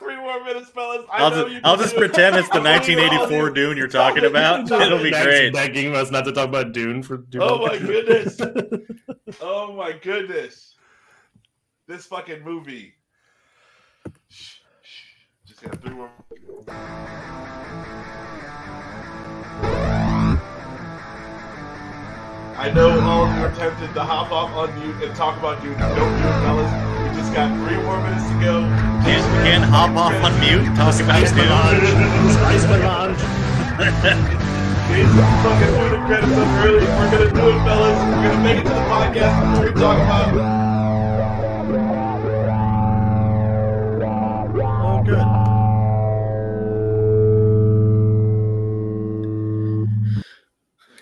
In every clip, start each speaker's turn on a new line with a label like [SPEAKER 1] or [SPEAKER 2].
[SPEAKER 1] more minutes, fellas. I
[SPEAKER 2] I'll
[SPEAKER 1] know
[SPEAKER 2] just,
[SPEAKER 1] you
[SPEAKER 2] I'll
[SPEAKER 1] can
[SPEAKER 2] just
[SPEAKER 1] do it.
[SPEAKER 2] pretend it's the
[SPEAKER 1] I know you all
[SPEAKER 2] 1984
[SPEAKER 1] do.
[SPEAKER 2] Dune you're talking about. It'll be
[SPEAKER 3] Thanks
[SPEAKER 2] great.
[SPEAKER 3] Begging us not to talk about Dune for too
[SPEAKER 1] Oh
[SPEAKER 3] long.
[SPEAKER 1] my goodness. Oh my goodness. This fucking movie. Shh, shh. Just got three more. I know all of you are tempted to hop off on mute and talk about you. Don't do it, fellas. We just got three more minutes to go.
[SPEAKER 2] Can't, can't hop off on mute and talk about
[SPEAKER 3] Ice Melange.
[SPEAKER 2] Dune.
[SPEAKER 3] Ice Melange.
[SPEAKER 1] These fucking put the credits up early. We're gonna do it, fellas. We're gonna make it to the podcast before we talk about it.
[SPEAKER 2] Oh, good.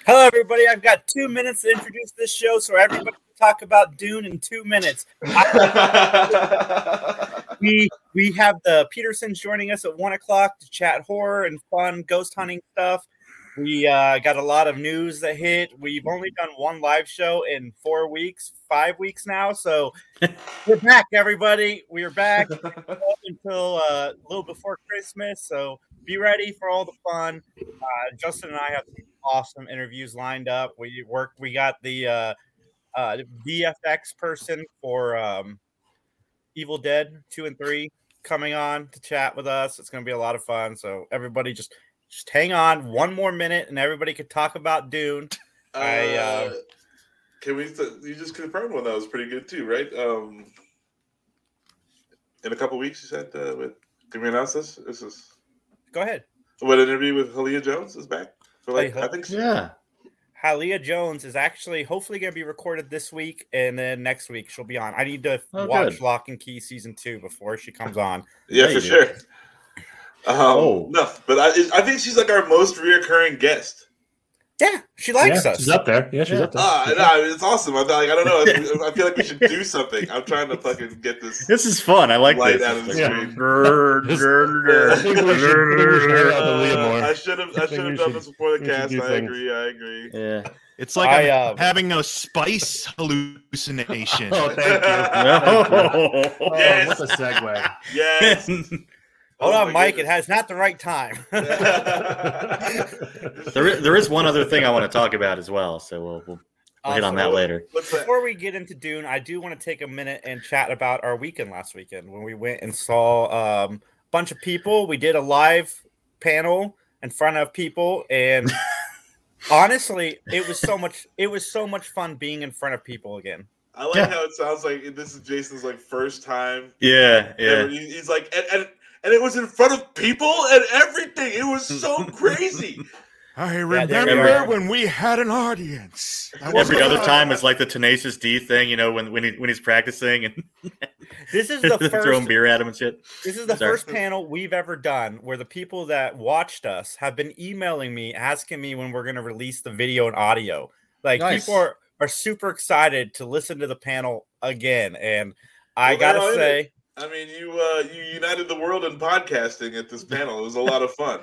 [SPEAKER 4] Hello, everybody. I've got two minutes to introduce this show, so everybody can talk about Dune in two minutes. We we have the Petersons joining us at one o'clock to chat horror and fun ghost hunting stuff. We uh, got a lot of news that hit. We've only done one live show in four weeks, five weeks now. So we're back, everybody. We are back until uh, a little before Christmas. So be ready for all the fun. Uh, Justin and I have some awesome interviews lined up. We work. We got the uh, uh, VFX person for um, Evil Dead two and three coming on to chat with us. It's going to be a lot of fun. So everybody, just just hang on one more minute, and everybody could talk about Dune. I, uh,
[SPEAKER 1] can we? You just confirmed one that was pretty good too, right? Um, in a couple weeks, you said. Uh, with, can we announce this? This is
[SPEAKER 4] Go ahead.
[SPEAKER 1] what interview with Halia Jones is back. For like,
[SPEAKER 4] I
[SPEAKER 1] I
[SPEAKER 4] hope-
[SPEAKER 1] think. she-
[SPEAKER 2] Yeah.
[SPEAKER 4] Halia Jones is actually hopefully going to be recorded this week, and then next week she'll be on. I need to
[SPEAKER 2] Oh,
[SPEAKER 4] watch
[SPEAKER 2] good.
[SPEAKER 4] Lock and Key season two before she comes on.
[SPEAKER 1] Yeah,
[SPEAKER 2] Yeah,
[SPEAKER 1] for
[SPEAKER 2] you do.
[SPEAKER 1] sure. Um,
[SPEAKER 2] Oh.
[SPEAKER 1] No, but I, I think she's like our most reoccurring guest.
[SPEAKER 4] Yeah, she likes
[SPEAKER 3] yeah,
[SPEAKER 4] us.
[SPEAKER 3] She's up there. Yeah, she's
[SPEAKER 2] Yeah.
[SPEAKER 3] up there.
[SPEAKER 1] Ah, no, it's awesome. I'm like, I don't know. I feel like we should do something. I'm trying to fucking get this.
[SPEAKER 2] This is fun. I like
[SPEAKER 1] Light
[SPEAKER 2] this.
[SPEAKER 1] out of the
[SPEAKER 2] It's like,
[SPEAKER 1] screen.
[SPEAKER 2] grrr,
[SPEAKER 3] Just-
[SPEAKER 2] grrr,
[SPEAKER 1] I
[SPEAKER 3] think we should- I think we should air out
[SPEAKER 2] grrr.
[SPEAKER 3] the- Leah Moore.
[SPEAKER 1] I should have. I
[SPEAKER 3] I think
[SPEAKER 1] should have
[SPEAKER 3] we
[SPEAKER 1] done
[SPEAKER 3] should-
[SPEAKER 1] this before the
[SPEAKER 3] we should
[SPEAKER 1] cast.
[SPEAKER 3] do
[SPEAKER 1] I
[SPEAKER 3] things.
[SPEAKER 1] agree. I agree.
[SPEAKER 2] Yeah.
[SPEAKER 5] It's like
[SPEAKER 4] I,
[SPEAKER 5] I'm
[SPEAKER 4] um,
[SPEAKER 5] having a spice hallucination.
[SPEAKER 3] Oh, thank you. Oh,
[SPEAKER 1] Yes.
[SPEAKER 3] What a segue.
[SPEAKER 1] Yes.
[SPEAKER 4] Hold
[SPEAKER 1] Oh
[SPEAKER 4] on,
[SPEAKER 1] my
[SPEAKER 4] Mike. It
[SPEAKER 1] goodness.
[SPEAKER 4] has not the right time.
[SPEAKER 2] uh, There is, there is one other thing I want to talk about as well, so we'll, we'll, we'll hit
[SPEAKER 4] Awesome.
[SPEAKER 2] on that later.
[SPEAKER 1] What's that?
[SPEAKER 4] Before we get into Dune, I do want to take a minute and chat about our weekend last weekend when we went and saw um, a bunch of people. We did a live panel in front of people, and honestly, it was so much. It was so much fun being in front of people again.
[SPEAKER 1] I like
[SPEAKER 2] Yeah.
[SPEAKER 1] how it sounds like this is Jason's like first time.
[SPEAKER 2] Yeah,
[SPEAKER 1] ever.
[SPEAKER 2] yeah.
[SPEAKER 1] He- He's like, and, and and it was in front of people and everything. It was so crazy.
[SPEAKER 5] I
[SPEAKER 4] there
[SPEAKER 2] we
[SPEAKER 5] remember
[SPEAKER 2] are.
[SPEAKER 5] when we had an audience. I was
[SPEAKER 2] Every other
[SPEAKER 5] alive.
[SPEAKER 2] time is like the tenacious D thing, you know, when when, he, when he's practicing and
[SPEAKER 4] This is the
[SPEAKER 2] throwing
[SPEAKER 4] first.
[SPEAKER 2] beer at him and shit.
[SPEAKER 4] This is the
[SPEAKER 2] Sorry.
[SPEAKER 4] first panel we've ever done where the people that watched us have been emailing me asking me when we're going to release the video and audio. Like
[SPEAKER 2] Nice.
[SPEAKER 4] people are, are super excited to listen to the panel again, and I
[SPEAKER 1] Well, they're all
[SPEAKER 4] gotta
[SPEAKER 1] in
[SPEAKER 4] say,
[SPEAKER 1] I mean, you uh, you united the world in podcasting at this panel. It was a lot of fun.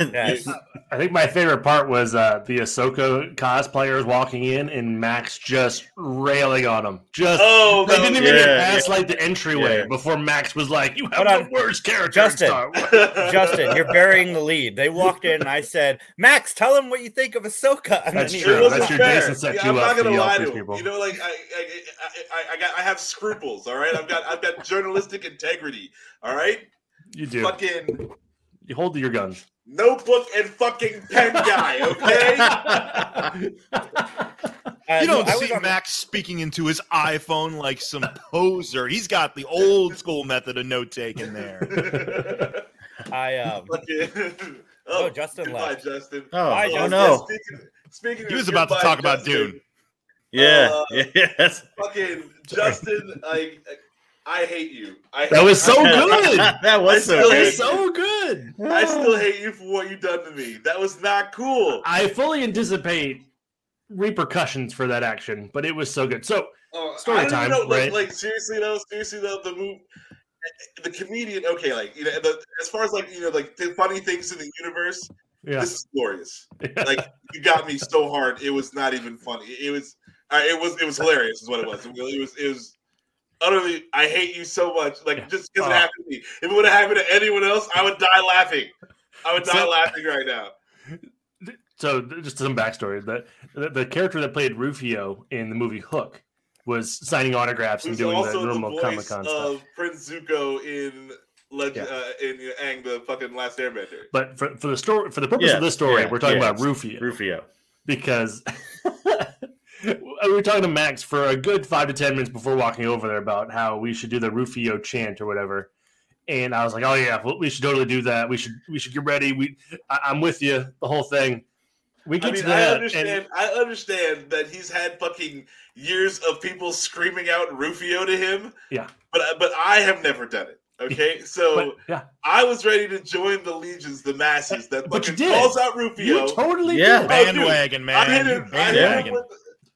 [SPEAKER 4] yes,
[SPEAKER 3] I think my favorite part was uh, the Ahsoka cosplayers walking in and Max just railing on them. Just
[SPEAKER 1] Oh,
[SPEAKER 3] they didn't even get
[SPEAKER 2] yeah,
[SPEAKER 3] past like the entryway
[SPEAKER 2] Yeah.
[SPEAKER 3] before Max was like, "You have
[SPEAKER 4] Hold
[SPEAKER 3] the
[SPEAKER 4] on.
[SPEAKER 3] worst character." in
[SPEAKER 4] Justin.
[SPEAKER 3] Star Wars."
[SPEAKER 4] Justin, you're burying the lead. They walked in, and I said, "Max, tell them what you think of Ahsoka." And
[SPEAKER 3] That's
[SPEAKER 4] then he-
[SPEAKER 3] true.
[SPEAKER 1] It wasn't
[SPEAKER 3] That's your
[SPEAKER 1] fair.
[SPEAKER 3] Jason set
[SPEAKER 1] Yeah,
[SPEAKER 3] you
[SPEAKER 1] I'm
[SPEAKER 3] up
[SPEAKER 1] not
[SPEAKER 3] to
[SPEAKER 1] gonna
[SPEAKER 3] yell
[SPEAKER 1] lie
[SPEAKER 3] at
[SPEAKER 1] to
[SPEAKER 3] these
[SPEAKER 1] him.
[SPEAKER 3] people.
[SPEAKER 1] You know, like I, I, I, I, I got, I have scruples. All right, I've got, I've got journalistic integrity. All right,
[SPEAKER 3] You do.
[SPEAKER 1] fucking
[SPEAKER 3] You hold to your guns.
[SPEAKER 1] notebook and fucking pen guy. Okay.
[SPEAKER 4] uh,
[SPEAKER 5] You
[SPEAKER 4] no,
[SPEAKER 5] don't
[SPEAKER 4] I was
[SPEAKER 5] see
[SPEAKER 4] on the-
[SPEAKER 5] Max speaking into his iPhone like some poser. He's got the old school method of note taking there.
[SPEAKER 4] I um,
[SPEAKER 1] Fucking-
[SPEAKER 4] Oh, Justin
[SPEAKER 1] goodbye,
[SPEAKER 4] left.
[SPEAKER 1] Justin.
[SPEAKER 2] Oh,
[SPEAKER 4] Why,
[SPEAKER 2] oh
[SPEAKER 4] Justin?
[SPEAKER 2] no.
[SPEAKER 1] Speaking, speaking
[SPEAKER 5] He
[SPEAKER 1] of
[SPEAKER 5] was about to
[SPEAKER 1] goodbye,
[SPEAKER 5] talk about
[SPEAKER 1] Justin,
[SPEAKER 5] Dune.
[SPEAKER 2] Yeah,
[SPEAKER 1] Uh,
[SPEAKER 2] yeah. that's-
[SPEAKER 1] Fucking Justin, like I hate you. I hate
[SPEAKER 3] That was so
[SPEAKER 1] I-
[SPEAKER 3] good.
[SPEAKER 2] that was so
[SPEAKER 1] I still
[SPEAKER 3] That
[SPEAKER 2] good.
[SPEAKER 3] was so good.
[SPEAKER 1] I still hate you for what you done to me. That was not cool.
[SPEAKER 3] I fully anticipate repercussions for that action, but it was so good. So
[SPEAKER 1] Oh,
[SPEAKER 3] Story
[SPEAKER 1] I don't
[SPEAKER 3] time,
[SPEAKER 1] even know, like,
[SPEAKER 3] right?
[SPEAKER 1] like seriously though, seriously though, the move, the comedian. Okay, like you know, the, as far as like you know, like the funny things in the universe.
[SPEAKER 3] yeah,
[SPEAKER 1] This is glorious. Like you got me so hard, it was not even funny. It was, uh, it was, it was hilarious. Is what it was. It was, it was, utterly, I hate you so much. Like, just because
[SPEAKER 3] Oh.
[SPEAKER 1] it happened to me. If it would have happened to anyone else, I would die laughing. I would die
[SPEAKER 3] So-
[SPEAKER 1] laughing right now.
[SPEAKER 3] So th- just some backstory. The, the the character that played Rufio in the movie Hook was signing autographs and
[SPEAKER 1] Who's
[SPEAKER 3] doing the
[SPEAKER 1] also the,
[SPEAKER 3] normal Comic
[SPEAKER 1] voice
[SPEAKER 3] Con
[SPEAKER 1] of
[SPEAKER 3] stuff.
[SPEAKER 1] Prince Zuko in Legend
[SPEAKER 3] Yeah.
[SPEAKER 1] uh, in Ang the fucking Last Airbender.
[SPEAKER 3] But for, for the story, for the purpose
[SPEAKER 2] Yeah,
[SPEAKER 3] of this story,
[SPEAKER 2] yeah,
[SPEAKER 3] we're talking
[SPEAKER 2] yeah,
[SPEAKER 3] about Rufio
[SPEAKER 2] Rufio.
[SPEAKER 3] because we were talking to Max for a good five to ten minutes before walking over there about how we should do the Rufio chant or whatever. And I was like, "Oh yeah, well, we should totally do that. We should we should get ready. We I, I'm with you the whole thing." We get
[SPEAKER 1] I mean,
[SPEAKER 3] to
[SPEAKER 1] I
[SPEAKER 3] that,
[SPEAKER 1] understand.
[SPEAKER 3] and
[SPEAKER 1] I understand that he's had fucking years of people screaming out Rufio to him.
[SPEAKER 3] Yeah.
[SPEAKER 1] but uh, but I have never done it. Okay, so
[SPEAKER 3] but, yeah,
[SPEAKER 1] I was ready to join the legions, the masses that
[SPEAKER 3] But you
[SPEAKER 1] fucking
[SPEAKER 3] did.
[SPEAKER 1] calls out
[SPEAKER 3] you
[SPEAKER 1] Rufio. Oh,
[SPEAKER 3] totally
[SPEAKER 2] Yeah.
[SPEAKER 3] did.
[SPEAKER 5] Bandwagon, man.
[SPEAKER 1] I hit
[SPEAKER 5] You
[SPEAKER 1] him. I hit
[SPEAKER 5] Bandwagon.
[SPEAKER 1] him, with,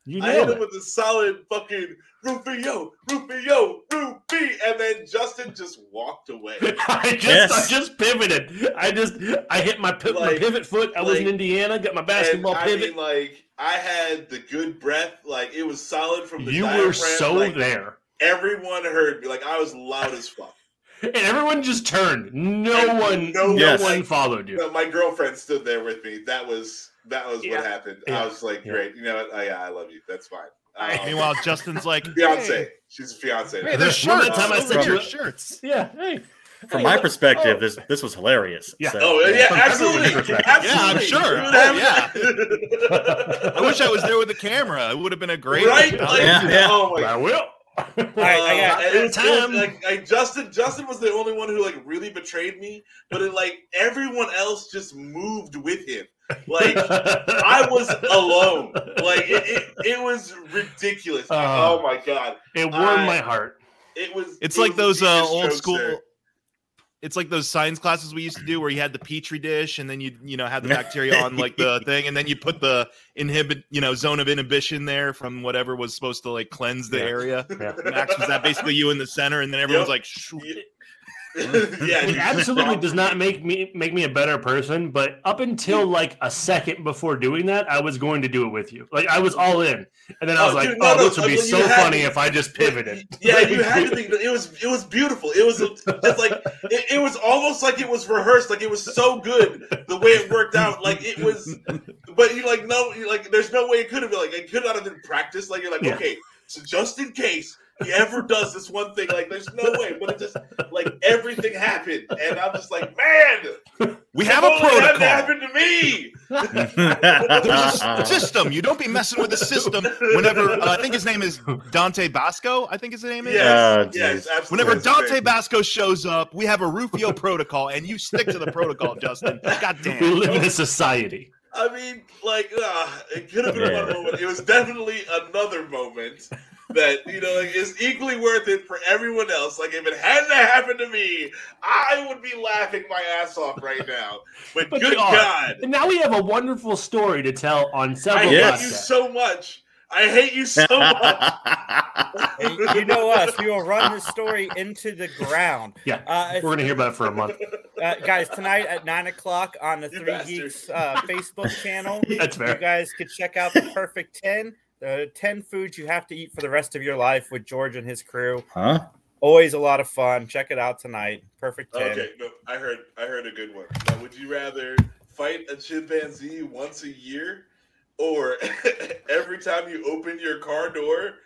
[SPEAKER 3] You
[SPEAKER 1] I hit
[SPEAKER 3] nailed
[SPEAKER 1] him
[SPEAKER 3] it.
[SPEAKER 1] with a solid fucking Rufio, Rufio, Rufi, and then Justin just walked away.
[SPEAKER 3] I just
[SPEAKER 2] Yes.
[SPEAKER 3] I just pivoted. I just I hit my, pi- my
[SPEAKER 1] Like-
[SPEAKER 3] pivot foot. I was in
[SPEAKER 1] like-
[SPEAKER 3] Indiana. Got my basketball
[SPEAKER 1] and, I
[SPEAKER 3] pivot.
[SPEAKER 1] mean, like I had the good breath. Like it was solid from the
[SPEAKER 3] you were
[SPEAKER 1] diaphragm,
[SPEAKER 3] so
[SPEAKER 1] like,
[SPEAKER 3] there,
[SPEAKER 1] Everyone heard me. Like I was loud as fuck.
[SPEAKER 3] and everyone just turned. No
[SPEAKER 1] And
[SPEAKER 3] one,
[SPEAKER 1] no
[SPEAKER 3] no,
[SPEAKER 2] Yes.
[SPEAKER 3] one followed you.
[SPEAKER 1] But my girlfriend stood there with me. That was that was
[SPEAKER 3] Yeah.
[SPEAKER 1] what happened.
[SPEAKER 3] Yeah.
[SPEAKER 1] I was like,
[SPEAKER 3] Yeah.
[SPEAKER 1] great. You know what? Oh, yeah, I love you. That's fine. Um,
[SPEAKER 5] Meanwhile, Justin's like,
[SPEAKER 1] fiance.
[SPEAKER 5] Hey,
[SPEAKER 1] She's a fiance.
[SPEAKER 5] hey
[SPEAKER 1] now.
[SPEAKER 5] there's
[SPEAKER 3] One
[SPEAKER 5] shirts.
[SPEAKER 3] of the time I
[SPEAKER 5] Over
[SPEAKER 3] said
[SPEAKER 5] here,
[SPEAKER 3] you-
[SPEAKER 5] shirts.
[SPEAKER 3] Yeah. Hey.
[SPEAKER 2] From
[SPEAKER 3] Hey,
[SPEAKER 2] my
[SPEAKER 3] look-
[SPEAKER 2] perspective,
[SPEAKER 3] oh.
[SPEAKER 2] this this was hilarious.
[SPEAKER 3] Yeah.
[SPEAKER 2] So,
[SPEAKER 1] Oh yeah,
[SPEAKER 3] From
[SPEAKER 1] absolutely,
[SPEAKER 3] everyone's
[SPEAKER 1] absolutely.
[SPEAKER 3] perspective.
[SPEAKER 5] Yeah, I'm sure.
[SPEAKER 1] You would
[SPEAKER 5] Oh,
[SPEAKER 1] have-
[SPEAKER 5] I wish I was there with the camera. It would have been a great
[SPEAKER 1] right? Like,
[SPEAKER 2] Yeah, yeah.
[SPEAKER 1] Oh my
[SPEAKER 3] I will.
[SPEAKER 4] right, I got-
[SPEAKER 1] Uh, and it was- it was,
[SPEAKER 3] Time.
[SPEAKER 1] like I, Justin, Justin was the only one who like really betrayed me, but it, like everyone else just moved with him. Like I was alone. Like it, it, it was ridiculous.
[SPEAKER 3] Uh,
[SPEAKER 1] oh my god,
[SPEAKER 3] It warmed
[SPEAKER 1] I-
[SPEAKER 3] my heart.
[SPEAKER 1] it was.
[SPEAKER 5] It's
[SPEAKER 1] it
[SPEAKER 5] like
[SPEAKER 1] was
[SPEAKER 5] those uh,
[SPEAKER 1] deepest
[SPEAKER 5] old
[SPEAKER 1] strokes
[SPEAKER 5] school.
[SPEAKER 1] there.
[SPEAKER 5] It's like those science classes we used to do, where you had the petri dish, and then you you know had the bacteria on like the thing, and then you put the inhibit you know zone of inhibition there from whatever was supposed to like cleanse the
[SPEAKER 3] Yeah.
[SPEAKER 5] area.
[SPEAKER 3] Yeah.
[SPEAKER 5] Max was that basically you in the center, and then everyone's
[SPEAKER 1] Yep.
[SPEAKER 5] like, "Shoo."
[SPEAKER 1] yeah,
[SPEAKER 3] It absolutely does not make me make me a better person, but up until like a second before doing that, I was going to do it with you. Like I was all in, and then I
[SPEAKER 1] Oh,
[SPEAKER 3] was like,
[SPEAKER 1] dude, no,
[SPEAKER 3] "Oh,
[SPEAKER 1] no,
[SPEAKER 3] this would be
[SPEAKER 1] like, you
[SPEAKER 3] so
[SPEAKER 1] had
[SPEAKER 3] funny
[SPEAKER 1] to-
[SPEAKER 3] if I just pivoted."
[SPEAKER 1] Yeah, you had to think that it was it was beautiful. It was just like it, it was almost like it was rehearsed. Like it was so good the way it worked out. Like it was, but you like no, you like there's no way it could have been like it could not have been practiced. Like you're like
[SPEAKER 3] Yeah.
[SPEAKER 1] okay, so just in case he ever does this one thing, like there's no way. But it just like everything happened, and I'm just like man,
[SPEAKER 5] "We have
[SPEAKER 1] if
[SPEAKER 5] a
[SPEAKER 1] only that
[SPEAKER 5] protocol.
[SPEAKER 1] happened to me.
[SPEAKER 5] There's a system. You don't be messing with the system." Whenever uh, I think his name is Dante Basco, I think his name is.
[SPEAKER 1] Yes,
[SPEAKER 2] geez.
[SPEAKER 1] yes, absolutely.
[SPEAKER 5] Whenever
[SPEAKER 1] That's
[SPEAKER 5] Dante
[SPEAKER 1] great.
[SPEAKER 5] Basco shows up, we have a Rufio protocol, and you stick to the protocol, Justin. God
[SPEAKER 3] we
[SPEAKER 5] damn.
[SPEAKER 3] live in a society.
[SPEAKER 1] I mean, like, uh, it could have been one
[SPEAKER 2] Yeah.
[SPEAKER 1] moment. It was definitely another moment that you know like, is equally worth it for everyone else. Like, if it hadn't happened to me, I would be laughing my ass off right now. But,
[SPEAKER 3] But
[SPEAKER 1] good
[SPEAKER 3] you are.
[SPEAKER 1] God,
[SPEAKER 3] And now we have a wonderful story to tell on
[SPEAKER 1] I
[SPEAKER 3] several.
[SPEAKER 1] hate
[SPEAKER 2] Yes.
[SPEAKER 1] you
[SPEAKER 3] podcasts.
[SPEAKER 1] so much. I hate you so much.
[SPEAKER 4] you know us. We will run this story into the ground.
[SPEAKER 3] Yeah.
[SPEAKER 4] Uh, if
[SPEAKER 3] We're gonna hear about it for a month.
[SPEAKER 4] uh, guys, tonight at nine o'clock on the
[SPEAKER 1] You
[SPEAKER 4] Three
[SPEAKER 1] bastard.
[SPEAKER 4] Geeks uh, Facebook channel,
[SPEAKER 3] That's fair.
[SPEAKER 4] you guys could check out the Perfect Ten, the ten foods you have to eat for the rest of your life with George and his crew.
[SPEAKER 2] huh?
[SPEAKER 4] Always a lot of fun. Check it out tonight. Perfect Ten.
[SPEAKER 1] Okay, no, I heard, I heard a good one. Now, would you rather fight a chimpanzee once a year, or every time you open your car door,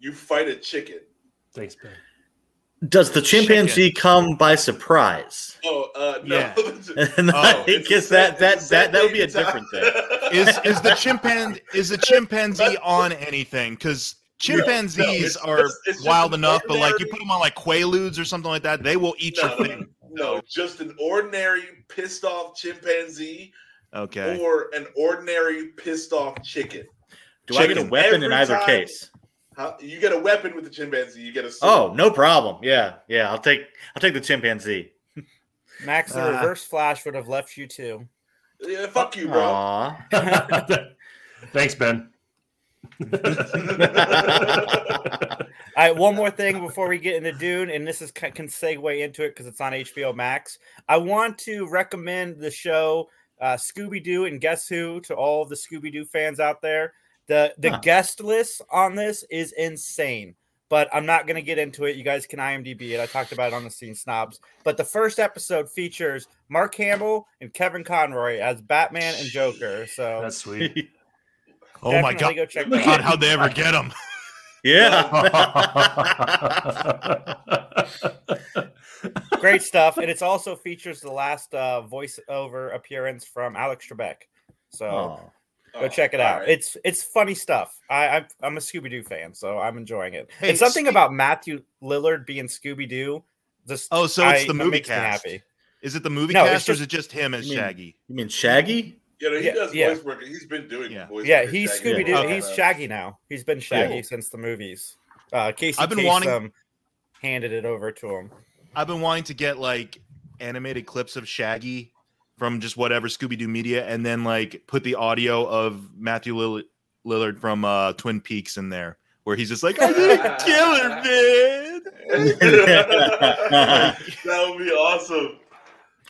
[SPEAKER 1] you fight a chicken?
[SPEAKER 3] Thanks, Ben.
[SPEAKER 2] Does the chimpanzee come by surprise?
[SPEAKER 1] Oh, uh, no.
[SPEAKER 5] Yeah.
[SPEAKER 2] And I
[SPEAKER 1] Oh, it's
[SPEAKER 2] think
[SPEAKER 1] the
[SPEAKER 2] is that
[SPEAKER 1] same-
[SPEAKER 2] that
[SPEAKER 1] it's the
[SPEAKER 2] that, that would be a
[SPEAKER 1] same thing
[SPEAKER 2] different thing.
[SPEAKER 1] every time.
[SPEAKER 5] Is is the chimpan is the chimpanzee on anything? Because chimpanzees
[SPEAKER 1] No, no,
[SPEAKER 5] are
[SPEAKER 1] it's- it's just
[SPEAKER 5] wild
[SPEAKER 1] an
[SPEAKER 5] enough, but like you
[SPEAKER 1] ordinary-
[SPEAKER 5] put them on like quaaludes or something like that, they will eat
[SPEAKER 1] No,
[SPEAKER 5] your thing.
[SPEAKER 1] no, just an ordinary pissed off chimpanzee
[SPEAKER 5] Okay.
[SPEAKER 1] or an ordinary pissed off chicken.
[SPEAKER 2] Do I get a
[SPEAKER 1] Chicken
[SPEAKER 2] weapon in
[SPEAKER 1] every
[SPEAKER 2] either
[SPEAKER 1] time.
[SPEAKER 2] case?
[SPEAKER 1] How, you get a weapon with the chimpanzee. You get a sword.
[SPEAKER 2] Oh, no problem. Yeah, yeah. I'll take I'll take the chimpanzee.
[SPEAKER 4] Max, the
[SPEAKER 5] Uh.
[SPEAKER 4] reverse flash would have left you too.
[SPEAKER 1] yeah, fuck you, bro.
[SPEAKER 2] Aw.
[SPEAKER 3] Thanks, Ben.
[SPEAKER 4] All right, one more thing before we get into Dune, and this is ca- can segue into it because it's on HBO Max. I want to recommend the show uh, Scooby Doo and Guess Who to all of the Scooby Doo fans out there. The the
[SPEAKER 2] Huh.
[SPEAKER 4] guest list on this is insane. but I'm not going to get into it. You guys can IMDb it. I talked about it on the Scene Snobs. But the first episode features Mark Hamill and Kevin Conroy as Batman and Joker. So
[SPEAKER 3] That's sweet.
[SPEAKER 5] Oh my
[SPEAKER 4] definitely
[SPEAKER 5] god!
[SPEAKER 4] go check
[SPEAKER 5] God,
[SPEAKER 4] that out.
[SPEAKER 5] how'd they ever get him?
[SPEAKER 2] Yeah.
[SPEAKER 3] That's
[SPEAKER 4] Great stuff, and it's also features the last uh, voiceover appearance from Alex Trebek. So
[SPEAKER 2] Aw.
[SPEAKER 4] go check it
[SPEAKER 1] all
[SPEAKER 4] out.
[SPEAKER 1] right.
[SPEAKER 4] It's it's funny stuff. I, I'm I'm a Scooby Doo fan, so I'm enjoying it.
[SPEAKER 5] Hey,
[SPEAKER 4] and something
[SPEAKER 5] speak-
[SPEAKER 4] about Matthew Lillard being Scooby Doo. Just
[SPEAKER 5] Oh, so it's
[SPEAKER 4] I-
[SPEAKER 5] the
[SPEAKER 4] that
[SPEAKER 5] movie
[SPEAKER 4] makes me
[SPEAKER 5] cast.
[SPEAKER 4] happy.
[SPEAKER 5] Is it the movie
[SPEAKER 4] No, it's
[SPEAKER 5] cast or is
[SPEAKER 4] just-
[SPEAKER 5] it just him as
[SPEAKER 2] I mean-
[SPEAKER 5] Shaggy?
[SPEAKER 2] you mean Shaggy?
[SPEAKER 1] You know, he
[SPEAKER 4] Yeah,
[SPEAKER 1] does
[SPEAKER 4] yeah.
[SPEAKER 1] voice work. and He's been doing
[SPEAKER 5] Yeah.
[SPEAKER 1] voice
[SPEAKER 4] Yeah,
[SPEAKER 1] work in
[SPEAKER 4] he's
[SPEAKER 1] Shaggy
[SPEAKER 4] Scooby
[SPEAKER 1] for
[SPEAKER 4] Doo.
[SPEAKER 1] a while
[SPEAKER 4] He's
[SPEAKER 1] now.
[SPEAKER 4] Shaggy now. He's been Shaggy
[SPEAKER 5] Cool.
[SPEAKER 4] since the movies. Uh, Casey
[SPEAKER 5] I've been
[SPEAKER 4] Kasem
[SPEAKER 5] wanting-
[SPEAKER 4] handed it over to him.
[SPEAKER 5] I've been wanting to get like animated clips of Shaggy from just whatever Scooby Doo media, and then like put the audio of Matthew Lill- Lillard from uh, Twin Peaks in there, where he's just like, "Oh, "I'm a killer, man."
[SPEAKER 1] that would be awesome.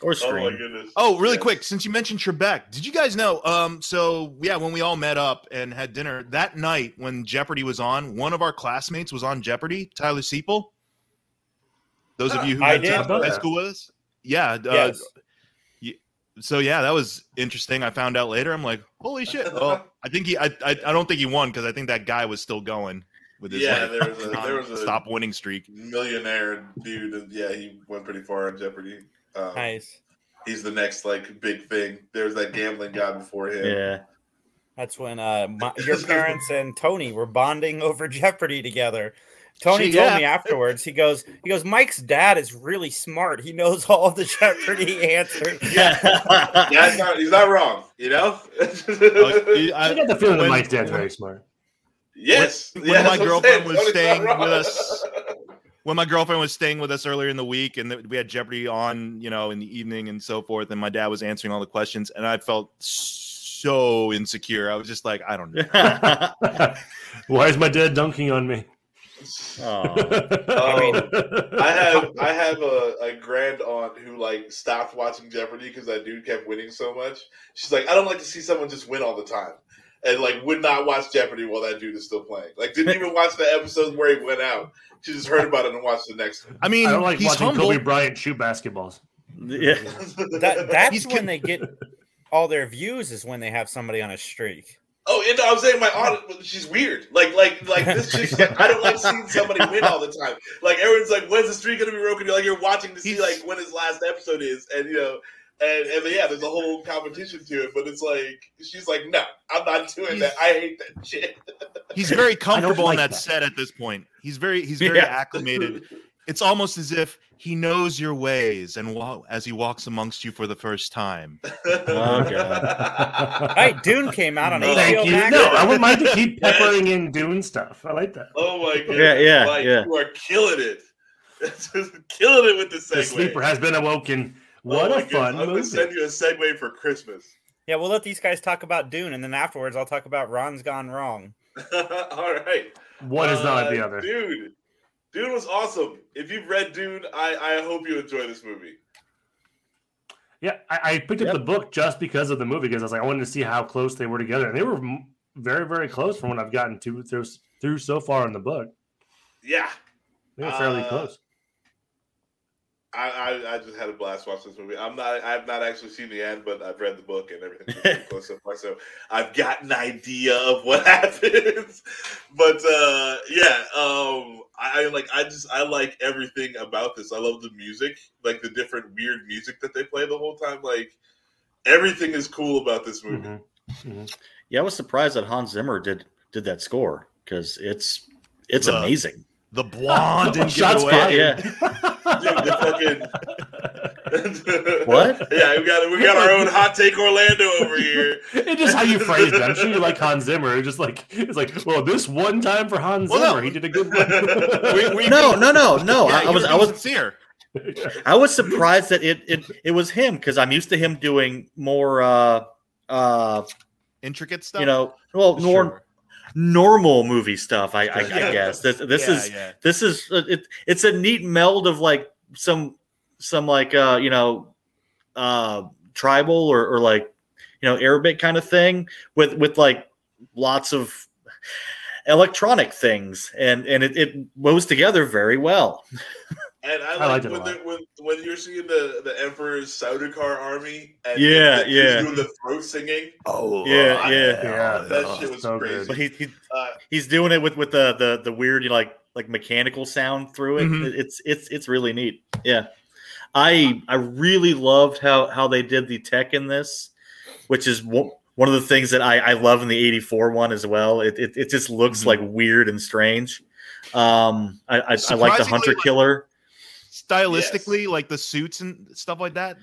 [SPEAKER 2] Or
[SPEAKER 1] Oh my
[SPEAKER 2] Scream?
[SPEAKER 1] goodness.
[SPEAKER 5] Oh, really
[SPEAKER 1] Yeah.
[SPEAKER 5] quick, since you mentioned Trebek, did you guys know? Um, so yeah, when we all met up and had dinner that night when Jeopardy was on, one of our classmates was on Jeopardy, Tyler Siepel. Those
[SPEAKER 1] Uh,
[SPEAKER 5] of you who
[SPEAKER 4] I
[SPEAKER 5] went
[SPEAKER 4] did.
[SPEAKER 5] to high
[SPEAKER 3] Yeah.
[SPEAKER 5] school with us, yeah. Uh,
[SPEAKER 4] Yes.
[SPEAKER 5] So yeah, that was interesting. I found out later. I'm like, holy shit! Well, I think he. I. I, I don't think he won because I think that guy was still going with his
[SPEAKER 1] Yeah,
[SPEAKER 5] like,
[SPEAKER 1] there was a there was a
[SPEAKER 5] stop winning streak.
[SPEAKER 1] millionaire dude. And yeah, he went pretty far on Jeopardy. Um,
[SPEAKER 4] Nice.
[SPEAKER 1] He's the next like big thing. There was that gambling guy before him.
[SPEAKER 2] Yeah.
[SPEAKER 4] That's when uh, my, your parents and Tony were bonding over Jeopardy together. Tony
[SPEAKER 5] Gee,
[SPEAKER 4] told
[SPEAKER 5] yeah.
[SPEAKER 4] me afterwards. He goes, he goes. Mike's dad is really smart. He knows all the Jeopardy answers.
[SPEAKER 2] Yeah.
[SPEAKER 1] That's not, he's not wrong, you know.
[SPEAKER 5] Like, Oh, I-
[SPEAKER 3] I got the feeling that
[SPEAKER 5] when-
[SPEAKER 3] Mike's dad's very smart.
[SPEAKER 1] yes,
[SPEAKER 5] when
[SPEAKER 1] yeah,
[SPEAKER 5] my
[SPEAKER 1] that's what I'm
[SPEAKER 5] girlfriend
[SPEAKER 1] saying.
[SPEAKER 5] was
[SPEAKER 1] Tony's not
[SPEAKER 5] staying
[SPEAKER 1] wrong.
[SPEAKER 5] with us- when my girlfriend was staying with us earlier in the week and th- we had jeopardy on you know in the evening and so forth and my dad was answering all the questions and i felt so insecure i was just like i don't know
[SPEAKER 3] Why is my dad dunking on me?
[SPEAKER 2] Aw.
[SPEAKER 1] I I have I have a, a grand aunt who like stopped watching Jeopardy because that dude kept winning so much. She's like, I don't like to see someone just win all the time, and like would not watch Jeopardy while that dude is still playing. Like didn't even watch the episode where he went out. She just heard about it and watched the next one.
[SPEAKER 5] i mean
[SPEAKER 3] I don't like
[SPEAKER 5] he's
[SPEAKER 3] watching
[SPEAKER 5] humble
[SPEAKER 3] Kobe Bryant shoot basketballs.
[SPEAKER 2] yeah.
[SPEAKER 4] That, that's
[SPEAKER 5] He's
[SPEAKER 4] when
[SPEAKER 5] con-
[SPEAKER 4] they get all their views. Is when they have somebody on a streak.
[SPEAKER 1] Oh, and I'm saying my aunt, she's weird. Like, like, like this chick's like, I don't like seeing somebody win all the time. Like, everyone's like, when's the streak gonna be broken? You're like, you're watching to see like when his last episode is, and you know, and and yeah, there's a whole competition to it. But it's like she's like, no, I'm not doing that. I hate that shit.
[SPEAKER 5] he's very comfortable
[SPEAKER 3] like
[SPEAKER 5] in that,
[SPEAKER 3] that.
[SPEAKER 5] set at this point he's very he's very
[SPEAKER 2] Yeah.
[SPEAKER 5] acclimated it's almost as if he knows your ways and wa- as he walks amongst you for the first time
[SPEAKER 3] God.
[SPEAKER 4] All right, Dune came out on
[SPEAKER 5] No.
[SPEAKER 4] HBO
[SPEAKER 3] Thank you.
[SPEAKER 4] Max.
[SPEAKER 3] No, I would like to keep peppering in Dune stuff. I like that.
[SPEAKER 1] Oh my god!
[SPEAKER 2] Yeah, yeah, yeah.
[SPEAKER 1] You are killing it. killing it with the segue.
[SPEAKER 3] The sleeper has been awoken. What a
[SPEAKER 1] Oh my
[SPEAKER 3] fun
[SPEAKER 1] goodness, I'm gonna send
[SPEAKER 3] movie.
[SPEAKER 1] you a segue for Christmas.
[SPEAKER 4] Yeah, we'll let these guys talk about Dune, and then afterwards, I'll talk about Ron's Gone Wrong.
[SPEAKER 1] all right.
[SPEAKER 3] One is not like the
[SPEAKER 1] Uh,
[SPEAKER 3] other.
[SPEAKER 1] Dune. Dune was awesome. If you've read Dune, I, I hope you enjoy this movie.
[SPEAKER 3] Yeah, I, I picked up
[SPEAKER 2] Yep.
[SPEAKER 3] the book just because of the movie because I was like, I wanted to see how close they were together, and they were m- very, very close from what I've gotten to through, through so far in the book.
[SPEAKER 1] Yeah.
[SPEAKER 3] They were fairly
[SPEAKER 1] Uh,
[SPEAKER 3] close.
[SPEAKER 1] I, I, I just had a blast watching this movie. I'm not I've not actually seen the end, but I've read the book and everything pretty close so far. So I've got an idea of what happens. But uh, yeah, um, I, I like I just I like everything about this. I love the music, like the different weird music that they play the whole time. Like everything is cool about this movie.
[SPEAKER 3] Mhm. Mhm.
[SPEAKER 2] Yeah, I was surprised that Hans Zimmer did did that score because it's it's
[SPEAKER 5] The-
[SPEAKER 2] amazing.
[SPEAKER 5] the blonde didn't give it
[SPEAKER 3] Shots
[SPEAKER 5] away.
[SPEAKER 2] Yeah.
[SPEAKER 1] Dude, the fucking
[SPEAKER 2] What?
[SPEAKER 1] Yeah, we got we got our own hot take Orlando over here.
[SPEAKER 3] It's just how you phrased it. I'm sure you like Hans Zimmer. It's just like it's like, well, this one time for Hans
[SPEAKER 5] Well, no.
[SPEAKER 3] Zimmer, he did a good one.
[SPEAKER 5] We- we-
[SPEAKER 2] No, no, no, no.
[SPEAKER 5] Yeah,
[SPEAKER 2] I, I
[SPEAKER 5] you
[SPEAKER 2] was
[SPEAKER 5] were
[SPEAKER 2] I
[SPEAKER 5] being
[SPEAKER 2] was
[SPEAKER 5] sincere
[SPEAKER 2] I was surprised that it it, it was him because I'm used to him doing more uh uh
[SPEAKER 5] intricate stuff
[SPEAKER 2] you know well nor-
[SPEAKER 5] Sure.
[SPEAKER 2] normal movie stuff I I, I
[SPEAKER 5] Yeah.
[SPEAKER 2] guess this this
[SPEAKER 5] Yeah,
[SPEAKER 2] is
[SPEAKER 5] yeah.
[SPEAKER 2] this is uh, it, it's a neat meld of like some some like uh you know uh tribal or, or like you know Arabic kind of thing with with like lots of electronic things, and and it, it woes together very well.
[SPEAKER 1] And
[SPEAKER 3] I
[SPEAKER 1] I, like
[SPEAKER 3] liked it a
[SPEAKER 1] when,
[SPEAKER 3] lot.
[SPEAKER 1] the, when when you're seeing the the Emperor's Souter Car army. And
[SPEAKER 2] Yeah,
[SPEAKER 1] he's
[SPEAKER 2] yeah.
[SPEAKER 1] Doing the throat singing.
[SPEAKER 5] Oh,
[SPEAKER 2] Yeah,
[SPEAKER 1] uh,
[SPEAKER 2] yeah.
[SPEAKER 3] Yeah.
[SPEAKER 1] that shit was
[SPEAKER 3] so
[SPEAKER 1] crazy.
[SPEAKER 2] But he, he
[SPEAKER 1] Uh,
[SPEAKER 2] he's doing it with with the the the weird you know, like like mechanical sound through it.
[SPEAKER 1] Mm-hmm.
[SPEAKER 5] Mhm.
[SPEAKER 2] It's it's it's really neat. Yeah, I I really loved how how they did the tech in this, which is one one of the things that I I love in the '84 one as well. It it, it just looks
[SPEAKER 5] Mhm.
[SPEAKER 2] like weird and strange. Um, I I, I like the
[SPEAKER 5] Surprisingly,
[SPEAKER 2] hunter
[SPEAKER 5] like-
[SPEAKER 2] killer.
[SPEAKER 5] Stylistically, like the suits and stuff like that,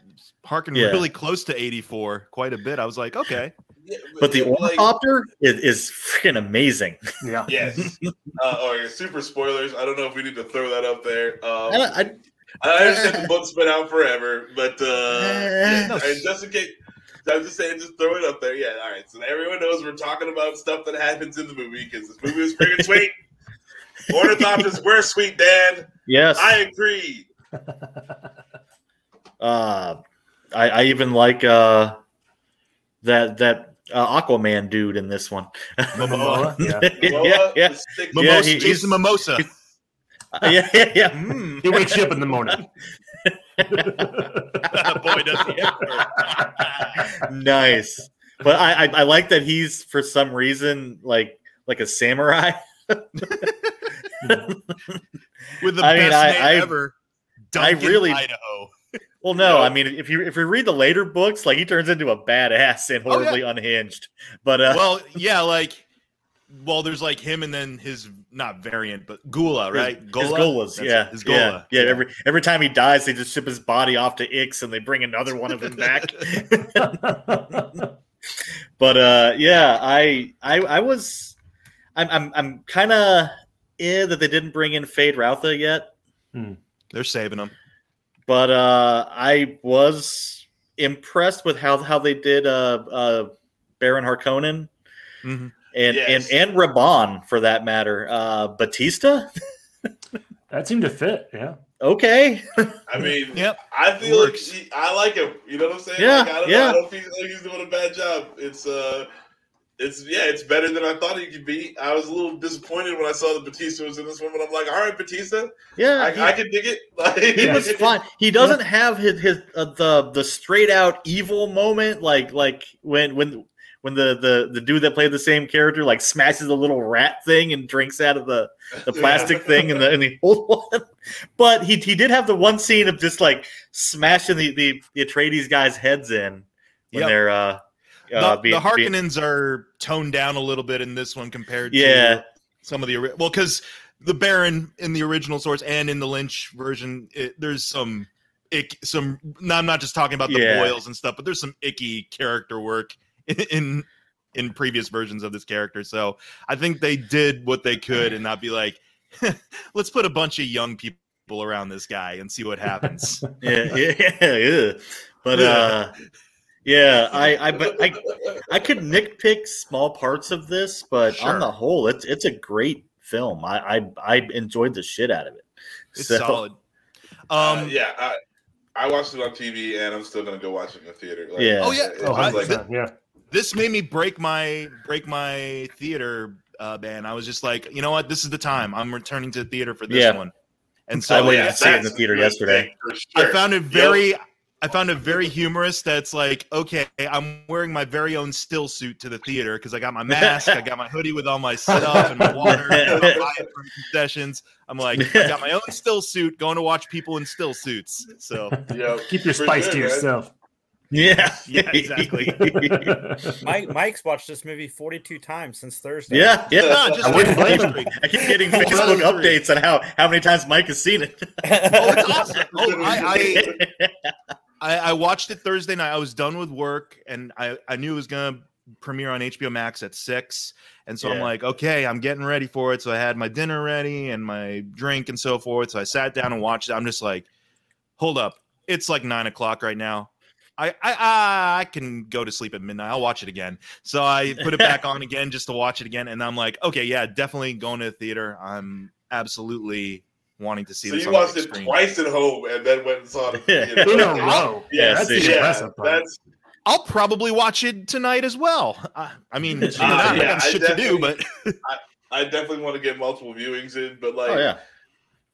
[SPEAKER 5] harken
[SPEAKER 2] Yeah.
[SPEAKER 5] really close to 84 quite a bit. I was like, okay.
[SPEAKER 1] yeah,
[SPEAKER 2] But the
[SPEAKER 1] like-
[SPEAKER 2] ornithopter is, is freaking amazing.
[SPEAKER 3] Yeah.
[SPEAKER 1] Yes. uh, oh, yeah, super spoilers. I don't know if we need to throw that up there. Um,
[SPEAKER 2] I don't- I-
[SPEAKER 1] I understand the book's been out forever, but uh, yeah,
[SPEAKER 5] No.
[SPEAKER 1] and just in case, I'm just saying, just throw it up there. Yeah, all right. So everyone knows we're talking about stuff that happens in the movie because this movie was freaking sweet. Ornithopters were sweet, Dan.
[SPEAKER 2] Yes,
[SPEAKER 1] I agree.
[SPEAKER 2] Uh, I, I even like uh, that that uh, Aquaman dude in this one.
[SPEAKER 3] Momoa, yeah.
[SPEAKER 2] yeah,
[SPEAKER 1] Momoa, the
[SPEAKER 2] yeah,
[SPEAKER 1] Hmm. stick-
[SPEAKER 2] Yeah,
[SPEAKER 5] Mimosa,
[SPEAKER 2] he- he's-
[SPEAKER 5] Jason Mimosa.
[SPEAKER 2] yeah, yeah, yeah. Mm.
[SPEAKER 3] He wakes you up in the morning.
[SPEAKER 5] Boy, does he
[SPEAKER 2] nice. But I, I I like that he's for some reason like like a samurai.
[SPEAKER 5] with the
[SPEAKER 2] I mean,
[SPEAKER 5] best
[SPEAKER 2] I-
[SPEAKER 5] name
[SPEAKER 2] I-
[SPEAKER 5] ever. Duncan,
[SPEAKER 2] really-
[SPEAKER 5] Idaho.
[SPEAKER 2] Well, no,
[SPEAKER 1] Yeah.
[SPEAKER 2] I mean if you if you read the later books, like he turns into a badass and
[SPEAKER 5] Oh, yeah.
[SPEAKER 2] horribly unhinged. But uh,
[SPEAKER 5] well, yeah, like, well, there's like him and then his not variant, but Gula, right?
[SPEAKER 2] His
[SPEAKER 5] Gola?
[SPEAKER 2] golas,
[SPEAKER 5] That's-
[SPEAKER 2] yeah,
[SPEAKER 5] his
[SPEAKER 2] yeah,
[SPEAKER 5] Gola.
[SPEAKER 2] yeah. Every every time he dies, they just ship his body off to Ix, and they bring another one of him back. but uh, yeah, I I I was I'm I'm, I'm kind of eh that they didn't bring in Fade Routha yet,
[SPEAKER 3] Hmm.
[SPEAKER 5] They're saving him.
[SPEAKER 2] but uh, I was impressed with how how they did uh, uh, Baron Harkonnen
[SPEAKER 3] Mm-hmm.
[SPEAKER 5] hmm
[SPEAKER 2] and
[SPEAKER 1] Yes.
[SPEAKER 2] and and Raban for that matter. Uh, Batista,
[SPEAKER 3] that seemed to fit. Yeah.
[SPEAKER 2] okay.
[SPEAKER 1] I mean,
[SPEAKER 5] Yep.
[SPEAKER 1] I feel like
[SPEAKER 5] Works.
[SPEAKER 1] he, I like him. You know what I'm saying?
[SPEAKER 2] Yeah,
[SPEAKER 1] Like, I don't
[SPEAKER 2] yeah.
[SPEAKER 1] Know, I don't feel like he's doing a bad job. It's uh, it's yeah, it's better than I thought he could be. I was a little disappointed when I saw that Batista was in this one, but I'm like, all right, Batista,
[SPEAKER 2] Yeah,
[SPEAKER 1] I,
[SPEAKER 2] he-
[SPEAKER 1] I can dig it. Like,
[SPEAKER 2] he was fun. He doesn't have his his uh, the the straight out evil moment like like when when when the the the dude that played the same character like smashes a little rat thing and drinks out of the the
[SPEAKER 1] Yeah.
[SPEAKER 2] plastic thing and the and the old one. But he he did have the one scene of just like smashing the the, the Atreides guys' heads in when
[SPEAKER 5] Yep.
[SPEAKER 2] they're uh, uh
[SPEAKER 5] the,
[SPEAKER 2] being-
[SPEAKER 5] the
[SPEAKER 2] being-
[SPEAKER 5] Harkonnens are toned down a little bit in this one compared
[SPEAKER 2] yeah
[SPEAKER 5] to some of the ori- well, because the Baron in the original source and in the Lynch version, it, there's some ick, some. No, I'm not just talking about the
[SPEAKER 2] Yeah.
[SPEAKER 5] boils and stuff, but there's some icky character work in in previous versions of this character. So I think they did what they could and not be like, let's put a bunch of young people around this guy and see what happens.
[SPEAKER 2] yeah yeah, yeah, yeah. but uh yeah I I but I I could nitpick small parts of this, but
[SPEAKER 5] Sure.
[SPEAKER 2] on the whole, it's it's a great film. I I, I enjoyed the shit out of it.
[SPEAKER 5] It's
[SPEAKER 2] So,
[SPEAKER 5] solid. Um,
[SPEAKER 1] Uh, yeah, I, I watched it on TV, and I'm still gonna go watch it in the theater. Like,
[SPEAKER 2] Yeah.
[SPEAKER 5] Oh, yeah.
[SPEAKER 1] it's
[SPEAKER 3] Oh,
[SPEAKER 5] I-
[SPEAKER 1] just like-
[SPEAKER 3] 100%, yeah.
[SPEAKER 5] this made me break my break my theater uh ban. I was just like, you know what? This is the time. I'm returning to the theater for this
[SPEAKER 2] Yeah.
[SPEAKER 5] one. And
[SPEAKER 2] I
[SPEAKER 5] so
[SPEAKER 2] waited
[SPEAKER 5] yeah,
[SPEAKER 2] to see it in the
[SPEAKER 1] that's
[SPEAKER 2] theater
[SPEAKER 1] a great
[SPEAKER 2] yesterday.
[SPEAKER 1] thing, for
[SPEAKER 5] I
[SPEAKER 1] sure.
[SPEAKER 5] found it very I found it very humorous that's like, okay, I'm wearing my very own still suit to the theater because I got my mask, I got my hoodie with all my stuff and my water and my buy it from concessions. I'm like, I got my own still suit going to watch people in still suits. So
[SPEAKER 1] Yep.
[SPEAKER 3] Keep your
[SPEAKER 1] For
[SPEAKER 3] spice
[SPEAKER 1] sure,
[SPEAKER 3] to
[SPEAKER 1] man.
[SPEAKER 3] yourself.
[SPEAKER 2] Yeah,
[SPEAKER 5] Yeah, exactly.
[SPEAKER 4] Mike, Mike's watched this movie 42 times since Thursday.
[SPEAKER 2] yeah, yeah.
[SPEAKER 5] no, just
[SPEAKER 3] I wouldn't blame him.
[SPEAKER 2] I keep getting Facebook updates on how how many times Mike has seen it.
[SPEAKER 5] Oh, it's awesome. Oh, I, I I, I watched it Thursday night. I was done with work and I, I knew it was gonna premiere on HBO Max at six. And so I'm
[SPEAKER 2] Yeah.
[SPEAKER 5] like, okay, I'm getting ready for it. So I had my dinner ready and my drink and so forth. So I sat down and watched it. I'm just like, hold up, it's like nine o'clock right now. I I- I I can go to sleep at midnight. I'll watch it again. So I put it back on again just to watch it again. And I'm like, okay, yeah, definitely going to the theater. I'm absolutely wanting to see
[SPEAKER 1] So
[SPEAKER 5] this.
[SPEAKER 1] you
[SPEAKER 5] on the
[SPEAKER 1] watched
[SPEAKER 5] big
[SPEAKER 1] it
[SPEAKER 5] screen.
[SPEAKER 1] twice at home, and then went and saw it. in the
[SPEAKER 3] In a
[SPEAKER 1] theater.
[SPEAKER 3] row.
[SPEAKER 2] Yeah,
[SPEAKER 3] that's
[SPEAKER 2] see,
[SPEAKER 3] the
[SPEAKER 2] yeah,
[SPEAKER 3] impressive part.
[SPEAKER 1] that's
[SPEAKER 5] I'll probably watch it tonight as well. I, I mean,
[SPEAKER 3] Uh,
[SPEAKER 5] I got
[SPEAKER 1] Ah, yeah, I
[SPEAKER 5] shit to do, but
[SPEAKER 1] I definitely want to get multiple viewings in, but like
[SPEAKER 2] Oh yeah.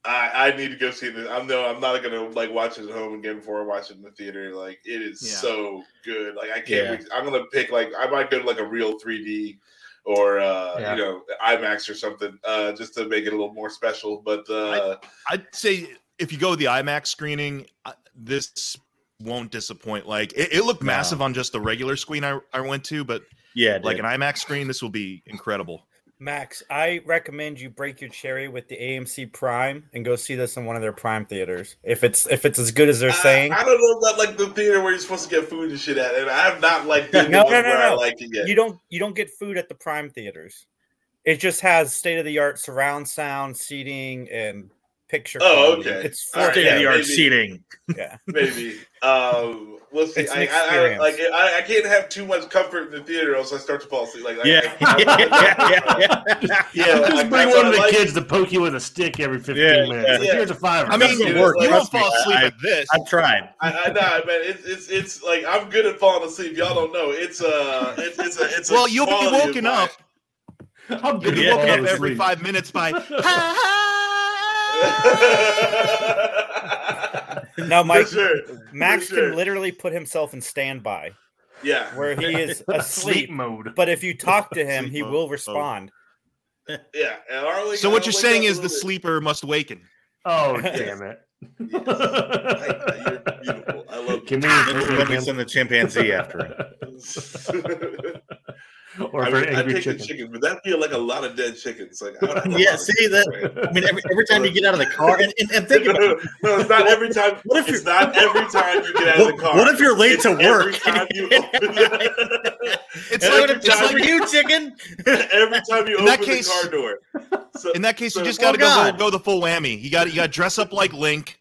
[SPEAKER 1] I, I need to go see this. I'm no, I'm not gonna like watch it at home again before I watch it in the theater. Like it is
[SPEAKER 5] Yeah.
[SPEAKER 1] so good. Like I can't.
[SPEAKER 2] Yeah.
[SPEAKER 1] Wait. I'm gonna pick like I might go to like a real 3D or uh
[SPEAKER 3] Yeah.
[SPEAKER 1] you know IMAX or something uh just to make it a little more special. But uh
[SPEAKER 5] I'd say if you go with the IMAX screening, I- this won't disappoint. Like it, it looked
[SPEAKER 2] No.
[SPEAKER 5] massive on just the regular screen I, I went to, but
[SPEAKER 2] Yeah. Dude.
[SPEAKER 5] like an IMAX screen, this will be incredible.
[SPEAKER 4] Max, I recommend you break your cherry with the AMC Prime and go see this in one of their Prime theaters. If it's if it's as good as they're
[SPEAKER 1] I-
[SPEAKER 4] saying,
[SPEAKER 1] I, don't know about like the theater where you're supposed to get food and shit at, and I've not like been to
[SPEAKER 4] No,
[SPEAKER 1] one
[SPEAKER 4] no, no,
[SPEAKER 1] where I
[SPEAKER 4] no.
[SPEAKER 1] like it yet.
[SPEAKER 4] you don't you don't get food at the Prime theaters. It just has state of the art surround sound, seating, and picture.
[SPEAKER 1] Oh,
[SPEAKER 4] quality.
[SPEAKER 1] okay.
[SPEAKER 4] It's
[SPEAKER 1] All right,
[SPEAKER 2] state of the
[SPEAKER 4] 4K.
[SPEAKER 2] art
[SPEAKER 1] maybe.
[SPEAKER 2] seating.
[SPEAKER 1] Maybe. Um, we'll see.
[SPEAKER 4] It's an
[SPEAKER 1] I, I, I
[SPEAKER 4] experience.
[SPEAKER 1] like I, I can't have too much comfort in the theater, or else I start to fall asleep. Like I-
[SPEAKER 2] Yeah.
[SPEAKER 1] I,
[SPEAKER 2] yeah, yeah, yeah.
[SPEAKER 1] Yeah,
[SPEAKER 3] just bring
[SPEAKER 1] like, that's
[SPEAKER 3] one
[SPEAKER 1] what
[SPEAKER 3] of the
[SPEAKER 1] I like.
[SPEAKER 3] kids to poke you with a stick every 15
[SPEAKER 2] Yeah,
[SPEAKER 3] minutes.
[SPEAKER 1] yeah.
[SPEAKER 3] Like, Here's a five.
[SPEAKER 5] I mean,
[SPEAKER 2] doesn't
[SPEAKER 5] you
[SPEAKER 2] work,
[SPEAKER 5] won't
[SPEAKER 2] trust me.
[SPEAKER 5] fall asleep
[SPEAKER 2] I-
[SPEAKER 5] at this.
[SPEAKER 2] I've tried.
[SPEAKER 1] I, I know, man. It's, it's it's like I'm good at falling asleep. Y'all don't know. It's uh, it's it's a it's a
[SPEAKER 5] well, you'll be
[SPEAKER 1] quality of
[SPEAKER 5] woken
[SPEAKER 1] mine.
[SPEAKER 5] up.
[SPEAKER 3] I'm
[SPEAKER 5] You'll
[SPEAKER 3] good
[SPEAKER 5] be
[SPEAKER 3] at
[SPEAKER 5] woken up
[SPEAKER 3] falling
[SPEAKER 5] every
[SPEAKER 3] asleep.
[SPEAKER 5] five minutes by.
[SPEAKER 4] Now,
[SPEAKER 1] For
[SPEAKER 4] Mike,
[SPEAKER 1] sure.
[SPEAKER 4] Max
[SPEAKER 1] for sure.
[SPEAKER 4] can literally put himself in standby
[SPEAKER 1] Yeah,
[SPEAKER 4] where he is
[SPEAKER 3] Sleep
[SPEAKER 4] asleep.
[SPEAKER 3] mode.
[SPEAKER 4] But if you talk to him,
[SPEAKER 5] Sleep
[SPEAKER 4] he
[SPEAKER 5] mode.
[SPEAKER 4] will respond.
[SPEAKER 1] yeah. And I only-
[SPEAKER 5] so
[SPEAKER 1] I
[SPEAKER 5] what you're
[SPEAKER 1] wake
[SPEAKER 5] saying
[SPEAKER 1] up a
[SPEAKER 5] is the
[SPEAKER 1] little
[SPEAKER 5] sleeper must waken.
[SPEAKER 3] Oh, damn it.
[SPEAKER 1] bit. Yeah. I- you're beautiful. I love
[SPEAKER 3] Can we?
[SPEAKER 2] Let me send the chimpanzee after him.
[SPEAKER 1] it.
[SPEAKER 3] or
[SPEAKER 1] I
[SPEAKER 3] for
[SPEAKER 1] meuld, I'd
[SPEAKER 3] angry
[SPEAKER 1] take
[SPEAKER 3] chicken.
[SPEAKER 1] the chicken, but that feel like a lot of dead chickens. Like I would have a
[SPEAKER 2] Yeah,
[SPEAKER 1] lot of
[SPEAKER 2] see,
[SPEAKER 1] chicken,
[SPEAKER 2] that-
[SPEAKER 1] man.
[SPEAKER 2] I mean, every, every time you get out of the car, and, and, and think about it.
[SPEAKER 1] no, it's not every time.
[SPEAKER 2] What if
[SPEAKER 1] it's
[SPEAKER 2] you-
[SPEAKER 1] not every time you get out
[SPEAKER 2] What,
[SPEAKER 1] of the car.
[SPEAKER 2] what if you're late
[SPEAKER 1] It's
[SPEAKER 2] to
[SPEAKER 1] every
[SPEAKER 2] work?
[SPEAKER 1] time you open the-
[SPEAKER 5] It's
[SPEAKER 1] And
[SPEAKER 5] like,
[SPEAKER 1] every
[SPEAKER 5] it's
[SPEAKER 1] time
[SPEAKER 5] like-
[SPEAKER 2] for you, chicken.
[SPEAKER 1] every time you
[SPEAKER 5] In
[SPEAKER 1] open
[SPEAKER 5] that case-
[SPEAKER 1] the car door. So,
[SPEAKER 5] in that case, you
[SPEAKER 1] So-
[SPEAKER 5] just got to
[SPEAKER 2] Oh,
[SPEAKER 5] go,
[SPEAKER 2] God.
[SPEAKER 5] go the full whammy. You got you got to dress up like Link,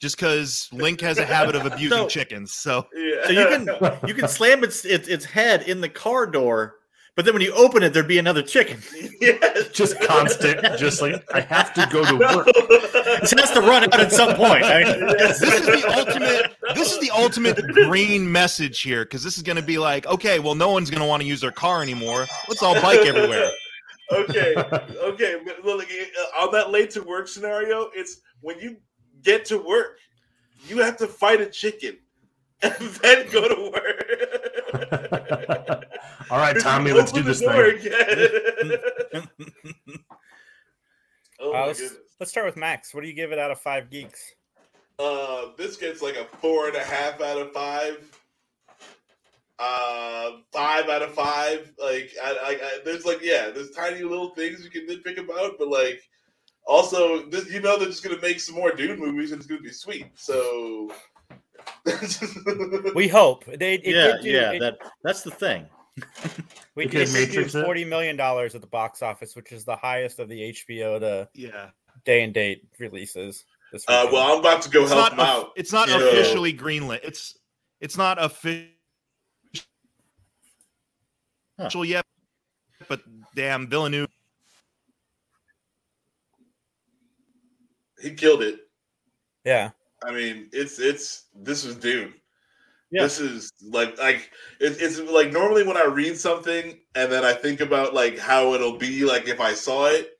[SPEAKER 5] just because Link has a habit of abusing
[SPEAKER 2] So-
[SPEAKER 5] chickens. So
[SPEAKER 1] yeah.
[SPEAKER 2] So you can you can slam its, its its head in the car door, but then when you open it, there'd be another chicken.
[SPEAKER 1] Yes.
[SPEAKER 3] just constant. Just like I have to go to work.
[SPEAKER 2] It has to run out at some point. I mean,
[SPEAKER 1] Yes.
[SPEAKER 5] this is the ultimate. This is the ultimate green message here, because this is going to be like, okay, well, no one's going to want to use their car anymore. Let's all bike everywhere.
[SPEAKER 1] okay, okay. But look, uh, on that late to work scenario, it's when you get to work, you have to fight a chicken and then go to work.
[SPEAKER 3] All right, Tommy, let's do
[SPEAKER 1] Open the
[SPEAKER 3] this
[SPEAKER 1] door
[SPEAKER 3] thing.
[SPEAKER 1] again. oh
[SPEAKER 4] Uh,
[SPEAKER 1] my
[SPEAKER 4] let's,
[SPEAKER 1] goodness.
[SPEAKER 4] let's start with Max. What do you give it out of five geeks?
[SPEAKER 1] Uh, this gets like a four and a half out of five. Uh, five out of five. Like, I, I, I there's like, yeah, there's tiny little things you can nitpick about, but like, also, this, you know, they're just gonna make some more dude movies, and it's gonna be sweet. So,
[SPEAKER 4] We hope they. It
[SPEAKER 2] yeah,
[SPEAKER 4] did do,
[SPEAKER 2] yeah.
[SPEAKER 4] it-
[SPEAKER 2] That that's the thing.
[SPEAKER 4] we
[SPEAKER 3] It could
[SPEAKER 4] did
[SPEAKER 3] have
[SPEAKER 4] do
[SPEAKER 3] Matrix it.
[SPEAKER 4] forty million dollars at the box office, which is the highest of the HBO to
[SPEAKER 5] Yeah,
[SPEAKER 4] day and date releases. This
[SPEAKER 1] uh,
[SPEAKER 4] weekend.
[SPEAKER 1] well, I'm about to go
[SPEAKER 5] it's
[SPEAKER 1] help
[SPEAKER 5] not.
[SPEAKER 1] him
[SPEAKER 5] of-
[SPEAKER 1] out.
[SPEAKER 5] It's not
[SPEAKER 2] Yeah.
[SPEAKER 5] officially greenlit. It's it's not official
[SPEAKER 2] Huh.
[SPEAKER 5] yet. But damn, Villeneuve.
[SPEAKER 1] He killed it.
[SPEAKER 4] yeah,
[SPEAKER 1] I mean, it's it's this is Dune.
[SPEAKER 2] Yeah.
[SPEAKER 1] This is like like it, it's like normally when I read something and then I think about like how it'll be like if I saw it,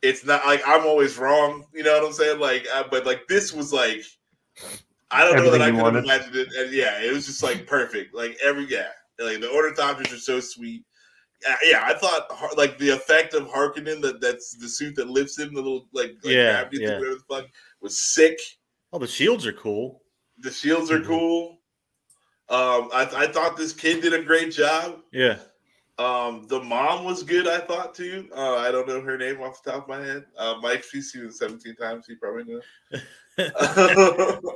[SPEAKER 1] it's not like I'm always wrong. You know what I'm saying? Like, I, but like this was like I don't know that I
[SPEAKER 3] Everything you
[SPEAKER 1] could
[SPEAKER 3] wanted.
[SPEAKER 1] have imagined it. And yeah, it was just like perfect. Like every yeah, like the ornithopters are so sweet. Uh, yeah, I thought Har- like the effect of Harkonnen that that's the suit that lifts him, the little like, like
[SPEAKER 2] Yeah,
[SPEAKER 1] gravity thing,
[SPEAKER 2] yeah.
[SPEAKER 1] whatever the fuck was sick
[SPEAKER 2] Oh, the shields are cool.
[SPEAKER 1] the shields are
[SPEAKER 3] Mhm.
[SPEAKER 1] cool. Um, I, I thought this kid did a great job.
[SPEAKER 2] Yeah,
[SPEAKER 1] Um, the mom was good, I thought too. Uh, I don't know her name off the top of my head. Uh, Mike, she's seen it 17 times. He probably knew.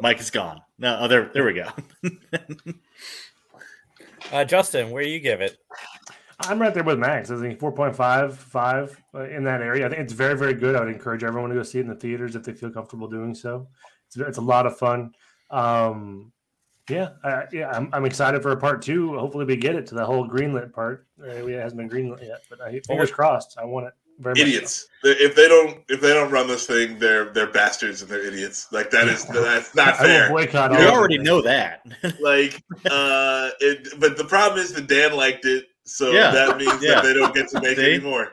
[SPEAKER 2] Mike is gone. No, oh, there there we go.
[SPEAKER 4] uh, Justin, where do you give it?
[SPEAKER 3] I'm right there with Max. I think 4.5, 5 uh, in that area. I think it's very, very good. I would encourage everyone to go see it in the theaters if they feel comfortable doing so. It's, it's a lot of fun. Um, yeah, I, yeah, I'm, I'm excited for a part two. Hopefully, we get it to the whole greenlit part. Uh, It hasn't been greenlit yet, but I, fingers crossed. I want it very much. so.
[SPEAKER 1] idiots. If they don't, if they don't run this thing, they're they're bastards and they're idiots. Like that is that's not
[SPEAKER 3] I will
[SPEAKER 1] fair.
[SPEAKER 3] boycott.
[SPEAKER 2] We
[SPEAKER 3] all of
[SPEAKER 2] already
[SPEAKER 3] it.
[SPEAKER 2] know that.
[SPEAKER 1] Like, uh, it, but the problem is that Dan liked it, so
[SPEAKER 2] Yeah.
[SPEAKER 1] that means
[SPEAKER 2] Yeah.
[SPEAKER 1] that they don't get to make
[SPEAKER 2] See?
[SPEAKER 1] any more.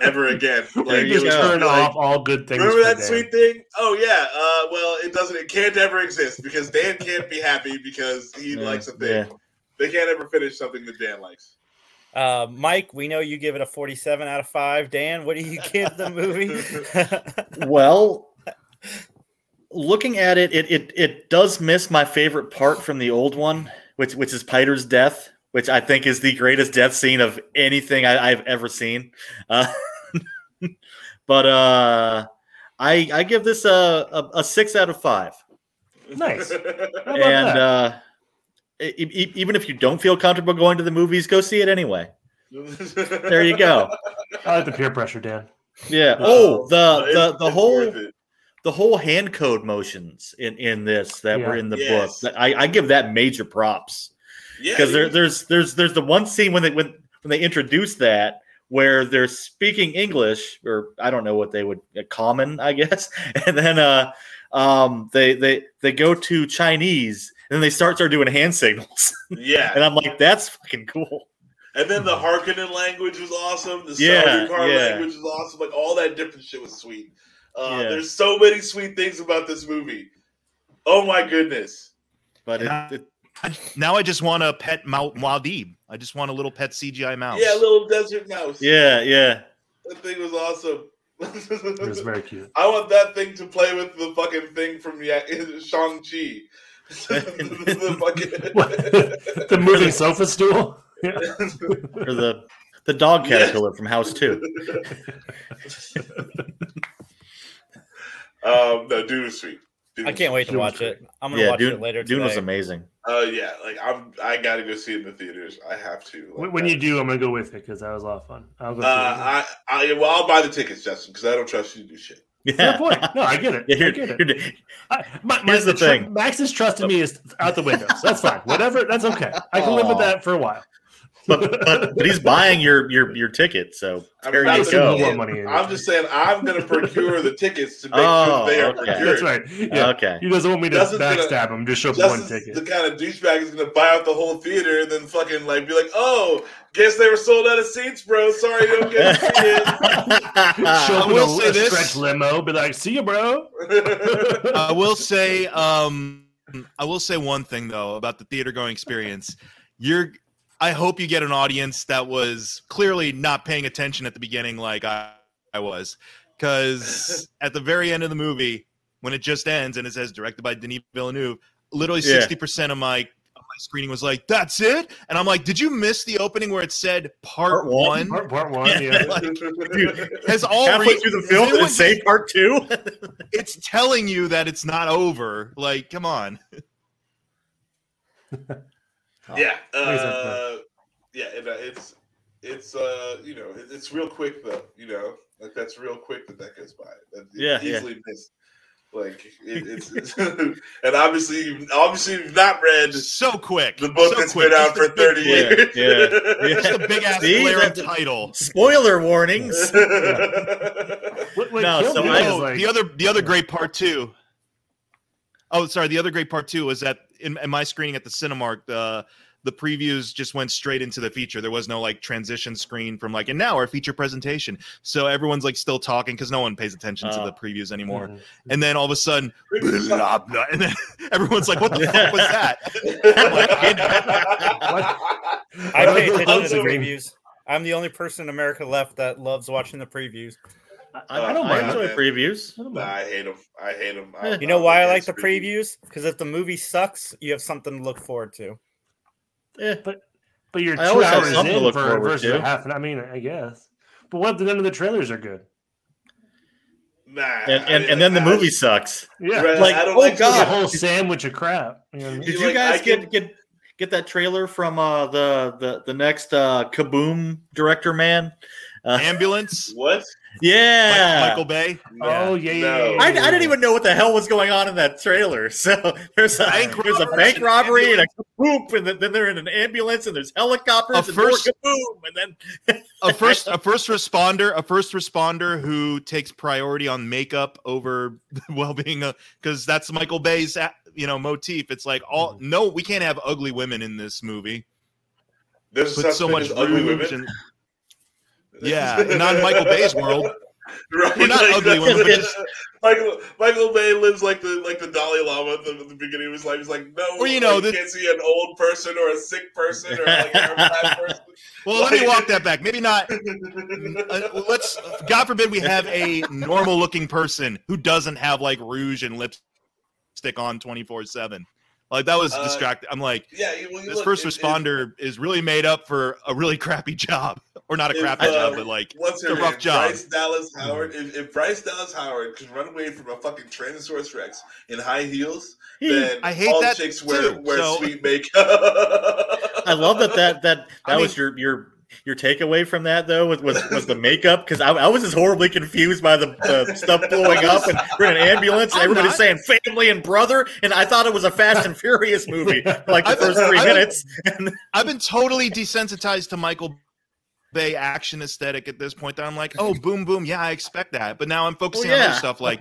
[SPEAKER 1] ever again. Like,
[SPEAKER 3] you just
[SPEAKER 1] it was-
[SPEAKER 3] turn
[SPEAKER 1] like,
[SPEAKER 3] off all good things.
[SPEAKER 1] Remember
[SPEAKER 3] for
[SPEAKER 1] that
[SPEAKER 3] Dan.
[SPEAKER 1] sweet thing? Oh yeah. Uh, well, it doesn't. It can't ever exist because Dan can't be happy because he
[SPEAKER 2] Yeah,
[SPEAKER 1] likes a thing. They can't ever finish something that Dan likes.
[SPEAKER 4] Uh, Mike, we know you give it a 47 out of 5. Dan, what do you give the movie?
[SPEAKER 2] well looking at it, it it it does miss my favorite part from the old one which which is Piter's death which i think is the greatest death scene of anything I, i've ever seen uh, but uh i i give this a, a a six out of five
[SPEAKER 3] Nice. How about
[SPEAKER 2] and
[SPEAKER 3] that?
[SPEAKER 2] uh e- e- even if you don't feel comfortable going to the movies go see it anyway uh, there
[SPEAKER 1] there
[SPEAKER 2] you go
[SPEAKER 3] I like the peer pressure, Dan.
[SPEAKER 2] yeah oh the the, the whole the whole hand code motions in in this that were
[SPEAKER 3] Yeah.
[SPEAKER 2] in the
[SPEAKER 1] Yes.
[SPEAKER 2] book. I, I give that major props
[SPEAKER 1] yeah,
[SPEAKER 2] because there,
[SPEAKER 1] you-
[SPEAKER 2] there's there's there's the one scene when they when when they introduce that where they're speaking English or I don't know what they would uh, common I guess, and then uh um they they they go to Chinese and then they start start doing hand signals
[SPEAKER 1] yeah.
[SPEAKER 2] and I'm like that's fucking cool.
[SPEAKER 1] And then the Harkonnen language was awesome. The
[SPEAKER 2] Yeah,
[SPEAKER 1] Saudi car
[SPEAKER 2] yeah.
[SPEAKER 1] language was awesome. Like all that different shit was sweet. Uh,
[SPEAKER 2] Yeah.
[SPEAKER 1] There's so many sweet things about this movie. Oh my goodness!
[SPEAKER 2] But it, it,
[SPEAKER 5] Now I just want a pet Mou- Muad'Dib. I just want a little pet CGI mouse.
[SPEAKER 1] Yeah, little desert mouse.
[SPEAKER 2] yeah yeah
[SPEAKER 1] that thing was awesome.
[SPEAKER 3] It was very cute.
[SPEAKER 1] I want that thing to play with the fucking thing from yeah, Shang Chi. the fucking
[SPEAKER 3] What? the moving sofa stool. Yeah.
[SPEAKER 2] or the the dog
[SPEAKER 1] Yes.
[SPEAKER 2] caterpillar from House Two.
[SPEAKER 1] um, no, Dune was sweet. Dune
[SPEAKER 4] I
[SPEAKER 1] was
[SPEAKER 4] can't wait to
[SPEAKER 3] Dune was
[SPEAKER 4] watch it. I'm going to
[SPEAKER 2] Yeah,
[SPEAKER 4] watch
[SPEAKER 2] Dune,
[SPEAKER 4] it later
[SPEAKER 2] Dune was
[SPEAKER 4] today.
[SPEAKER 2] amazing.
[SPEAKER 1] Uh, yeah, like I'm, I gotta go see it in the theaters. I have to. Like,
[SPEAKER 3] When when you
[SPEAKER 1] that-
[SPEAKER 3] do, I'm gonna go with it because that was a lot of fun. I'll go.
[SPEAKER 1] uh,
[SPEAKER 3] see it.
[SPEAKER 1] I, I, well, I'll buy the tickets, Justin, because I don't trust you to do shit.
[SPEAKER 3] Fair
[SPEAKER 2] Yeah.
[SPEAKER 3] point. No, I get it.
[SPEAKER 2] Yeah,
[SPEAKER 3] I
[SPEAKER 2] here-
[SPEAKER 3] get it.
[SPEAKER 2] here-
[SPEAKER 3] I, my,
[SPEAKER 2] here's the
[SPEAKER 3] tr-
[SPEAKER 2] thing.
[SPEAKER 3] Max's trust in me is out the window. So that's fine. Whatever. That's okay. I can live with
[SPEAKER 2] Aw.
[SPEAKER 3] that for a while.
[SPEAKER 2] but, but but he's buying your your your ticket, so
[SPEAKER 1] I'm
[SPEAKER 2] there
[SPEAKER 1] not gonna
[SPEAKER 2] you
[SPEAKER 3] Justin will
[SPEAKER 2] go.
[SPEAKER 1] get-
[SPEAKER 3] want money in it.
[SPEAKER 1] I'm just saying, I'm gonna procure the tickets to make sure
[SPEAKER 2] Oh,
[SPEAKER 1] they are
[SPEAKER 2] okay.
[SPEAKER 1] procured.
[SPEAKER 3] That's right. Yeah.
[SPEAKER 2] Okay.
[SPEAKER 3] He doesn't want me to
[SPEAKER 1] Justin's gonna-
[SPEAKER 3] backstab him. Just show up with one
[SPEAKER 1] Justin's
[SPEAKER 3] ticket.
[SPEAKER 1] the kind of douchebag who's gonna buy out the whole theater and then fucking like be like, "Oh, guess they were sold out of seats, bro. Sorry, you don't get to
[SPEAKER 3] show
[SPEAKER 5] I
[SPEAKER 3] up in
[SPEAKER 5] will
[SPEAKER 3] a,
[SPEAKER 5] say
[SPEAKER 3] a
[SPEAKER 5] this.
[SPEAKER 3] stretch limo. Be like, see you, bro.
[SPEAKER 1] see it."
[SPEAKER 5] I will say, um, I will say one thing though about the theater going experience. You're, I hope you get an audience that was clearly not paying attention at the beginning, like I, I was, because at the very end of the movie, when it just ends and it says directed by Denis Villeneuve, literally
[SPEAKER 2] Yeah.
[SPEAKER 5] sixty percent of my. of my Screening was like, that's it, and I'm like, did you miss the opening where it said part,
[SPEAKER 2] Part one?
[SPEAKER 3] Part,
[SPEAKER 5] one?
[SPEAKER 3] part one. Yeah.
[SPEAKER 5] Has all
[SPEAKER 2] Halfway
[SPEAKER 5] re-
[SPEAKER 2] through the
[SPEAKER 5] has
[SPEAKER 2] film, did
[SPEAKER 5] anyone-
[SPEAKER 2] it say part two?
[SPEAKER 5] it's telling you that it's not over. Like, come on.
[SPEAKER 1] yeah,
[SPEAKER 3] Where's that
[SPEAKER 1] uh, yeah, and, uh, it's it's uh, you know, it, it's real quick though. You know, like that's real quick that that goes by. That, it's
[SPEAKER 2] Yeah, yeah.
[SPEAKER 1] easily missed. Like it, it's, it's and obviously, you've, obviously, you've not read
[SPEAKER 5] so quick.
[SPEAKER 1] the book
[SPEAKER 5] so
[SPEAKER 1] that's
[SPEAKER 5] quick.
[SPEAKER 1] been out
[SPEAKER 5] Just
[SPEAKER 1] for
[SPEAKER 5] a big-
[SPEAKER 1] thirty years.
[SPEAKER 2] Yeah, yeah.
[SPEAKER 5] Just a big ass
[SPEAKER 2] See,
[SPEAKER 5] blaring
[SPEAKER 2] that's-
[SPEAKER 5] title.
[SPEAKER 2] Spoiler warnings.
[SPEAKER 3] What, what
[SPEAKER 2] No,
[SPEAKER 3] killed
[SPEAKER 2] so
[SPEAKER 3] me
[SPEAKER 2] I
[SPEAKER 3] was,
[SPEAKER 5] No,
[SPEAKER 3] like-
[SPEAKER 5] Oh, the other the other great part two. Oh, sorry. The other great part two was that in, in my screening at the Cinemark, uh, the previews just went straight into the feature. There was no like transition screen from like, and now our feature presentation. So everyone's like still talking because no one pays attention to
[SPEAKER 2] Oh.
[SPEAKER 5] the previews anymore.
[SPEAKER 3] Mhm.
[SPEAKER 5] And then all of a sudden, blah, blah, and then everyone's like, "What the fuck was that?"
[SPEAKER 4] I
[SPEAKER 3] What?
[SPEAKER 4] pay
[SPEAKER 3] What?
[SPEAKER 4] attention to the
[SPEAKER 3] What?
[SPEAKER 4] previews. I'm the only person in America left that loves watching the previews.
[SPEAKER 2] I,
[SPEAKER 1] I
[SPEAKER 2] I
[SPEAKER 1] don't
[SPEAKER 2] don't Eh.
[SPEAKER 1] mind
[SPEAKER 2] enjoy
[SPEAKER 1] that.
[SPEAKER 2] previews.
[SPEAKER 3] I don't
[SPEAKER 1] Oh, Nah,
[SPEAKER 3] know.
[SPEAKER 1] I hate them. I hate them.
[SPEAKER 4] You know why I like the previews? Because if the movie sucks, you have something to look forward to.
[SPEAKER 2] Eh,
[SPEAKER 3] But you're two
[SPEAKER 2] I always have
[SPEAKER 3] hours
[SPEAKER 2] something to
[SPEAKER 3] in
[SPEAKER 2] look
[SPEAKER 3] for
[SPEAKER 2] forward
[SPEAKER 3] versus
[SPEAKER 2] to.
[SPEAKER 3] a half. an- I mean, I guess. But what if none of the trailers are good?
[SPEAKER 1] Nah,
[SPEAKER 2] and
[SPEAKER 1] I
[SPEAKER 2] and,
[SPEAKER 1] mean,
[SPEAKER 2] and then the
[SPEAKER 1] I-
[SPEAKER 2] movie sucks.
[SPEAKER 3] Yeah,
[SPEAKER 1] Right,
[SPEAKER 2] Like,
[SPEAKER 1] I don't
[SPEAKER 2] oh,
[SPEAKER 1] like the-
[SPEAKER 3] it's a
[SPEAKER 2] God.
[SPEAKER 3] whole sandwich of crap. You know what I mean?
[SPEAKER 2] Did
[SPEAKER 1] You
[SPEAKER 2] you
[SPEAKER 1] like,
[SPEAKER 2] guys
[SPEAKER 1] I
[SPEAKER 2] get
[SPEAKER 1] can-
[SPEAKER 2] get get that trailer from uh, the the the next uh, Kaboom director man? Uh,
[SPEAKER 5] Ambulance.
[SPEAKER 1] What?
[SPEAKER 5] Mi-
[SPEAKER 2] Yeah,
[SPEAKER 5] Michael Bay.
[SPEAKER 3] Oh yeah, yeah,
[SPEAKER 1] No.
[SPEAKER 3] yeah, yeah,
[SPEAKER 2] I, I
[SPEAKER 3] yeah.
[SPEAKER 2] didn't even know what the hell was going on in that trailer. So there's a
[SPEAKER 5] Bank
[SPEAKER 2] there's a
[SPEAKER 5] robbery
[SPEAKER 2] bank
[SPEAKER 5] and
[SPEAKER 2] robbery and a whoop, and then then they're in an ambulance and there's helicopters
[SPEAKER 5] A
[SPEAKER 2] and more
[SPEAKER 5] first-
[SPEAKER 2] kaboom, and then
[SPEAKER 5] a first a first responder a first responder who takes priority on makeup over the well-being because that's michael bay's uh, you know motif it's like all
[SPEAKER 1] Mm-hmm.
[SPEAKER 5] no we can't have ugly women in this movie
[SPEAKER 1] There's
[SPEAKER 5] put so much
[SPEAKER 1] ugly
[SPEAKER 5] rouge
[SPEAKER 1] women.
[SPEAKER 5] and- Yeah, Uh, not in Michael Bay's world.
[SPEAKER 1] Right?
[SPEAKER 5] We're not ugly ones, but just
[SPEAKER 1] Michael Michael Bay lives like the like the Dalai Lama at the, at the beginning of his life. He's like, no,
[SPEAKER 5] Or, you know,
[SPEAKER 1] like,
[SPEAKER 5] the-
[SPEAKER 1] can't see an old person or a sick person or like a fat
[SPEAKER 5] well. Let me walk that back. Maybe not. uh,
[SPEAKER 1] person.
[SPEAKER 5] let's. God forbid we have a normal-looking person who doesn't have like rouge and lipstick on twenty-four seven. Like that was
[SPEAKER 1] Uh,
[SPEAKER 5] distracting. I'm like,
[SPEAKER 1] yeah, you- well, you
[SPEAKER 5] this
[SPEAKER 1] look,
[SPEAKER 5] first
[SPEAKER 1] it- it-
[SPEAKER 5] responder is really made up for a really crappy job, or not a
[SPEAKER 1] If,
[SPEAKER 5] crappy
[SPEAKER 1] uh,
[SPEAKER 5] job, but like
[SPEAKER 1] What's her
[SPEAKER 5] It's a rough
[SPEAKER 1] name?
[SPEAKER 5] job. Mm.
[SPEAKER 1] Bryce Dallas Howard. If, if Bryce Dallas Howard could run away from a fucking Tyrannosaurus Rex in high heels, then
[SPEAKER 5] I hate
[SPEAKER 1] all
[SPEAKER 5] that
[SPEAKER 1] chicks wear,
[SPEAKER 5] too,
[SPEAKER 1] wear
[SPEAKER 5] so-
[SPEAKER 1] sweet makeup.
[SPEAKER 2] I love that that that that
[SPEAKER 5] I
[SPEAKER 2] was your your your takeaway from that though was was, was the makeup because I, I was just horribly confused by the, the stuff blowing up and we're in an ambulance and
[SPEAKER 5] I'm not.
[SPEAKER 2] everybody's saying family and brother and I thought it was a Fast and Furious movie for like the
[SPEAKER 5] I've-
[SPEAKER 2] first three
[SPEAKER 5] I've-
[SPEAKER 2] minutes.
[SPEAKER 5] I've been totally desensitized to Michael Bay action aesthetic at this point. That I'm like, oh, boom, boom, yeah, I expect that. But now I'm focusing
[SPEAKER 2] Well,
[SPEAKER 5] on
[SPEAKER 2] yeah.
[SPEAKER 5] other stuff. Like,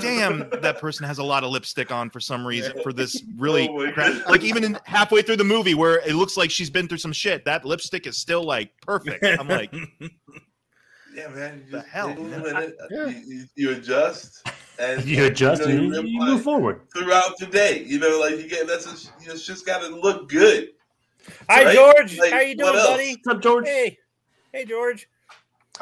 [SPEAKER 5] damn, that person has a lot of lipstick on for some reason for this really.
[SPEAKER 1] Oh my
[SPEAKER 5] crap-
[SPEAKER 1] God.
[SPEAKER 5] Like even in halfway through the movie where it looks like she's been through some shit, that lipstick is still like perfect. I'm like,
[SPEAKER 1] Yeah, man. You
[SPEAKER 5] The
[SPEAKER 1] just
[SPEAKER 5] hell,
[SPEAKER 1] take a
[SPEAKER 5] man.
[SPEAKER 1] little minute,
[SPEAKER 2] Yeah.
[SPEAKER 1] uh, you, you- you adjust, and
[SPEAKER 3] You adjust
[SPEAKER 1] you know,
[SPEAKER 3] and
[SPEAKER 1] you
[SPEAKER 3] you, you
[SPEAKER 1] realize-
[SPEAKER 3] move forward.
[SPEAKER 1] throughout the day, you know, like you get that's just, you know, it's just got to look good.
[SPEAKER 4] Hi,
[SPEAKER 1] Right?
[SPEAKER 4] George.
[SPEAKER 1] Like,
[SPEAKER 4] How you doing,
[SPEAKER 1] what else?
[SPEAKER 4] buddy?
[SPEAKER 3] What's up, George?
[SPEAKER 4] Hey, hey, George.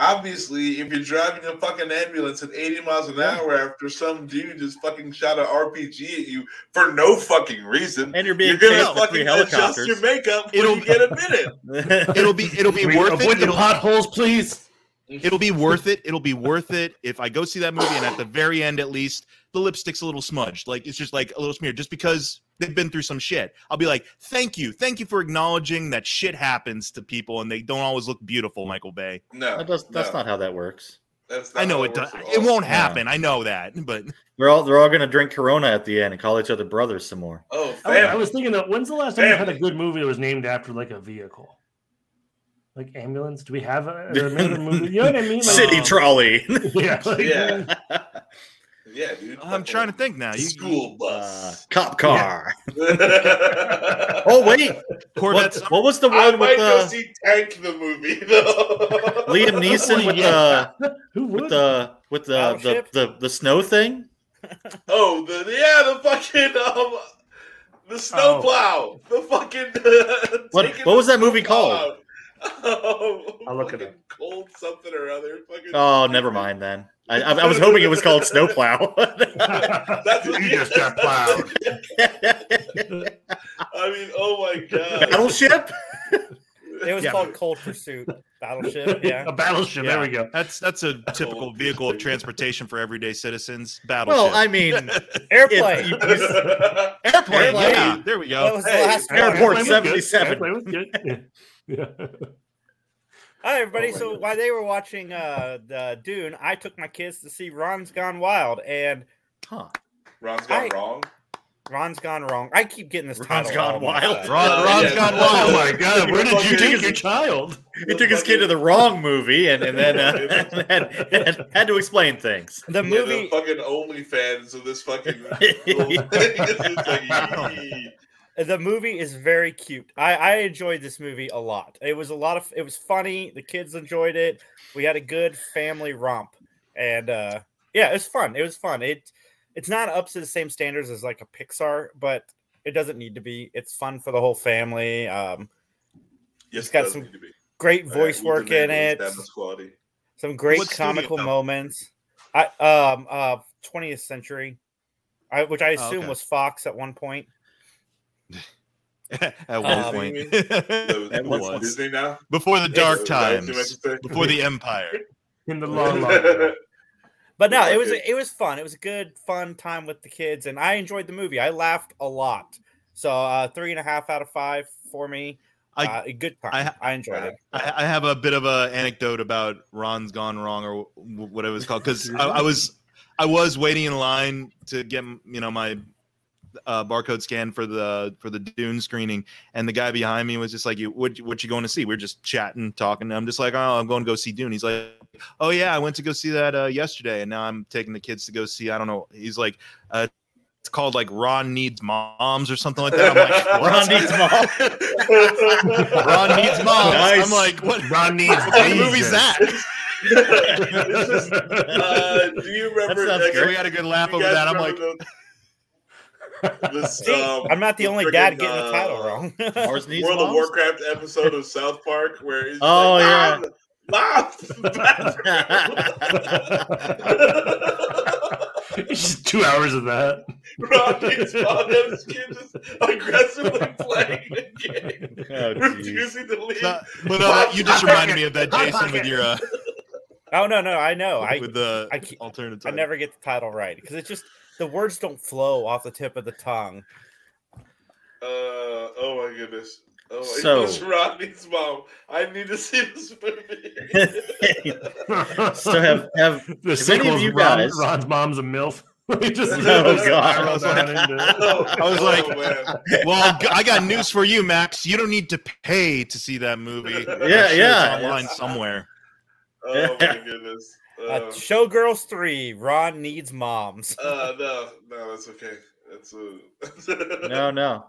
[SPEAKER 1] Obviously, if you're driving a fucking ambulance at 80 miles an hour after some dude just fucking shot an RPG at you for no fucking reason,
[SPEAKER 2] and you're
[SPEAKER 1] you're
[SPEAKER 2] being
[SPEAKER 1] gonna
[SPEAKER 2] chased by three
[SPEAKER 1] fucking adjust
[SPEAKER 2] helicopters.
[SPEAKER 1] your makeup when
[SPEAKER 5] It'll-
[SPEAKER 1] you get a minute.
[SPEAKER 5] it'll be it'll be
[SPEAKER 3] Wait,
[SPEAKER 5] worth
[SPEAKER 3] avoid
[SPEAKER 5] it.
[SPEAKER 3] the
[SPEAKER 5] It'll-
[SPEAKER 3] potholes, please.
[SPEAKER 5] It'll be worth it. It'll be worth it if I go see that movie and at the very end, at least, the lipstick's a little smudged. Like it's just like a little smear, just because they've been through some shit. I'll be like, thank you, thank you for acknowledging that shit happens to people and they don't always look beautiful. Michael Bay,
[SPEAKER 1] No,
[SPEAKER 2] That does, that's
[SPEAKER 1] no,
[SPEAKER 2] not how that works.
[SPEAKER 1] That's
[SPEAKER 5] I know
[SPEAKER 1] how
[SPEAKER 5] it does.
[SPEAKER 1] works at
[SPEAKER 5] It
[SPEAKER 1] all.
[SPEAKER 5] won't happen. I know that, but
[SPEAKER 2] They're all they're all gonna drink Corona at the end and call each other brothers some more.
[SPEAKER 1] Oh,
[SPEAKER 3] I, was- I
[SPEAKER 1] fam.
[SPEAKER 3] was thinking though, when's the last time we had a
[SPEAKER 1] Family.
[SPEAKER 3] good movie that was named after like a vehicle? Like ambulance? Do we have a, another movie? You know what I mean? Like,
[SPEAKER 2] City
[SPEAKER 3] um,
[SPEAKER 2] trolley.
[SPEAKER 3] Yeah. like, uh,
[SPEAKER 1] Yeah. Yeah, dude.
[SPEAKER 5] I'm trying to think now. You,
[SPEAKER 1] School
[SPEAKER 2] Uh,
[SPEAKER 1] bus.
[SPEAKER 2] cop car. Uh,
[SPEAKER 1] oh
[SPEAKER 2] Oh wait,
[SPEAKER 5] Corvette.
[SPEAKER 2] what, what was the
[SPEAKER 1] I
[SPEAKER 2] one
[SPEAKER 1] might
[SPEAKER 2] with
[SPEAKER 1] go
[SPEAKER 2] the
[SPEAKER 1] see Tank the movie though.
[SPEAKER 2] Liam Neeson with the
[SPEAKER 3] Who would?
[SPEAKER 2] with the with the the,
[SPEAKER 4] Battleship?
[SPEAKER 2] the the snow thing?
[SPEAKER 1] Oh, the yeah, the fucking um, the
[SPEAKER 2] Oh.
[SPEAKER 1] snowplow, the fucking.
[SPEAKER 2] What-
[SPEAKER 1] taking
[SPEAKER 2] what was
[SPEAKER 1] the
[SPEAKER 2] that movie
[SPEAKER 1] snowplow
[SPEAKER 2] called?
[SPEAKER 1] out. Oh,
[SPEAKER 3] I'll look it
[SPEAKER 1] fucking Cold something or other. Fucking.
[SPEAKER 2] Oh, never mind then. I, I, I was hoping it was called Snowplow.
[SPEAKER 1] That's what
[SPEAKER 3] you just got plowed.
[SPEAKER 1] I mean, oh my god.
[SPEAKER 2] Battleship?
[SPEAKER 4] It was
[SPEAKER 5] Yeah.
[SPEAKER 4] called Cold Pursuit Battleship. Yeah.
[SPEAKER 3] A battleship. There we go.
[SPEAKER 5] That's that's a typical vehicle of transportation for everyday citizens. Battleship,
[SPEAKER 2] Oh, Well, I mean,
[SPEAKER 4] Airplane.
[SPEAKER 2] you-
[SPEAKER 5] airplane.
[SPEAKER 2] airplane.
[SPEAKER 5] Yeah, there we
[SPEAKER 4] that
[SPEAKER 5] go.
[SPEAKER 4] was the
[SPEAKER 1] Hey,
[SPEAKER 4] last one.
[SPEAKER 3] Airplane
[SPEAKER 2] airport.
[SPEAKER 3] was good.
[SPEAKER 2] 77.
[SPEAKER 3] Airplane was good. Yeah.
[SPEAKER 4] Hi, everybody.
[SPEAKER 3] Oh, my
[SPEAKER 4] so
[SPEAKER 3] God.
[SPEAKER 4] while they were watching uh, the Dune, I took my kids to see Ron's Gone Wild, and
[SPEAKER 2] huh.
[SPEAKER 1] Ron's gone
[SPEAKER 4] I-
[SPEAKER 1] wrong.
[SPEAKER 4] Ron's Gone Wrong. I keep getting this.
[SPEAKER 2] Ron's
[SPEAKER 4] title
[SPEAKER 2] Gone
[SPEAKER 4] all mixed
[SPEAKER 2] Wild.
[SPEAKER 4] up.
[SPEAKER 5] Ron,
[SPEAKER 1] Oh,
[SPEAKER 5] Ron's
[SPEAKER 1] yeah.
[SPEAKER 5] gone
[SPEAKER 3] Oh
[SPEAKER 5] wild.
[SPEAKER 3] my god! Where did you take your child?
[SPEAKER 2] He took his kid to the wrong movie and, and then uh, had, had, had to explain things.
[SPEAKER 4] The
[SPEAKER 1] Yeah,
[SPEAKER 4] movie.
[SPEAKER 1] the fucking OnlyFans of this fucking.
[SPEAKER 2] It
[SPEAKER 1] It's like, yee.
[SPEAKER 4] the movie is very cute. I, I enjoyed this movie a lot. It was a lot of it was funny. The kids enjoyed it. We had a good family romp, and uh, yeah, it was fun. It was fun. It it's not up to the same standards as like a Pixar, but it doesn't need to be. It's fun for the whole family. Um,
[SPEAKER 1] Yes, it
[SPEAKER 4] got
[SPEAKER 1] does
[SPEAKER 4] some
[SPEAKER 1] need to be. Oh,
[SPEAKER 4] great
[SPEAKER 1] All
[SPEAKER 4] voice
[SPEAKER 1] right, we
[SPEAKER 4] work in
[SPEAKER 1] demand
[SPEAKER 4] it.
[SPEAKER 1] established quality.
[SPEAKER 4] Some great
[SPEAKER 5] What studio,
[SPEAKER 4] comical
[SPEAKER 5] though?
[SPEAKER 4] moments. I um uh 20th century, I, which I
[SPEAKER 5] Oh,
[SPEAKER 4] assume
[SPEAKER 5] okay.
[SPEAKER 4] was Fox at one point.
[SPEAKER 5] At one
[SPEAKER 4] Um,
[SPEAKER 5] point,
[SPEAKER 1] So,
[SPEAKER 2] That
[SPEAKER 1] what's
[SPEAKER 2] was-
[SPEAKER 1] Disney now?
[SPEAKER 5] before the dark
[SPEAKER 1] Is that too much
[SPEAKER 5] times,
[SPEAKER 1] to say?
[SPEAKER 5] before the empire.
[SPEAKER 3] In the long, long run.
[SPEAKER 4] But no,
[SPEAKER 1] Yeah,
[SPEAKER 4] it was
[SPEAKER 1] good.
[SPEAKER 4] it was fun. It was a good fun time with the kids, and I enjoyed the movie. I laughed a lot. So uh, three and a half out of five for me.
[SPEAKER 5] I-
[SPEAKER 4] uh, a good time.
[SPEAKER 5] I
[SPEAKER 4] I,
[SPEAKER 5] ha-
[SPEAKER 4] enjoyed it.
[SPEAKER 5] I, I have a bit of a anecdote about Ron's gone wrong or wh- whatever it's called because I, I was I was waiting in line to get you know my uh, barcode scan for the for the Dune screening and the guy behind me was just like you what what you going to see we are just chatting talking I'm just like oh I'm going to go see Dune he's like oh yeah I went to go see that uh, yesterday and now I'm taking the kids to go see I don't know he's like uh, it's it's called like Ron needs moms or something like that. I'm like, what?
[SPEAKER 2] Ron needs mom.
[SPEAKER 5] Ron needs moms.
[SPEAKER 2] Nice.
[SPEAKER 5] I'm like, what?
[SPEAKER 3] Ron needs
[SPEAKER 5] What kind of movie's that?
[SPEAKER 1] It's just, uh, do you remember?
[SPEAKER 2] sounds
[SPEAKER 1] okay,
[SPEAKER 5] So
[SPEAKER 2] great.
[SPEAKER 5] we had a good laugh
[SPEAKER 1] you
[SPEAKER 5] over
[SPEAKER 1] guys
[SPEAKER 5] that. I'm like,
[SPEAKER 1] remember the- this,
[SPEAKER 4] See,
[SPEAKER 1] um,
[SPEAKER 4] I'm not the
[SPEAKER 1] the
[SPEAKER 4] only dad
[SPEAKER 1] friggin',
[SPEAKER 4] getting the title
[SPEAKER 1] uh,
[SPEAKER 4] wrong.
[SPEAKER 2] Mars needs
[SPEAKER 1] World of
[SPEAKER 2] moms?
[SPEAKER 1] Warcraft episode of South Park where it's
[SPEAKER 2] Oh,
[SPEAKER 1] like,
[SPEAKER 2] yeah.
[SPEAKER 1] "Mom, Mom, bathroom."
[SPEAKER 3] Just two hours of that.
[SPEAKER 1] Rockets found out his kid just aggressively playing the game,
[SPEAKER 2] Oh, geez.
[SPEAKER 1] refusing to leave.
[SPEAKER 5] no, but uh, you just
[SPEAKER 3] Hot
[SPEAKER 5] reminded
[SPEAKER 3] pocket.
[SPEAKER 5] me of that
[SPEAKER 3] Hot
[SPEAKER 5] Jason with
[SPEAKER 3] pocket.
[SPEAKER 5] your uh,
[SPEAKER 4] oh no, no, I know. I
[SPEAKER 5] with the
[SPEAKER 4] I can't-
[SPEAKER 5] alternative.
[SPEAKER 4] I never get the title right because it's just the words don't flow off the tip of the tongue.
[SPEAKER 1] Uh, oh my goodness. Oh my
[SPEAKER 2] So-
[SPEAKER 1] goodness, Rodney's mom. I need to see this movie.
[SPEAKER 2] so have have
[SPEAKER 3] the
[SPEAKER 2] if any of
[SPEAKER 3] sequel's
[SPEAKER 2] you
[SPEAKER 3] Ron,
[SPEAKER 2] guys-
[SPEAKER 3] Ron's mom's a milf. We just
[SPEAKER 1] Oh,
[SPEAKER 3] spiral
[SPEAKER 1] God.
[SPEAKER 3] down into
[SPEAKER 1] Oh,
[SPEAKER 5] I was like-
[SPEAKER 1] man.
[SPEAKER 5] Well, g- I got news for you, Max. You don't need to pay to see that movie. I'm sure
[SPEAKER 2] yeah,
[SPEAKER 5] it's
[SPEAKER 2] yeah.
[SPEAKER 5] online somewhere.
[SPEAKER 1] oh my goodness.
[SPEAKER 3] Oh.
[SPEAKER 4] Uh,
[SPEAKER 1] Uh,
[SPEAKER 4] Showgirls three. Ron needs moms.
[SPEAKER 1] uh, no, no, that's okay. That's a
[SPEAKER 2] No, no.